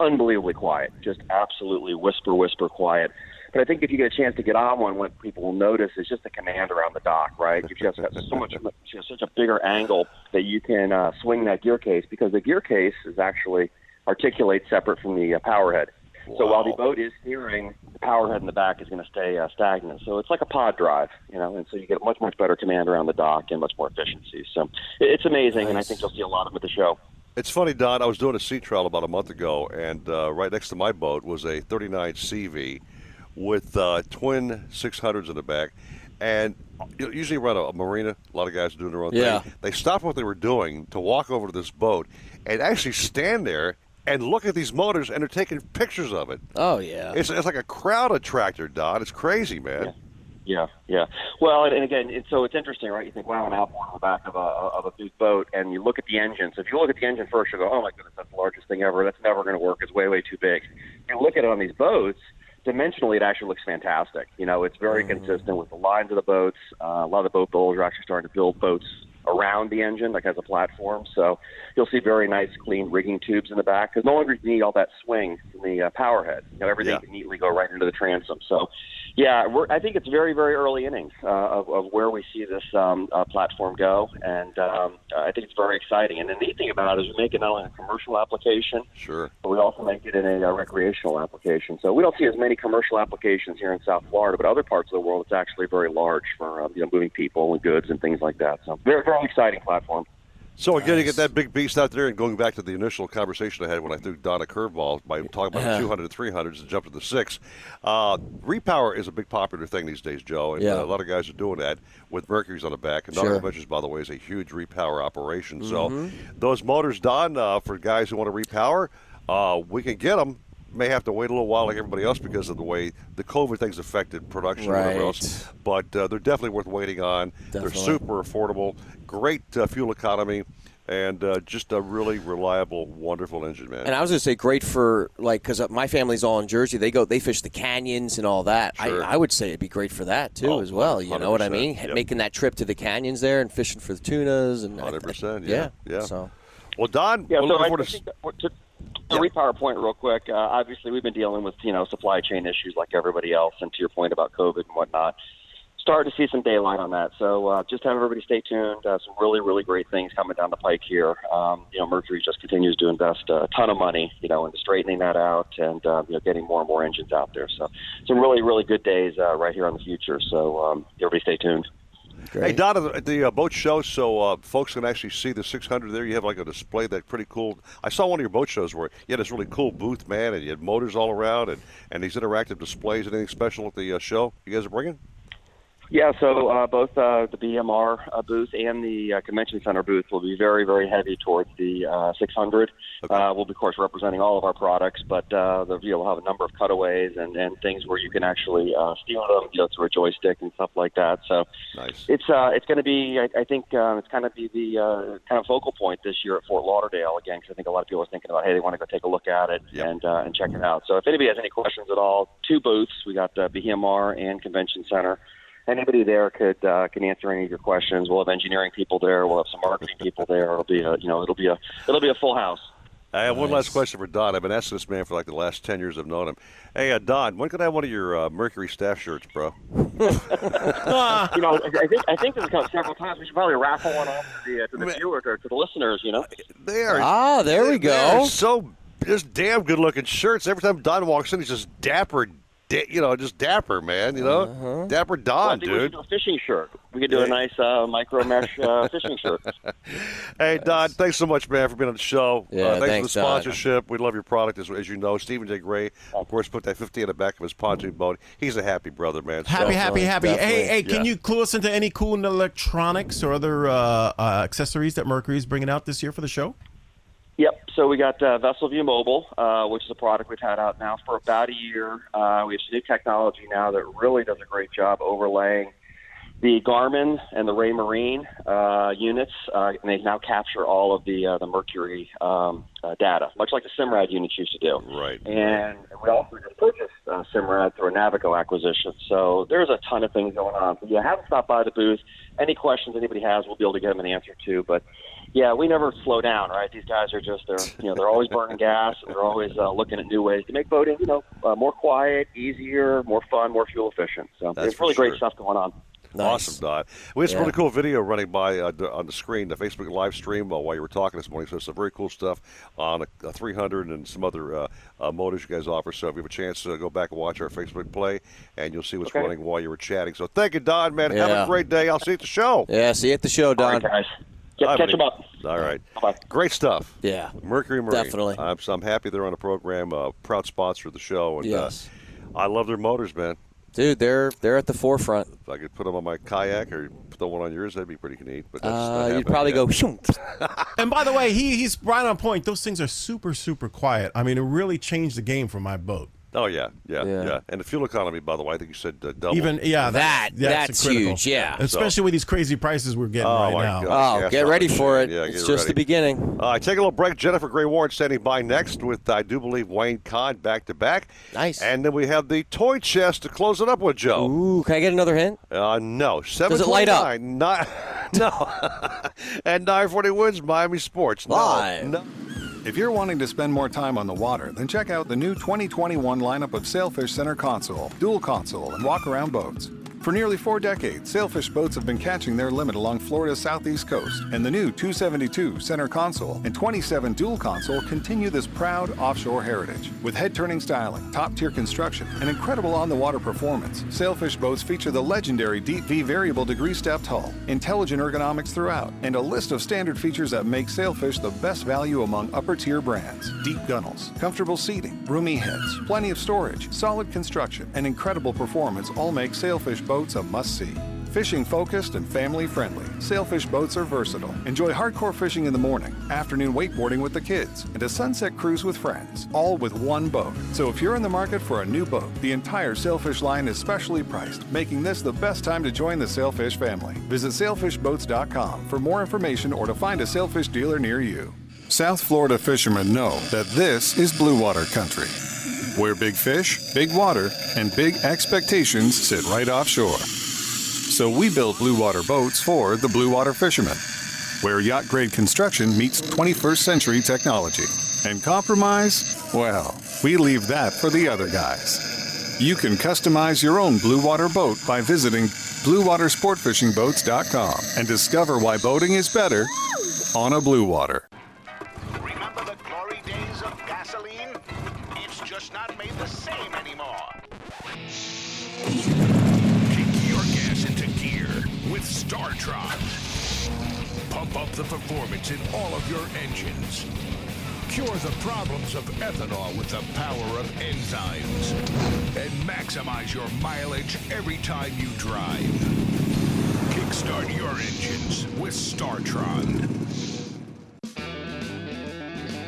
[SPEAKER 43] unbelievably quiet, just absolutely whisper, whisper quiet. But I think if you get a chance to get on one, what people will notice is just the command around the dock, right? You just have so much, you know, such a bigger angle that you can uh, swing that gear case because the gear case is actually articulates separate from the uh, power head. So while the boat is steering, the power head in the back is going to stay uh, stagnant. So it's like a pod drive, you know, and so you get much, much better command around the dock and much more efficiency. So it- it's amazing, and I think you'll see a lot of it at the show.
[SPEAKER 5] It's funny, Don. I was doing a sea trial about a month ago, and uh, right next to my boat was a 39 CV with uh, twin 600s in the back. And you know, usually around a, a marina, a lot of guys are doing their own
[SPEAKER 6] Yeah.
[SPEAKER 5] thing. They stopped what they were doing to walk over to this boat and actually stand there and look at these motors, and they're taking pictures of it.
[SPEAKER 6] Oh, yeah.
[SPEAKER 5] It's, it's like a crowd attractor, Don. It's crazy, man.
[SPEAKER 43] Yeah, yeah. Well, and, and again, it's, so it's interesting, right? You think, wow, an outboard on the back of a of a big boat, and you look at the engine. So if you look at the engine first, you go, oh my goodness, that's the largest thing ever. That's never going to work. It's way, way too big. You look at it on these boats. Dimensionally, it actually looks fantastic. You know, it's very consistent with the lines of the boats. Uh, a lot of the boat builders are actually starting to build boats around the engine, like as a platform. So you'll see very nice, clean rigging tubes in the back because no longer do you need all that swing from the uh, power head. You know, everything
[SPEAKER 39] Yeah.
[SPEAKER 43] can neatly go right into the transom. So yeah, we're, I think it's very, very early innings uh, of, of where we see this um, uh, platform go, and um, I think it's very exciting. And the neat thing about it is we make it not only a commercial application,
[SPEAKER 5] Sure.
[SPEAKER 43] but we also make it in a, uh recreational application. So we don't see as many commercial applications here in South Florida, but other parts of the world, it's actually very large for uh, you know moving people and goods and things like that. So very, very exciting platform.
[SPEAKER 5] So again, you get that big beast out there, and going back to the initial conversation I had when I threw Don a curveball by talking about
[SPEAKER 6] Yeah.
[SPEAKER 5] the 200 and 300s and jumped to the six. Uh, repower is a big popular thing these days, Joe, and
[SPEAKER 6] Yeah.
[SPEAKER 5] uh, a lot of guys are doing that with Mercury's on the back. And Nautical
[SPEAKER 6] Sure.
[SPEAKER 5] Ventures, by the way, is a huge repower operation.
[SPEAKER 6] Mhm.
[SPEAKER 5] So those motors, Don, uh, for guys who want to repower, uh, we can get them. May have to wait a little while like everybody else because of the way the COVID thing's affected production and whatever
[SPEAKER 6] Right.
[SPEAKER 5] else. But uh, they're definitely worth waiting on.
[SPEAKER 6] Definitely.
[SPEAKER 5] They're super affordable, great uh, fuel economy, and uh, just a really reliable, wonderful engine, man.
[SPEAKER 6] And I was going to say, great for like because my family's all in Jersey. They go, they fish the canyons and all that.
[SPEAKER 5] Sure.
[SPEAKER 6] I, I would say it'd be great for that too,
[SPEAKER 5] Oh,
[SPEAKER 6] as well. You know what I mean?
[SPEAKER 5] 100%, yep.
[SPEAKER 6] Making that trip to the canyons there and fishing for the tunas and hundred
[SPEAKER 5] percent.
[SPEAKER 6] Yeah,
[SPEAKER 5] yeah.
[SPEAKER 6] So
[SPEAKER 5] well, Don,
[SPEAKER 43] Yeah,
[SPEAKER 5] we're
[SPEAKER 43] so
[SPEAKER 5] looking
[SPEAKER 43] I,
[SPEAKER 5] forward
[SPEAKER 43] I
[SPEAKER 5] to-
[SPEAKER 43] think that we're- to the repower point real quick. Uh, obviously, we've been dealing with you know supply chain issues like everybody else, and to your point about COVID and whatnot, starting to see some daylight on that. So uh, just have everybody stay tuned. Uh, some really really great things coming down the pike here. Um, you know, Mercury just continues to invest a ton of money, you know, into straightening that out and uh, you know getting more and more engines out there. So some really really good days uh, right here on the future. So um, everybody stay tuned.
[SPEAKER 5] Hey, Don, at the- at the uh, boat show, so uh, folks can actually see the 600 there. You have like a display that pretty cool. I saw one of your boat shows where you had this really cool booth, man, and you had motors all around and, and these interactive displays. Anything special at the uh, show you guys are bringing?
[SPEAKER 43] Yeah, so uh, both uh, the BMR uh, booth and the uh, convention center booth will be very, very heavy towards the uh, 600. Uh, we'll be, of course, representing all of our products, but uh, the, you'll have a number of cutaways and, and things where you can actually uh, steal them, you know, through a joystick and stuff like that. So
[SPEAKER 5] nice.
[SPEAKER 43] it's uh, it's going to be, I, I think, um, it's going to be the uh, kind of focal point this year at Fort Lauderdale again, because I think a lot of people are thinking about, hey, they want to go take a look at it and uh, and check it out. So if anybody has any questions at all, two booths, we got uh, BMR and convention center anybody there could uh, can answer any of your questions. We'll have engineering people there. We'll have some marketing people there. It'll be a you know it'll be a it'll be a full house.
[SPEAKER 5] I have one last question for Don. I've been asking this man for like the last 10 years I've known him. Hey, uh, Don, when can I have one of your uh, Mercury staff shirts, bro?
[SPEAKER 43] you know, I I think I think this has come up several times. We should probably raffle one off to the uh, to the viewers or to the listeners. You know,
[SPEAKER 5] they are
[SPEAKER 6] Ah, there
[SPEAKER 5] They're
[SPEAKER 6] we go.
[SPEAKER 5] so just damn good looking shirts. Every time Don walks in, he's just dapper, da- you know, just dapper, man. You know,
[SPEAKER 6] Uh-huh.
[SPEAKER 5] dapper
[SPEAKER 43] Well, I
[SPEAKER 5] Don,
[SPEAKER 43] think we should
[SPEAKER 5] dude.
[SPEAKER 43] do a fishing shirt. We could do a nice uh, micro mesh uh, fishing shirt.
[SPEAKER 5] Hey, Don, thanks so much, man, for being on the show. Uh,
[SPEAKER 6] Yeah,
[SPEAKER 5] thanks,
[SPEAKER 6] thanks,
[SPEAKER 5] for the
[SPEAKER 6] Don.
[SPEAKER 5] sponsorship. We love your product, as, as you know. Stephen J. Gray, of course, put that 50 in the back of his pontoon boat. He's a happy brother, man. So-
[SPEAKER 7] Happy, happy, happy. Hey, hey,
[SPEAKER 5] Yeah.
[SPEAKER 7] can you clue us into any cool electronics or other uh, uh, accessories that Mercury's bringing out this year for the show?
[SPEAKER 43] Yep. So we got uh, Vessel View Mobile, uh, which is a product we've had out now for about a year. Uh, we have some new technology now that really does a great job overlaying the Garmin and the Ray Marine uh, units, uh, and they now capture all of the uh, the Mercury um, uh, data, much like the Simrad units used to do.
[SPEAKER 5] Right.
[SPEAKER 43] And we also just purchased uh, Simrad through a Navico acquisition. So there's a ton of things going on. So yeah, have them stop by the booth. Any questions anybody has, we'll be able to get them an answer to. But yeah, we never slow down, right? These guys are just they're you know they're always burning gas and they're always uh, looking at new ways to make boating you know uh, more quiet, easier, more fun, more fuel efficient. So
[SPEAKER 5] That's
[SPEAKER 43] there's really
[SPEAKER 5] for
[SPEAKER 43] great
[SPEAKER 5] sure.
[SPEAKER 43] stuff going on.
[SPEAKER 5] Awesome, Don. We had some
[SPEAKER 43] Yeah.
[SPEAKER 5] really cool video running by uh, d- on the screen, the Facebook live stream uh, while you were talking this morning. So some very cool stuff on a, a 300 and some other uh, uh, motors you guys offer. So if you have a chance to go back and watch our Facebook play, and you'll see what's
[SPEAKER 6] Okay.
[SPEAKER 5] running while you were chatting. So thank you, Don, man. Have
[SPEAKER 6] Yeah.
[SPEAKER 5] a great day. I'll see you at the show.
[SPEAKER 6] yeah, see you at the show, Don.
[SPEAKER 5] All right,
[SPEAKER 6] catch 'em
[SPEAKER 5] buddy.
[SPEAKER 6] up.
[SPEAKER 5] All right. Great stuff. Yeah. Mercury Marine.
[SPEAKER 6] Definitely.
[SPEAKER 5] I'm, so I'm happy they're on the program. Uh, proud sponsor of the show. And,
[SPEAKER 6] Yes.
[SPEAKER 5] Uh, I love their motors, man.
[SPEAKER 6] Dude, they're they're at the forefront.
[SPEAKER 5] If I could put them on my kayak or put the one on yours, that'd be pretty neat. But that's just not
[SPEAKER 6] Uh,
[SPEAKER 5] happening
[SPEAKER 6] you'd probably
[SPEAKER 5] yet.
[SPEAKER 6] go. "Shoom."
[SPEAKER 7] And by the way, he he's right on point. Those things are super, super quiet. I mean, it really changed the game for my boat.
[SPEAKER 5] Oh yeah, yeah, yeah, And the fuel economy, by the way, I think you said uh, double.
[SPEAKER 7] Even yeah, critical. especially with these crazy prices we're getting
[SPEAKER 5] Oh,
[SPEAKER 7] right
[SPEAKER 5] my
[SPEAKER 7] now.
[SPEAKER 5] gosh, yes, I'm sure. Yeah, get ready.
[SPEAKER 6] beginning.
[SPEAKER 5] All right, take a little break. Jennifer Gray Warren standing by next with, I do believe, Wayne Kahn back to back. Nice. And then we have the toy chest to close it up with, Joe.
[SPEAKER 6] Ooh, can I get another hint?
[SPEAKER 5] Uh, no.
[SPEAKER 6] Does it light up?
[SPEAKER 5] 729, Not, no. and 940 wins Miami Sports. No, No.
[SPEAKER 8] If you're wanting to spend more time on the water, then check out the new 2021 lineup of Sailfish Center console, dual console, and walk around boats.
[SPEAKER 10] For nearly four decades, sailfish boats have been catching their limit along Florida's southeast coast, and the new 272 center console and 27 dual console continue this proud offshore heritage. With head turning styling, top tier construction, and incredible on the water performance, sailfish boats feature the legendary Deep V variable degree stepped hull, intelligent ergonomics throughout, and a list of standard features that make sailfish the best value among upper tier brands. Deep gunnels, comfortable seating, roomy heads, plenty of storage, solid construction, and incredible performance all make sailfish boats a must see. Fishing focused and family friendly, sailfish boats are versatile. Enjoy hardcore fishing in the morning, afternoon wakeboarding with the kids, and a sunset cruise with friends, all with one boat. So if you're in the market for a new boat, the entire sailfish line is specially priced, making this the best time to join the sailfish family. Visit sailfishboats.com for more information or to find a sailfish dealer near you. South Florida fishermen know that this is blue water country, where big fish, big water, and big expectations sit right offshore. So we build blue water boats for the blue water fishermen, where yacht grade construction meets 21st century technology. And compromise? Well, we leave that for the other guys. You can customize your own blue water boat by visiting bluewatersportfishingboats.com and discover why boating is better on a blue water.
[SPEAKER 9] Kick your gas into gear with StarTron. Pump up the performance in all of your engines. Cure the problems of ethanol with the power of enzymes. And maximize your mileage every time you drive. Kickstart your engines with StarTron.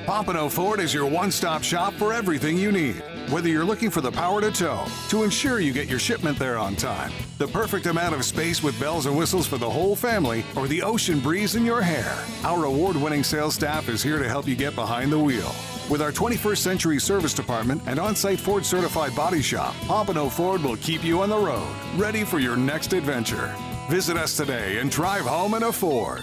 [SPEAKER 10] Pompano Ford is your one stop shop for everything you need. Whether you're looking for the power to tow, to ensure you get your shipment there on time, the perfect amount of space with bells and whistles for the whole family, or the ocean breeze in your hair, our award winning sales staff is here to help you get behind the wheel. With our 21st Century Service Department and on site Ford certified body shop, Pompano Ford will keep you on the road, ready for your next adventure. Visit us today and drive home in a Ford.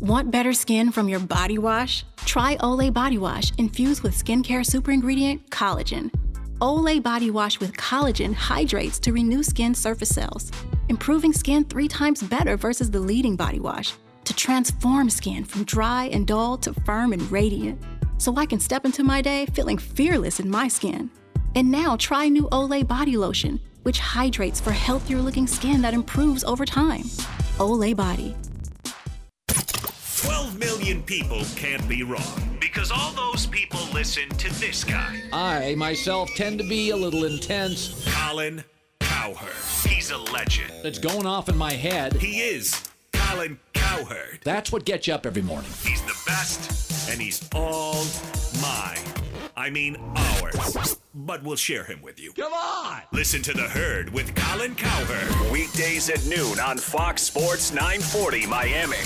[SPEAKER 46] Want better skin from your body wash? Try Olay Body Wash infused with skincare super ingredient collagen. Olay Body Wash with collagen hydrates to renew skin surface cells, improving skin three times better versus the leading body wash to transform skin from dry and dull to firm and radiant. So I can step into my day feeling fearless in my skin. And now try new Olay Body Lotion, which hydrates for healthier looking skin that improves over time. Olay Body.
[SPEAKER 9] 12 million people can't be wrong because all those people listen to this guy,
[SPEAKER 22] I myself tend to be a little intense.
[SPEAKER 9] Colin Cowherd. He's a legend.
[SPEAKER 22] It's going off in my head.
[SPEAKER 9] He is Colin Cowherd.
[SPEAKER 22] That's what gets you up every morning.
[SPEAKER 9] He's the best, and he's all mine. I mean, ours. But we'll share him with you. Come on! Listen to The Herd with Colin Cowherd.
[SPEAKER 13] Weekdays at noon on Fox Sports 940 Miami.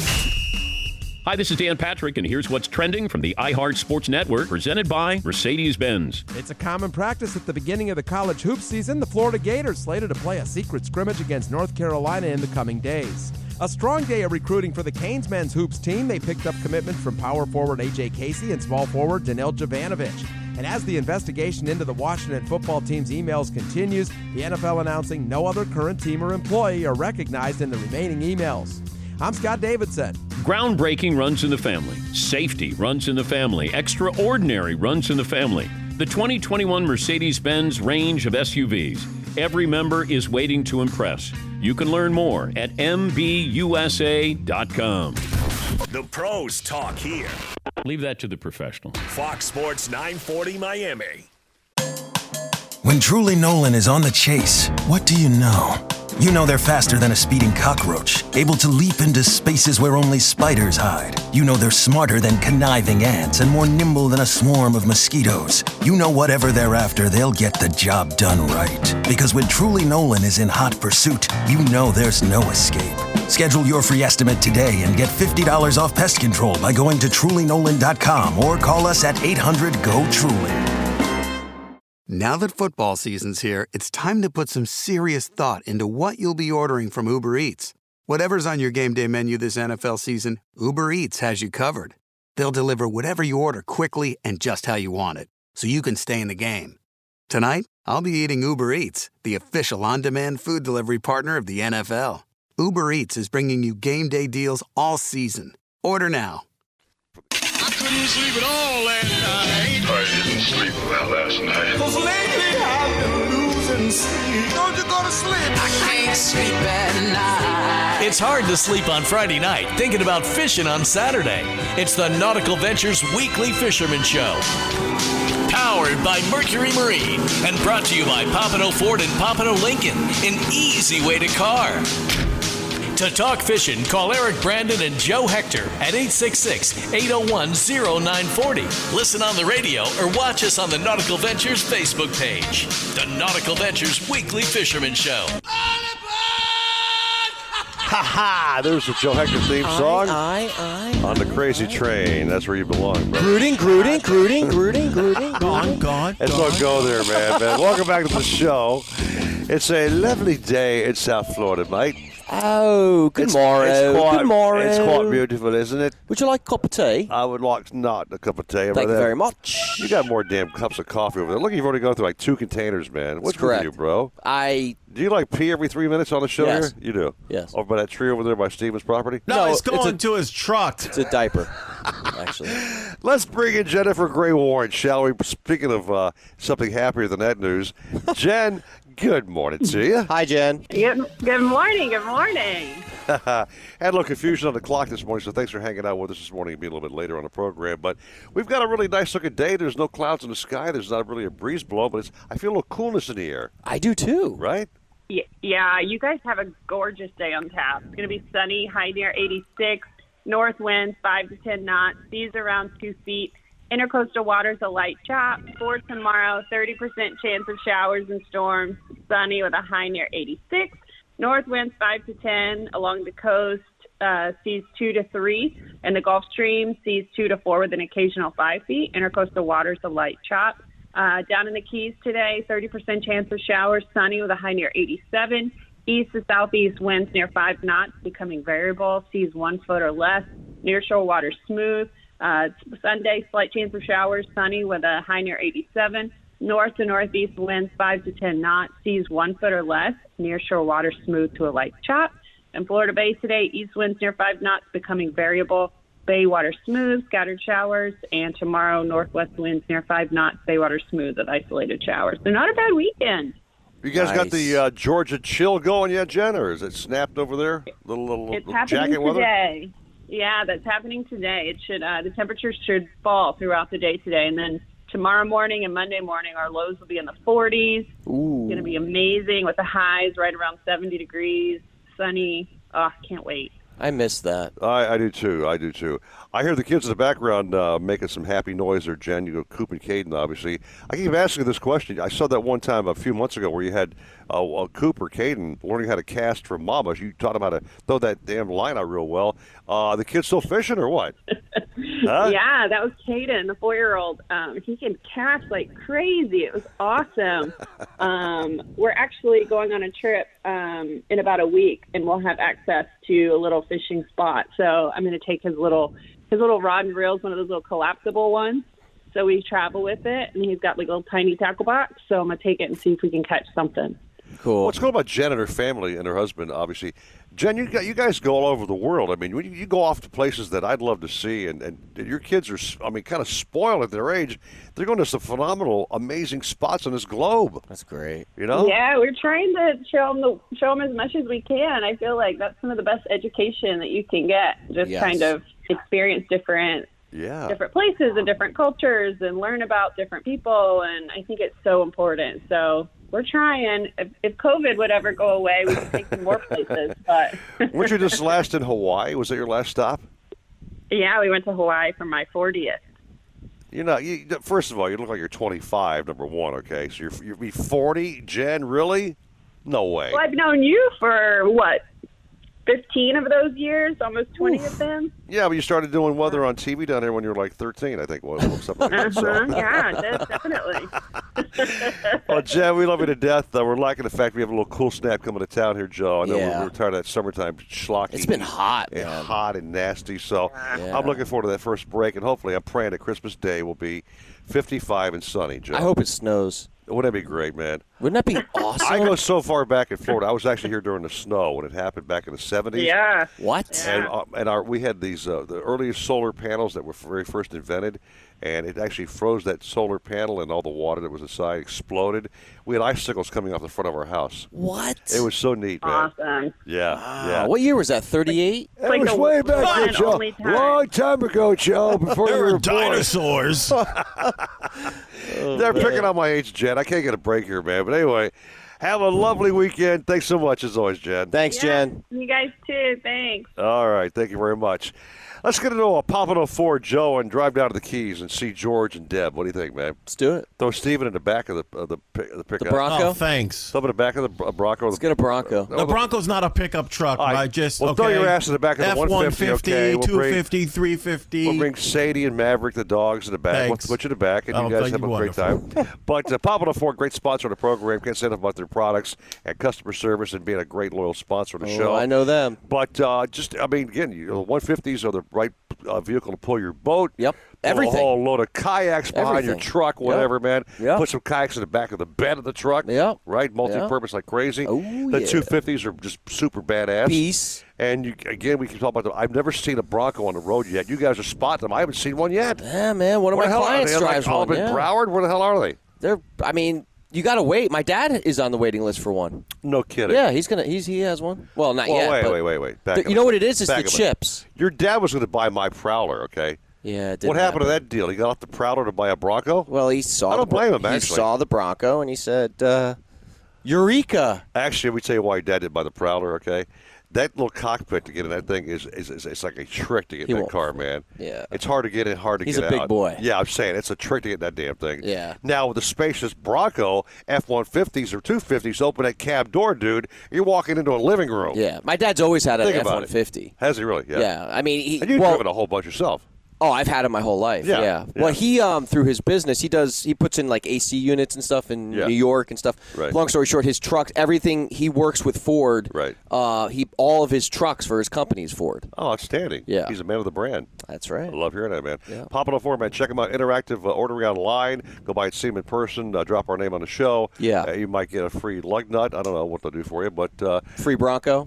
[SPEAKER 28] Hi, this is Dan Patrick, and here's what's trending from the iHeart Sports Network, presented by Mercedes Benz.
[SPEAKER 24] It's a common practice at the beginning of the college hoop season. The Florida Gators slated to play a secret scrimmage against North Carolina in the coming days. A strong day of recruiting for the Canes men's hoops team. They picked up commitment from power forward A.J. Casey and small forward Danil Jovanovic. And as the investigation into the Washington football team's emails continues, the NFL announcing no other current team or employee are recognized in the remaining emails. I'm Scott Davidson.
[SPEAKER 28] Groundbreaking runs in the family. Safety runs in the family. Extraordinary runs in the family. The 2021 Mercedes Benz range of SUVs. Every member is waiting to impress. You can learn more at MBUSA.com.
[SPEAKER 13] The pros talk here.
[SPEAKER 28] Leave that to the professional.
[SPEAKER 13] Fox Sports 940 Miami.
[SPEAKER 21] When Truly Nolan is on the chase, what do you know? You know they're faster than a speeding cockroach, able to leap into spaces where only spiders hide. You know they're smarter than conniving ants and more nimble than a swarm of mosquitoes. You know whatever they're after, they'll get the job done right. Because when Truly Nolan is in hot pursuit, you know there's no escape. Schedule your free estimate today and get $50 off pest control by going to trulynolan.com or call us at 800 GO TRULY.
[SPEAKER 25] Now that football season's here, it's time to put some serious thought into what you'll be ordering from Uber Eats. Whatever's on your game day menu this NFL season, Uber Eats has you covered. They'll deliver whatever you order quickly and just how you want it, so you can stay in the game. Tonight, I'll be eating Uber Eats, the official on demand food delivery partner of the NFL. Uber Eats is bringing you game day deals all season. Order now.
[SPEAKER 15] I couldn't sleep at all last night. I didn't sleep well last night. Cause lately I've been losing sleep. Don't you go to sleep. I can't sleep at night.
[SPEAKER 2] It's hard to sleep on Friday night thinking about fishing on Saturday. It's the Nautical Ventures Weekly Fisherman Show. Powered by Mercury Marine and brought to you by Pompano Ford and Pompano Lincoln, an easy way to car. To talk fishing, call Eric Brandon and Joe Hector at 866 801 0940. oh. Listen on the radio or watch us on the Nautical Ventures Facebook page. The Nautical Ventures Weekly Fisherman Show.
[SPEAKER 5] Ha ha! There's the Joe Hector theme song. on the crazy train. That's where you belong, bro.
[SPEAKER 6] Grooting, grooting, grooting, grooting, grooting.
[SPEAKER 5] Gone, gone. Let's not go there, man, man. Welcome back to the show. It's a lovely day in South Florida, mate.
[SPEAKER 6] Oh, good
[SPEAKER 5] It's-
[SPEAKER 6] morrow.
[SPEAKER 5] It's quite,
[SPEAKER 6] good morrow.
[SPEAKER 5] It's quite beautiful, isn't it?
[SPEAKER 6] Would you like a cup of tea?
[SPEAKER 5] I would like not a cup of tea.
[SPEAKER 6] Thank you very
[SPEAKER 5] much. You got more damn cups of coffee over there. Look, you've already gone through like two containers, man. What's with
[SPEAKER 6] That's correct.
[SPEAKER 5] you, bro?
[SPEAKER 6] I
[SPEAKER 5] Do you like pee every three minutes on the show
[SPEAKER 6] Yes.
[SPEAKER 5] here? You do.
[SPEAKER 6] Yes.
[SPEAKER 5] Over by that tree over there by Stevens' property.
[SPEAKER 6] No, No, it's it's going a-
[SPEAKER 5] to his truck.
[SPEAKER 6] It's a diaper, actually.
[SPEAKER 5] Let's bring in Jennifer Gray Warren, shall we? Speaking of uh, something happier than that news, Jen. Good morning to you.
[SPEAKER 6] Hi, Jen.
[SPEAKER 30] Good, good morning. Good morning.
[SPEAKER 5] Had a little confusion on the clock this morning, so thanks for hanging out with us this morning. It'll be a little bit later on the program, but we've got a really nice looking day. There's no clouds in the sky. There's not really a breeze blowing, but it's, I feel a little coolness in the air.
[SPEAKER 6] I do too.
[SPEAKER 5] Right?
[SPEAKER 30] Y- Yeah, you guys have a gorgeous day on tap. It's going to be sunny, high near 86, north winds 5 to 10 knots, seas around 2 feet, intercoastal waters a light chop. For tomorrow, 30% chance of showers and storms, sunny with a high near 86, north winds 5 to 10 along the coast, uh, seas 2 to 3, and the Gulf Stream, seas 2 to 4 with an occasional 5 feet, intercoastal waters a light chop. Uh, down in the Keys today, 30% chance of showers, sunny with a high near 87. East to southeast winds near 5 knots, becoming variable. Seas 1 foot or less. Near shore water smooth. Uh, Sunday, slight chance of showers, sunny with a high near 87. North to northeast winds 5 to 10 knots. Seas 1 foot or less. Near shore water smooth to a light chop. In Florida Bay today, east winds near 5 knots, becoming variable. Bay water smooth, scattered showers, and tomorrow northwest winds near five knots, bay water smooth with isolated showers. So not a bad weekend.
[SPEAKER 5] You guys got
[SPEAKER 30] Nice.
[SPEAKER 5] the uh, Georgia chill going yet, Jen, or is it snapped over there? Little little,
[SPEAKER 30] It's
[SPEAKER 5] little
[SPEAKER 30] happening
[SPEAKER 5] jacket weather.
[SPEAKER 30] today. Yeah, that's happening today. It should uh, the temperatures should fall throughout the day today, and then tomorrow morning and Monday morning our lows will be in the 40s.
[SPEAKER 6] Ooh.
[SPEAKER 30] It's going to be amazing with the highs right around 70 degrees, sunny. Oh, can't wait.
[SPEAKER 6] I miss that.
[SPEAKER 5] I, I do too. I do too. I hear the kids in the background uh, making some happy noise. There, Jen, you know, Coop and Caden, obviously. I keep asking this question. I saw that one time a few months ago where you had uh, uh, Coop or Caden learning how to cast from Mama. You taught them how to throw that damn line out real well. Uh, the kids still fishing or what? Huh?
[SPEAKER 30] Yeah, that was Caden, the four-year-old. Um, he can catch like crazy. It was awesome. um, we're actually going on a trip um, in about a week, and we'll have access to a little fishing spot. So I'm going to take his little his little rod and reels, one of those little collapsible ones. So we travel with it, and he's got like a little tiny tackle box. So I'm going to take it and see if we can catch something.
[SPEAKER 5] Cool. What's cool about Jen and her family and her husband, obviously. Jen, you got, you guys go all over the world. I mean, you, you go off to places that I'd love to see, and, and your kids are, s- I mean, kind of spoiled at their age. They're going to some phenomenal, amazing spots on this globe.
[SPEAKER 6] That's great.
[SPEAKER 5] You know?
[SPEAKER 30] Yeah, we're trying to show them the, show them as much as we can. I feel like that's some of the best education that you can get. Just
[SPEAKER 5] Yes.
[SPEAKER 30] kind of experience different
[SPEAKER 5] Yeah.
[SPEAKER 30] different places and different cultures and learn about different people. And I think it's so important. So we're trying. If, if COVID would ever go away, we could take them more places. But
[SPEAKER 5] Weren't you just last in Hawaii? Was that your last stop?
[SPEAKER 30] yeah, we went to Hawaii for my 40th.
[SPEAKER 5] You're not. You, first of all, you look like you're 25. Number one, okay. So you're you be 40, Jen. Really? No way.
[SPEAKER 30] Well, I've known you for what, 15 of those years, almost 20 of them.
[SPEAKER 5] Yeah, but you started doing weather on TV down here when you were like 13, I think. Well, something like that. So-
[SPEAKER 30] Uh-huh. Yeah, de- definitely.
[SPEAKER 5] Well, Jen, Oh, we love you to death. Uh, we're liking the fact we have a little cool snap coming to town here, Joe. I know
[SPEAKER 6] Yeah.
[SPEAKER 5] we're, we're tired of that summertime schlocky.
[SPEAKER 6] It's been hot,
[SPEAKER 5] and
[SPEAKER 6] man.
[SPEAKER 5] hot and nasty. So
[SPEAKER 6] Yeah.
[SPEAKER 5] I'm looking forward to that first break, and hopefully, I'm praying that Christmas Day will be 55 and sunny, Joe.
[SPEAKER 6] I hope it snows.
[SPEAKER 5] Wouldn't that be great, man?
[SPEAKER 6] Wouldn't that be awesome?
[SPEAKER 5] I go so far back in Florida. I was actually here during the snow when it happened back in the 70s.
[SPEAKER 30] Yeah.
[SPEAKER 6] What?
[SPEAKER 5] And, uh, and our, we had these uh, the earliest solar panels that were very first invented, and it actually froze that solar panel, and all the water that was inside exploded. We had icicles coming off the front of our house.
[SPEAKER 6] What?
[SPEAKER 5] It was so neat, man.
[SPEAKER 30] Awesome.
[SPEAKER 5] Yeah, yeah.
[SPEAKER 6] What year was that? 38?
[SPEAKER 5] That was way back there, Joe. Long time ago, Joe. Before
[SPEAKER 6] There
[SPEAKER 5] you
[SPEAKER 6] were
[SPEAKER 5] were
[SPEAKER 6] dinosaurs.
[SPEAKER 5] Born. They're
[SPEAKER 6] man.
[SPEAKER 5] picking on my age, Jen. I can't get a break here, man. But anyway, have a lovely weekend. Thanks so much, as always, Jen.
[SPEAKER 6] Thanks, Jen.
[SPEAKER 30] You guys too. Thanks.
[SPEAKER 5] All right, thank you very much. Let's get uh, into a Pompano Ford Joe and drive down to the Keys and see George and Deb. What do you think, man? Let's
[SPEAKER 6] do it.
[SPEAKER 5] Throw Steven in the back of the of the, pick- of the pickup.
[SPEAKER 7] Bronco? Oh, thanks.
[SPEAKER 5] Throw him in the back of the Oh, Bro- Bronco. Let's
[SPEAKER 6] get a Bronco.
[SPEAKER 7] The Bronco's not a pickup truck,
[SPEAKER 5] right.
[SPEAKER 7] right? Just
[SPEAKER 5] Well,
[SPEAKER 7] okay.
[SPEAKER 5] throw your ass in the back of the
[SPEAKER 7] F-150,
[SPEAKER 5] 150, okay? We'll bring-
[SPEAKER 7] 250, 350.
[SPEAKER 5] We'll bring Sadie and Maverick, the dogs, in the back.
[SPEAKER 7] Thanks.
[SPEAKER 5] We'll put you in the back, and
[SPEAKER 7] Oh,
[SPEAKER 5] you guys
[SPEAKER 7] thank
[SPEAKER 5] have a
[SPEAKER 7] you.
[SPEAKER 5] great time. but uh, Pompano Ford, great sponsor of the program. Can't say enough about their products and customer service and being a great loyal sponsor of the
[SPEAKER 6] Oh,
[SPEAKER 5] show.
[SPEAKER 6] I know them.
[SPEAKER 5] But uh, just, I mean, again, you know, the 150s are the right uh, vehicle to pull your boat. Yep.
[SPEAKER 6] Everything.
[SPEAKER 5] A whole load of kayaks behind your
[SPEAKER 6] Everything.
[SPEAKER 5] truck,
[SPEAKER 6] Yep.
[SPEAKER 5] whatever, man. Put some kayaks in the back of the bed of the truck. Yeah. Right? Multi purpose like crazy. the
[SPEAKER 6] yeah.
[SPEAKER 5] 250s are just super badass.
[SPEAKER 6] Peace.
[SPEAKER 5] And you, again, we can talk about them. I've never seen a Bronco on the road yet. You guys are spotting them. I haven't seen one yet.
[SPEAKER 6] Yeah, man. One of
[SPEAKER 5] Where
[SPEAKER 6] my
[SPEAKER 5] the hell are
[SPEAKER 6] clients
[SPEAKER 5] they? Are they, like,
[SPEAKER 6] drives
[SPEAKER 5] all
[SPEAKER 6] one.
[SPEAKER 5] up in
[SPEAKER 6] yeah.
[SPEAKER 5] Broward? Where the hell are they?
[SPEAKER 6] They're. I mean, you got to wait. My dad is on the waiting list for one.
[SPEAKER 5] No kidding.
[SPEAKER 6] Yeah, he's gonna. He's he has one. Well, not
[SPEAKER 5] Well,
[SPEAKER 6] yet.
[SPEAKER 5] Wait,
[SPEAKER 6] but
[SPEAKER 5] wait, wait, wait. Back
[SPEAKER 6] the-
[SPEAKER 5] up
[SPEAKER 6] you
[SPEAKER 5] a
[SPEAKER 6] know what it
[SPEAKER 5] minute.
[SPEAKER 6] is? It's
[SPEAKER 5] Back
[SPEAKER 6] the
[SPEAKER 5] up a
[SPEAKER 6] chips.
[SPEAKER 5] minute. Your dad was going to buy my Prowler, okay?
[SPEAKER 6] Yeah, it
[SPEAKER 5] What
[SPEAKER 6] didn't
[SPEAKER 5] happened to that deal? He got off the Prowler to buy a Bronco?
[SPEAKER 6] Well, he saw.
[SPEAKER 5] I don't
[SPEAKER 6] the, Bro-
[SPEAKER 5] blame him,
[SPEAKER 6] He
[SPEAKER 5] actually.
[SPEAKER 6] saw the Bronco and he said, uh, "Eureka!"
[SPEAKER 5] Actually, we tell you why your dad did buy the Prowler, okay? That little cockpit to get in that thing is, is, is it's like a trick to get
[SPEAKER 6] He
[SPEAKER 5] in that
[SPEAKER 6] won't-
[SPEAKER 5] car, man.
[SPEAKER 6] Yeah.
[SPEAKER 5] It's hard to get in, hard to
[SPEAKER 6] He's
[SPEAKER 5] get
[SPEAKER 6] a
[SPEAKER 5] out.
[SPEAKER 6] big boy.
[SPEAKER 5] Yeah, I'm saying it's a trick to get in that damn thing.
[SPEAKER 6] Yeah.
[SPEAKER 5] Now with the spacious Bronco F-150s or 250s, open that cab door, dude. You're walking into a living room.
[SPEAKER 6] Yeah, my dad's always had an
[SPEAKER 5] Think
[SPEAKER 6] F
[SPEAKER 5] about
[SPEAKER 6] one
[SPEAKER 5] it.
[SPEAKER 6] fifty.
[SPEAKER 5] Has he really? Yeah.
[SPEAKER 6] Yeah, I mean, he,
[SPEAKER 5] and you've
[SPEAKER 6] well-
[SPEAKER 5] driven a whole bunch yourself.
[SPEAKER 6] Oh, I've had it my whole life.
[SPEAKER 5] Yeah,
[SPEAKER 6] Yeah.
[SPEAKER 5] yeah.
[SPEAKER 6] Well, he um through his business, he does he puts in like AC units and stuff in
[SPEAKER 5] Yeah.
[SPEAKER 6] New York and stuff.
[SPEAKER 5] Right.
[SPEAKER 6] Long story short, his trucks, everything he works with Ford. Right. Uh, he all of his trucks for his company is Ford.
[SPEAKER 5] Oh, outstanding. Yeah. He's a man of the brand.
[SPEAKER 6] That's right.
[SPEAKER 5] I love hearing that, man. Yeah. Pop it on four, man. Check them out. Interactive uh, ordering online. Go by and see them in person. Uh, drop our name on the show. Yeah. Uh, you might get a free lug nut. I don't know what they'll do for you, but. Uh,
[SPEAKER 6] free Bronco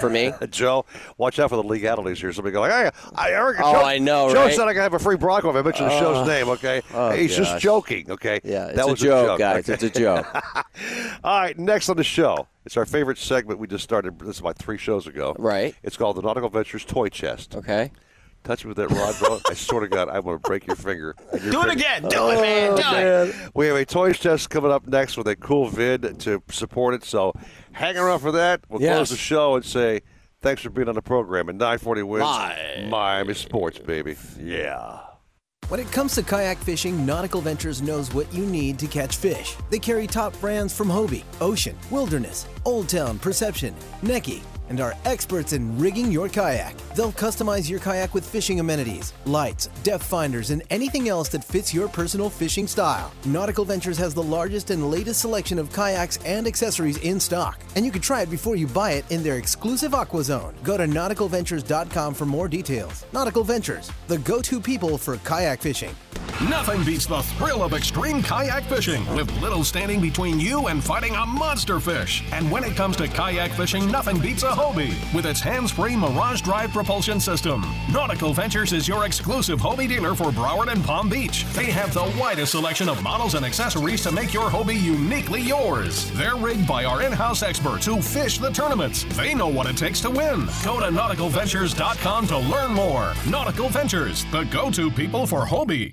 [SPEAKER 6] for me.
[SPEAKER 5] Joe, watch out for the legalities here. Somebody go, like, hey, I, Eric,
[SPEAKER 6] Oh,
[SPEAKER 5] Joe,
[SPEAKER 6] I know,
[SPEAKER 5] Joe
[SPEAKER 6] right?
[SPEAKER 5] said I could have a free Bronco if I mention the
[SPEAKER 6] Ugh.
[SPEAKER 5] show's name, okay?
[SPEAKER 6] Oh,
[SPEAKER 5] Hey, He's just
[SPEAKER 6] gosh.
[SPEAKER 5] joking, okay?
[SPEAKER 6] Yeah, it's
[SPEAKER 5] that
[SPEAKER 6] a
[SPEAKER 5] was
[SPEAKER 6] joke,
[SPEAKER 5] a joke
[SPEAKER 6] guys.
[SPEAKER 5] okay?
[SPEAKER 6] It's a joke.
[SPEAKER 5] All right, next on the show, it's our favorite segment we just started. This is about three shows ago. Right. It's called the Nautical Ventures Toy Chest.
[SPEAKER 6] Okay.
[SPEAKER 5] Touch me with that rod, bro. I swear to God, I'm going to break your finger. And your
[SPEAKER 1] Do it
[SPEAKER 5] finger- Oh,
[SPEAKER 1] again. Do it, man. Do it.
[SPEAKER 5] We have a toy chest coming up next with a cool vid to support it. So hang around for that. We'll
[SPEAKER 6] Yes.
[SPEAKER 5] close the show and say Thanks for being on the program. At 940 wins.
[SPEAKER 2] Live.
[SPEAKER 5] Miami Sports, baby. Yeah.
[SPEAKER 3] When it comes to kayak fishing, Nautical Ventures knows what you need to catch fish. They carry top brands from Hobie, Ocean, Wilderness, Old Town, Perception, Necky, and are experts in rigging your kayak. They'll customize your kayak with fishing amenities, lights, depth finders, and anything else that fits your personal fishing style. Nautical Ventures has the largest and latest selection of kayaks and accessories in stock, and you can try it before you buy it in their exclusive Aqua Zone. Go to nauticalventures.com for more details. Nautical Ventures, the go-to people for kayak fishing.
[SPEAKER 18] Nothing beats the thrill of extreme kayak fishing with little standing between you and fighting a monster fish. And when it comes to kayak fishing, nothing beats a Hobie with its hands-free Mirage Drive propulsion system. Nautical Ventures is your exclusive Hobie dealer for Broward and Palm Beach. They have the widest selection of models and accessories to make your Hobie uniquely yours. They're rigged by our in-house experts who fish the tournaments. They know what it takes to win. Go to nauticalventures.com to learn more. Nautical Ventures, the go-to people for Hobie.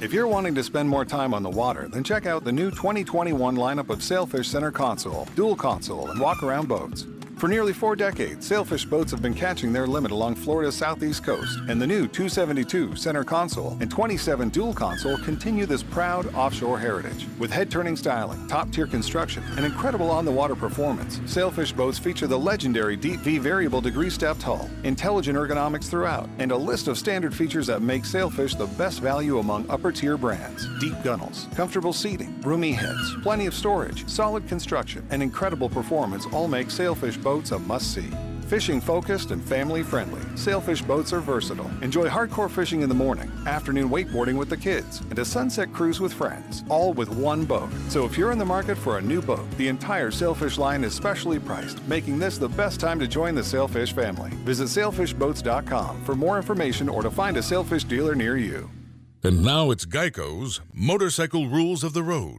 [SPEAKER 10] If you're wanting to spend more time on the water, then check out the new 2021 lineup of Sailfish Center console, dual console, and walk around boats. For nearly four decades, Sailfish boats have been catching their limit along Florida's southeast coast, and the new 272 center console and 27 dual console continue this proud offshore heritage. With head turning styling, top tier construction, and incredible on the water performance, Sailfish boats feature the legendary Deep V variable degree stepped hull, intelligent ergonomics throughout, and a list of standard features that make Sailfish the best value among upper tier brands. Deep gunnels, comfortable seating, roomy heads, plenty of storage, solid construction, and incredible performance all make Sailfish boats a must see. Fishing focused and family friendly, Sailfish boats are versatile. Enjoy hardcore fishing in the morning, afternoon wakeboarding with the kids, and a sunset cruise with friends, all with one boat. So if you're in the market for a new boat, the entire Sailfish line is specially priced, making this the best time to join the Sailfish family. Visit sailfishboats.com for more information or to find a Sailfish dealer near you.
[SPEAKER 9] And now it's Geico's Motorcycle Rules of the Road.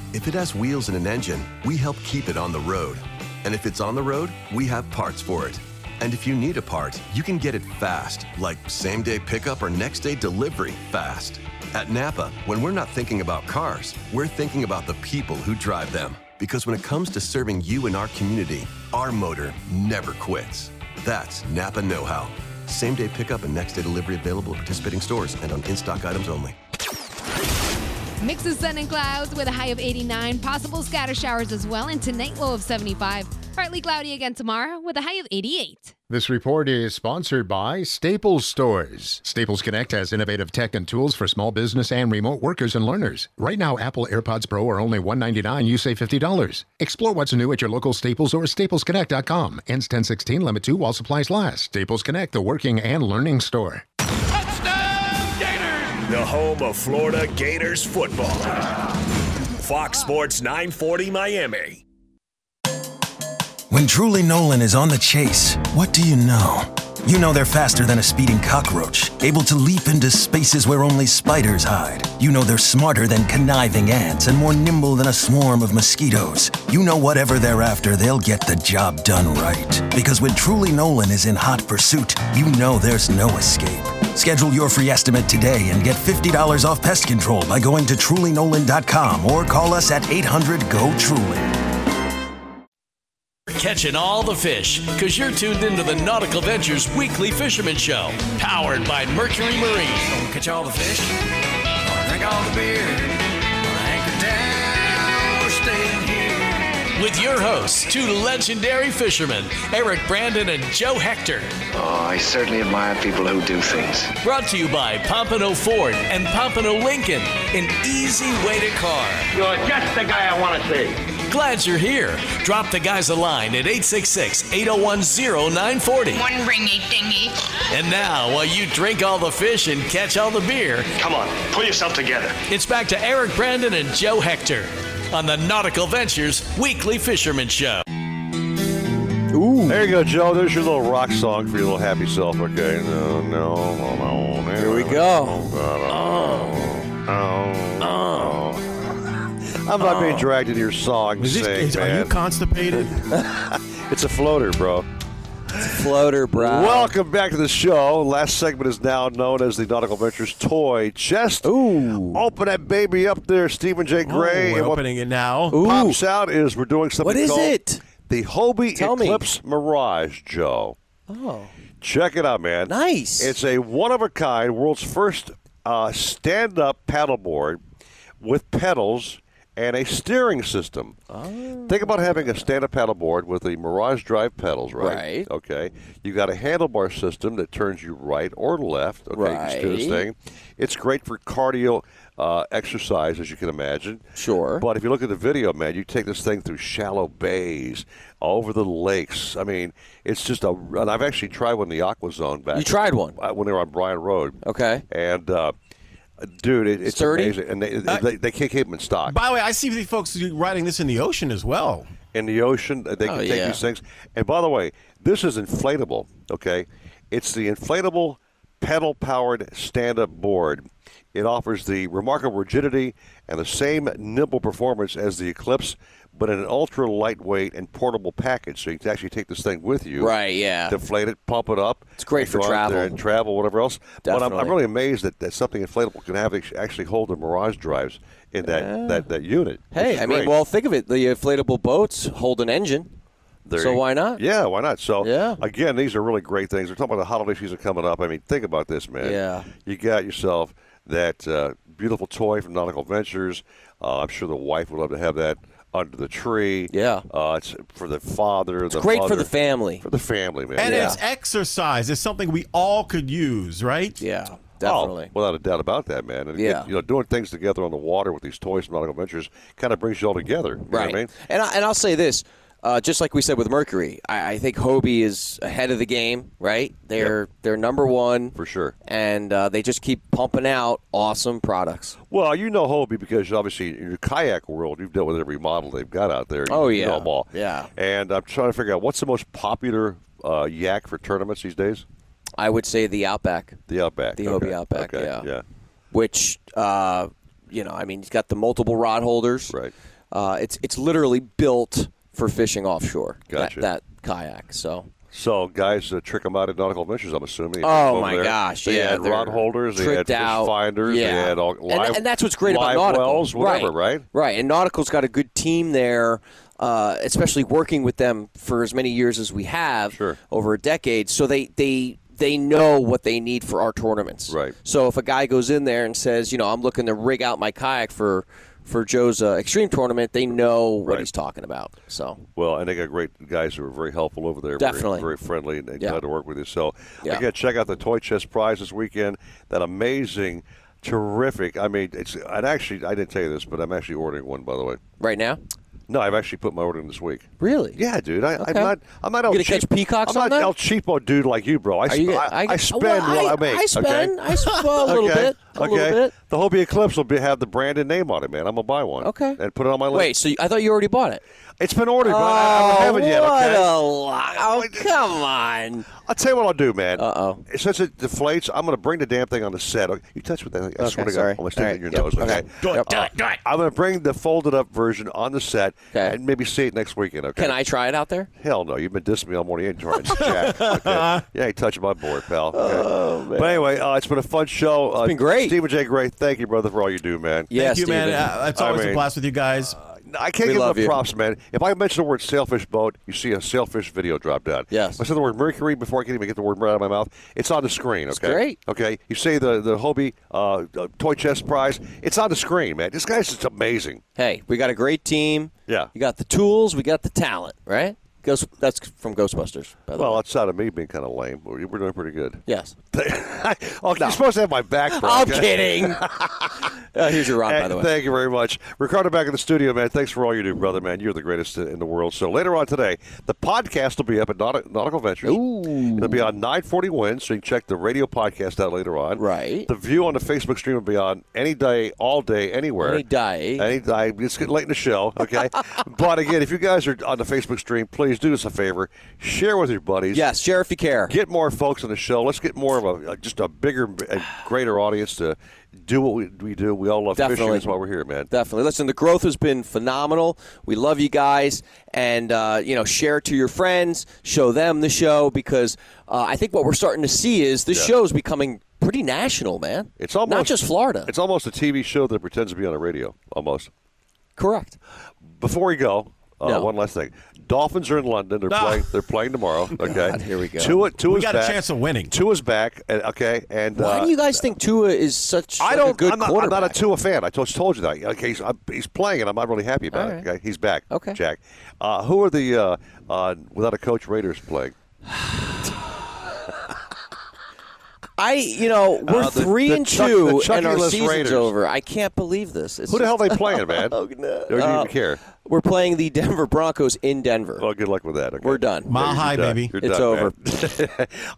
[SPEAKER 12] If it has wheels and an engine, we help keep it on the road. And if it's on the road, we have parts for it. And if you need a part, you can get it fast, like same day pickup or next day delivery fast. At Napa, when we're not thinking about cars, we're thinking about the people who drive them. Because when it comes to serving you and our community, our motor never quits. That's Napa Know How. Same day pickup and next day delivery available at participating stores and on in stock items only.
[SPEAKER 35] Mix of sun and clouds with a high of 89, possible scatter showers as well, and tonight low of 75. Partly cloudy again tomorrow with a high of 88.
[SPEAKER 47] This report is sponsored by Staples Stores. Staples Connect has innovative tech and tools for small business and remote workers and learners. Right now, Apple AirPods Pro are only $199. You save $50. Explore what's new at your local Staples or staplesconnect.com. Ends 1016, limit 2 while supplies last. Staples Connect, the working and learning store.
[SPEAKER 13] The home of Florida Gators football. Fox Sports 940 Miami.
[SPEAKER 21] When Truly Nolan is on the chase, what do you know? You know they're faster than a speeding cockroach, able to leap into spaces where only spiders hide. You know they're smarter than conniving ants and more nimble than a swarm of mosquitoes. You know whatever they're after, they'll get the job done right. Because when Truly Nolan is in hot pursuit, you know there's no escape. Schedule your free estimate today and get $50 off pest control by going to trulynolan.com or call us at 800 GO TRULY.
[SPEAKER 2] Catching all the fish because you're tuned into the Nautical Ventures Weekly Fisherman Show, powered by Mercury Marine. Catch all the fish, drink all the beer, anchor down, stay here. with your hosts, two legendary fishermen, Eric Brandon and Joe Hector.
[SPEAKER 43] Oh, I certainly admire people who do things.
[SPEAKER 2] Brought to you by Pompano Ford and Pompano Lincoln, an easy way to car.
[SPEAKER 1] You're just the guy I want to see.
[SPEAKER 2] Glad you're here. Drop the guys a line at 866 801 940.
[SPEAKER 9] One ringy dingy.
[SPEAKER 2] And now, while you drink all the fish and catch all the beer, come on, pull yourself together. It's back to Eric Brandon and Joe Hector on the Nautical Ventures Weekly Fisherman Show.
[SPEAKER 5] Ooh. There you go, Joe. There's your little rock song for your little happy self. Okay. No, no, no, no. Here we go. Oh. I'm not being dragged into your song.
[SPEAKER 7] Is this-
[SPEAKER 5] sing,
[SPEAKER 7] is- are you
[SPEAKER 5] man.
[SPEAKER 7] constipated?
[SPEAKER 5] it's a floater, bro. It's a floater, bro. Welcome back to the show. Last segment is now known as the Nautical Ventures Toy Chest. Ooh. Open that baby up there, Stephen J. Gray.
[SPEAKER 7] Ooh,
[SPEAKER 5] and what
[SPEAKER 7] opening it now.
[SPEAKER 5] pops out is we're doing something
[SPEAKER 7] What is
[SPEAKER 5] called
[SPEAKER 7] it?
[SPEAKER 5] the Hobie
[SPEAKER 7] Tell me.
[SPEAKER 5] Eclipse Mirage, Joe.
[SPEAKER 6] Oh.
[SPEAKER 5] Check it out, man. Nice. It's a one of a kind, world's first uh, stand up paddleboard with pedals and a steering system. Think about having a stand up paddleboard with the Mirage Drive pedals, right? Right. Okay. You got a handlebar system that turns you right or left. Okay. You can do this thing.
[SPEAKER 6] Right.
[SPEAKER 5] It's great for cardio uh, exercise, as you can imagine. Sure. But if you look at the video, man, you take this thing through shallow bays, over the lakes. I mean, it's just a. And I've actually tried one in the Aqua Zone back.
[SPEAKER 6] You tried one?
[SPEAKER 5] uh, when they were on Bryan Road.
[SPEAKER 6] Okay.
[SPEAKER 5] And. Uh, Dude, it, it's
[SPEAKER 7] Sturdy?
[SPEAKER 5] amazing, and they,
[SPEAKER 7] Uh,
[SPEAKER 5] they, they can't keep them in stock
[SPEAKER 7] By the way, I see these folks riding this in the ocean as well.
[SPEAKER 5] in the ocean. uh, They can
[SPEAKER 7] Oh,
[SPEAKER 5] take
[SPEAKER 7] yeah.
[SPEAKER 5] these things. And by the way, this is inflatable. Okay, it's the inflatable pedal-powered stand-up board. It offers the remarkable rigidity and the same nimble performance as the Eclipse, but in an ultra lightweight and portable package. So you can actually take this thing with you.
[SPEAKER 6] Right, yeah.
[SPEAKER 5] Deflate it, pump it up. It's
[SPEAKER 6] great for travel.
[SPEAKER 5] And travel, whatever else. But I'm, I'm
[SPEAKER 6] Definitely.
[SPEAKER 5] really amazed that, that something inflatable can have actually hold the Mirage drives in that, that, that unit. which
[SPEAKER 6] Hey,
[SPEAKER 5] is
[SPEAKER 6] I mean,
[SPEAKER 5] great.
[SPEAKER 6] well, think of it. The inflatable boats hold an engine.
[SPEAKER 5] There
[SPEAKER 6] so
[SPEAKER 5] you-
[SPEAKER 6] why not?
[SPEAKER 5] Yeah, why not? So again, these are really great things. We're talking about the holiday season coming up. I mean, think about this, man.
[SPEAKER 6] Yeah.
[SPEAKER 5] You got yourself that uh, beautiful toy from Nautical Ventures. Uh, I'm sure the wife would love to have that under the tree. Yeah. Uh, it's for the father. It's the
[SPEAKER 6] great for
[SPEAKER 5] mother-
[SPEAKER 6] the family.
[SPEAKER 5] For the family, man.
[SPEAKER 7] And it's exercise. It's something we all could use, right?
[SPEAKER 6] Yeah,
[SPEAKER 5] Oh, without a doubt about that, man. And again,
[SPEAKER 6] Yeah.
[SPEAKER 5] you know, doing things together on the water with these toys from Nautical Ventures kind of brings you all together. You know what I
[SPEAKER 6] Right.
[SPEAKER 5] mean?
[SPEAKER 6] And I, and I'll say this, uh, just like we said with Mercury, I, I think Hobie is ahead of the game. Right? They're they're number one
[SPEAKER 5] for sure,
[SPEAKER 6] and uh, they just keep pumping out awesome products.
[SPEAKER 5] Well, you know Hobie because obviously in your kayak world, you've dealt with every model they've got out there.
[SPEAKER 6] Oh,
[SPEAKER 5] You know
[SPEAKER 6] yeah.
[SPEAKER 5] them all.
[SPEAKER 6] Yeah.
[SPEAKER 5] And I'm trying to figure out what's the most popular uh, yak for tournaments these days.
[SPEAKER 6] I would say the Outback.
[SPEAKER 5] The Outback.
[SPEAKER 6] The
[SPEAKER 5] okay.
[SPEAKER 6] Hobie Outback.
[SPEAKER 5] Okay,
[SPEAKER 6] Yeah.
[SPEAKER 5] Yeah.
[SPEAKER 6] Which, uh, you know, I mean, he's got the multiple rod holders. Right. Uh, it's it's literally built for fishing offshore. that-
[SPEAKER 5] Gotcha.
[SPEAKER 6] That, kayak. So.
[SPEAKER 5] So guys, uh, trick them out at Nautical Ventures. I'm assuming.
[SPEAKER 6] Oh
[SPEAKER 5] Over
[SPEAKER 6] my
[SPEAKER 5] there.
[SPEAKER 6] gosh!
[SPEAKER 5] They
[SPEAKER 6] yeah,
[SPEAKER 5] had
[SPEAKER 6] they're
[SPEAKER 5] rod holders. They had
[SPEAKER 6] tricked
[SPEAKER 5] fish
[SPEAKER 6] out.
[SPEAKER 5] finders.
[SPEAKER 6] Yeah.
[SPEAKER 5] They had all
[SPEAKER 6] And-
[SPEAKER 5] live,
[SPEAKER 6] and, that's what's great
[SPEAKER 5] live
[SPEAKER 6] about Nautical.
[SPEAKER 5] wells, whatever. Right.
[SPEAKER 6] Right. And Nautical's got a good team there, uh, especially working with them for as many years as we have over a decade. So they they they know what they need for our tournaments. Right. So if a guy goes in there and says, you know, I'm looking to rig out my kayak for for Joe's uh, extreme tournament, they know what he's talking about. So
[SPEAKER 5] Well, and they got great guys who are very helpful over there.
[SPEAKER 6] Definitely.
[SPEAKER 5] Very, very friendly and and
[SPEAKER 6] Yeah.
[SPEAKER 5] glad to work with you. So,
[SPEAKER 6] Yeah.
[SPEAKER 5] again, check out the Toy Chest Prize this weekend. That amazing, terrific. I mean, it's. And actually, I didn't tell you this, but I'm actually ordering one, by the way.
[SPEAKER 6] Right now?
[SPEAKER 5] No, I've actually put my order in this week.
[SPEAKER 6] Really?
[SPEAKER 5] Yeah, dude. I,
[SPEAKER 6] Okay.
[SPEAKER 5] I'm not. I'm not.
[SPEAKER 6] You
[SPEAKER 5] El
[SPEAKER 6] gonna catch peacocks
[SPEAKER 5] I'm
[SPEAKER 6] on
[SPEAKER 5] not
[SPEAKER 6] that?
[SPEAKER 5] El Cheapo dude like you, bro. I,
[SPEAKER 6] Are you
[SPEAKER 5] sp-
[SPEAKER 6] gonna-
[SPEAKER 5] I,
[SPEAKER 6] I- oh,
[SPEAKER 5] I spend what I,
[SPEAKER 6] well, I-
[SPEAKER 5] make.
[SPEAKER 6] I spend-
[SPEAKER 5] Okay?
[SPEAKER 6] I sp- well, a little
[SPEAKER 5] Okay?
[SPEAKER 6] bit, a
[SPEAKER 5] okay.
[SPEAKER 6] little bit.
[SPEAKER 5] The Hobie Eclipse will be, have the branded name on it, man. I'm gonna buy one. Okay. And put it on my list.
[SPEAKER 6] Wait, so you- I thought you already bought it.
[SPEAKER 5] It's been ordered, but I, I haven't yet.
[SPEAKER 6] Oh, what
[SPEAKER 5] Okay.
[SPEAKER 6] a lie. Oh, come on.
[SPEAKER 5] I'll tell you what I'll do, man. Uh oh. Since it deflates, I'm going to bring the damn thing on the set. Okay, You touch with that. thing. I
[SPEAKER 6] Okay,
[SPEAKER 5] swear to God,
[SPEAKER 6] sorry.
[SPEAKER 5] I'm going to stick
[SPEAKER 6] All
[SPEAKER 5] it
[SPEAKER 6] right.
[SPEAKER 5] in your
[SPEAKER 6] Yep.
[SPEAKER 5] nose.
[SPEAKER 6] Okay.
[SPEAKER 5] Okay.
[SPEAKER 6] Do it, do it,
[SPEAKER 5] do it. I'm going to bring the folded up version on the set and maybe see it next weekend. Okay.
[SPEAKER 6] Can I try it out there?
[SPEAKER 5] Hell no! You've been dissing me all morning. You ain't trying to jack. Okay? You ain't touching my board, pal. Okay? Oh, man. But anyway, uh, it's been a fun show. It's uh, been great. Stephen J. Gray, thank you, brother, for all you do, man.
[SPEAKER 7] Thank you, man. Uh, it's always
[SPEAKER 5] I mean,
[SPEAKER 7] a blast with you guys.
[SPEAKER 5] I can't
[SPEAKER 6] We
[SPEAKER 5] give
[SPEAKER 6] love
[SPEAKER 5] enough
[SPEAKER 6] you.
[SPEAKER 5] props, man. If I mention the word sailfish boat, you see a sailfish video drop down. Yes. If I said the word mercury before I can even get the word right out of my mouth. It's on the screen. Okay.
[SPEAKER 6] great.
[SPEAKER 5] Okay. You say the the Hobie uh, uh, toy chest prize. It's on the screen, man. This guy's just amazing.
[SPEAKER 6] Hey, we got a great team.
[SPEAKER 5] Yeah.
[SPEAKER 6] You got the tools. We got the talent. Right. Ghost. That's from Ghostbusters. By the
[SPEAKER 5] Well, outside of me being kind of lame, we're we're doing pretty good.
[SPEAKER 6] Yes.
[SPEAKER 5] oh, you're supposed to have my back. Bro,
[SPEAKER 6] I'm
[SPEAKER 5] okay?
[SPEAKER 6] kidding. Uh, here's your rod, by
[SPEAKER 5] Hey,
[SPEAKER 6] the way.
[SPEAKER 5] Thank you very much. Ricardo back in the studio, man. Thanks for all you do, brother, man. You're the greatest in the world. So later on today, the podcast will be up at Naut- Nautical Ventures. It'll be on 940 Win, so you can check the radio podcast out later on. Right. The view on the Facebook stream will be on any day, all day, anywhere.
[SPEAKER 6] Any day.
[SPEAKER 5] Any day. It's getting late in the show, okay? but again, if you guys are on the Facebook stream, please do us a favor. Share with your buddies.
[SPEAKER 6] Yes, share if you care.
[SPEAKER 5] Get more folks on the show. Let's get more of a, just a bigger, a greater audience to do what we, we do. We all love fishing.
[SPEAKER 6] Definitely.
[SPEAKER 5] That's why we're here, man.
[SPEAKER 6] Definitely. Listen, the growth has been phenomenal. We love you guys, and uh, you know, share it to your friends, show them the show because uh, I think what we're starting to see is this
[SPEAKER 5] Yeah.
[SPEAKER 6] show is becoming pretty national, man.
[SPEAKER 5] It's almost
[SPEAKER 6] not just Florida.
[SPEAKER 5] It's almost a TV show that pretends to be on the radio, almost.
[SPEAKER 6] Correct.
[SPEAKER 5] Before we go, uh,
[SPEAKER 6] No.
[SPEAKER 5] one last thing. Dolphins are in London. They're
[SPEAKER 6] Ah.
[SPEAKER 5] playing. They're playing tomorrow. Okay, here we
[SPEAKER 6] go.
[SPEAKER 5] Tua, Tua's
[SPEAKER 6] We got a
[SPEAKER 5] back.
[SPEAKER 6] chance
[SPEAKER 5] of winning. Tua's back. And, okay, and
[SPEAKER 6] Why
[SPEAKER 5] uh,
[SPEAKER 6] do you guys think Tua is such
[SPEAKER 5] I
[SPEAKER 6] like,
[SPEAKER 5] don't.
[SPEAKER 6] a good
[SPEAKER 5] I'm, not, I'm
[SPEAKER 6] quarterback?
[SPEAKER 5] not a Tua fan. I just told you that. Okay, he's, I'm, he's playing, and I'm not really happy about
[SPEAKER 6] All
[SPEAKER 5] it.
[SPEAKER 6] right.
[SPEAKER 5] Okay, he's back. Okay, Jack. Uh, who are the uh, uh, without a coach Raiders playing?
[SPEAKER 6] I, you know, we're
[SPEAKER 5] Uh, the-
[SPEAKER 6] three
[SPEAKER 5] the
[SPEAKER 6] and
[SPEAKER 5] Chuck- the
[SPEAKER 6] two,
[SPEAKER 5] Chucky
[SPEAKER 6] and our
[SPEAKER 5] List
[SPEAKER 6] season's
[SPEAKER 5] Raiders.
[SPEAKER 6] over. I can't believe this. It's
[SPEAKER 5] Who the hell they
[SPEAKER 6] just-
[SPEAKER 5] playing, man?
[SPEAKER 6] Oh, no.
[SPEAKER 5] Or do you
[SPEAKER 6] Uh,
[SPEAKER 5] even care?
[SPEAKER 6] We're playing the Denver Broncos in Denver.
[SPEAKER 5] Oh, good luck with that. Okay.
[SPEAKER 6] We're done.
[SPEAKER 5] You're done. You're
[SPEAKER 6] It's
[SPEAKER 5] done, man.
[SPEAKER 6] over.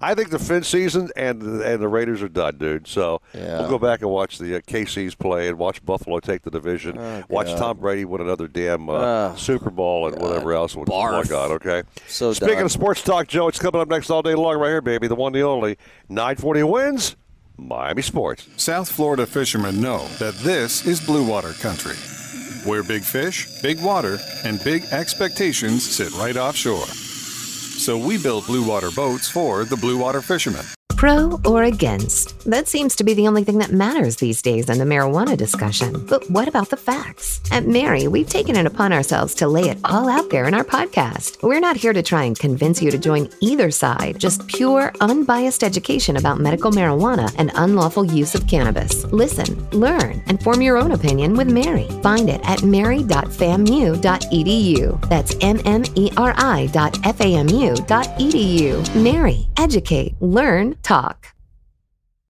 [SPEAKER 5] I think the Finn season and and the Raiders are done, dude. So we'll go back and watch the uh, KC's play and watch Buffalo take the division. watch
[SPEAKER 6] Oh, God. Oh.
[SPEAKER 5] Tom Brady win another damn uh, Super Bowl and whatever else. Which
[SPEAKER 6] Barf.
[SPEAKER 5] God, okay.
[SPEAKER 6] So
[SPEAKER 5] Speaking
[SPEAKER 6] done.
[SPEAKER 5] of sports talk, Joe, it's coming up next all day long right here, baby. The one, the only. Nine forty wins. Miami sports.
[SPEAKER 10] South Florida fishermen know that this is blue water country, where big fish, big water, and big expectations sit right offshore. So we build blue water boats for the blue water fishermen.
[SPEAKER 48] Pro or against? That seems to be the only thing that matters these days in the marijuana discussion. But what about the facts? At Mary, we've taken it upon ourselves to lay it all out there in our podcast. We're not here to try and convince you to join either side, just pure, unbiased education about medical marijuana and unlawful use of cannabis. Listen, learn, and form your own opinion with Mary. Find it at mary.famu.edu. That's M M E R I dot F A M U dot edu. Mary, educate, learn, talk.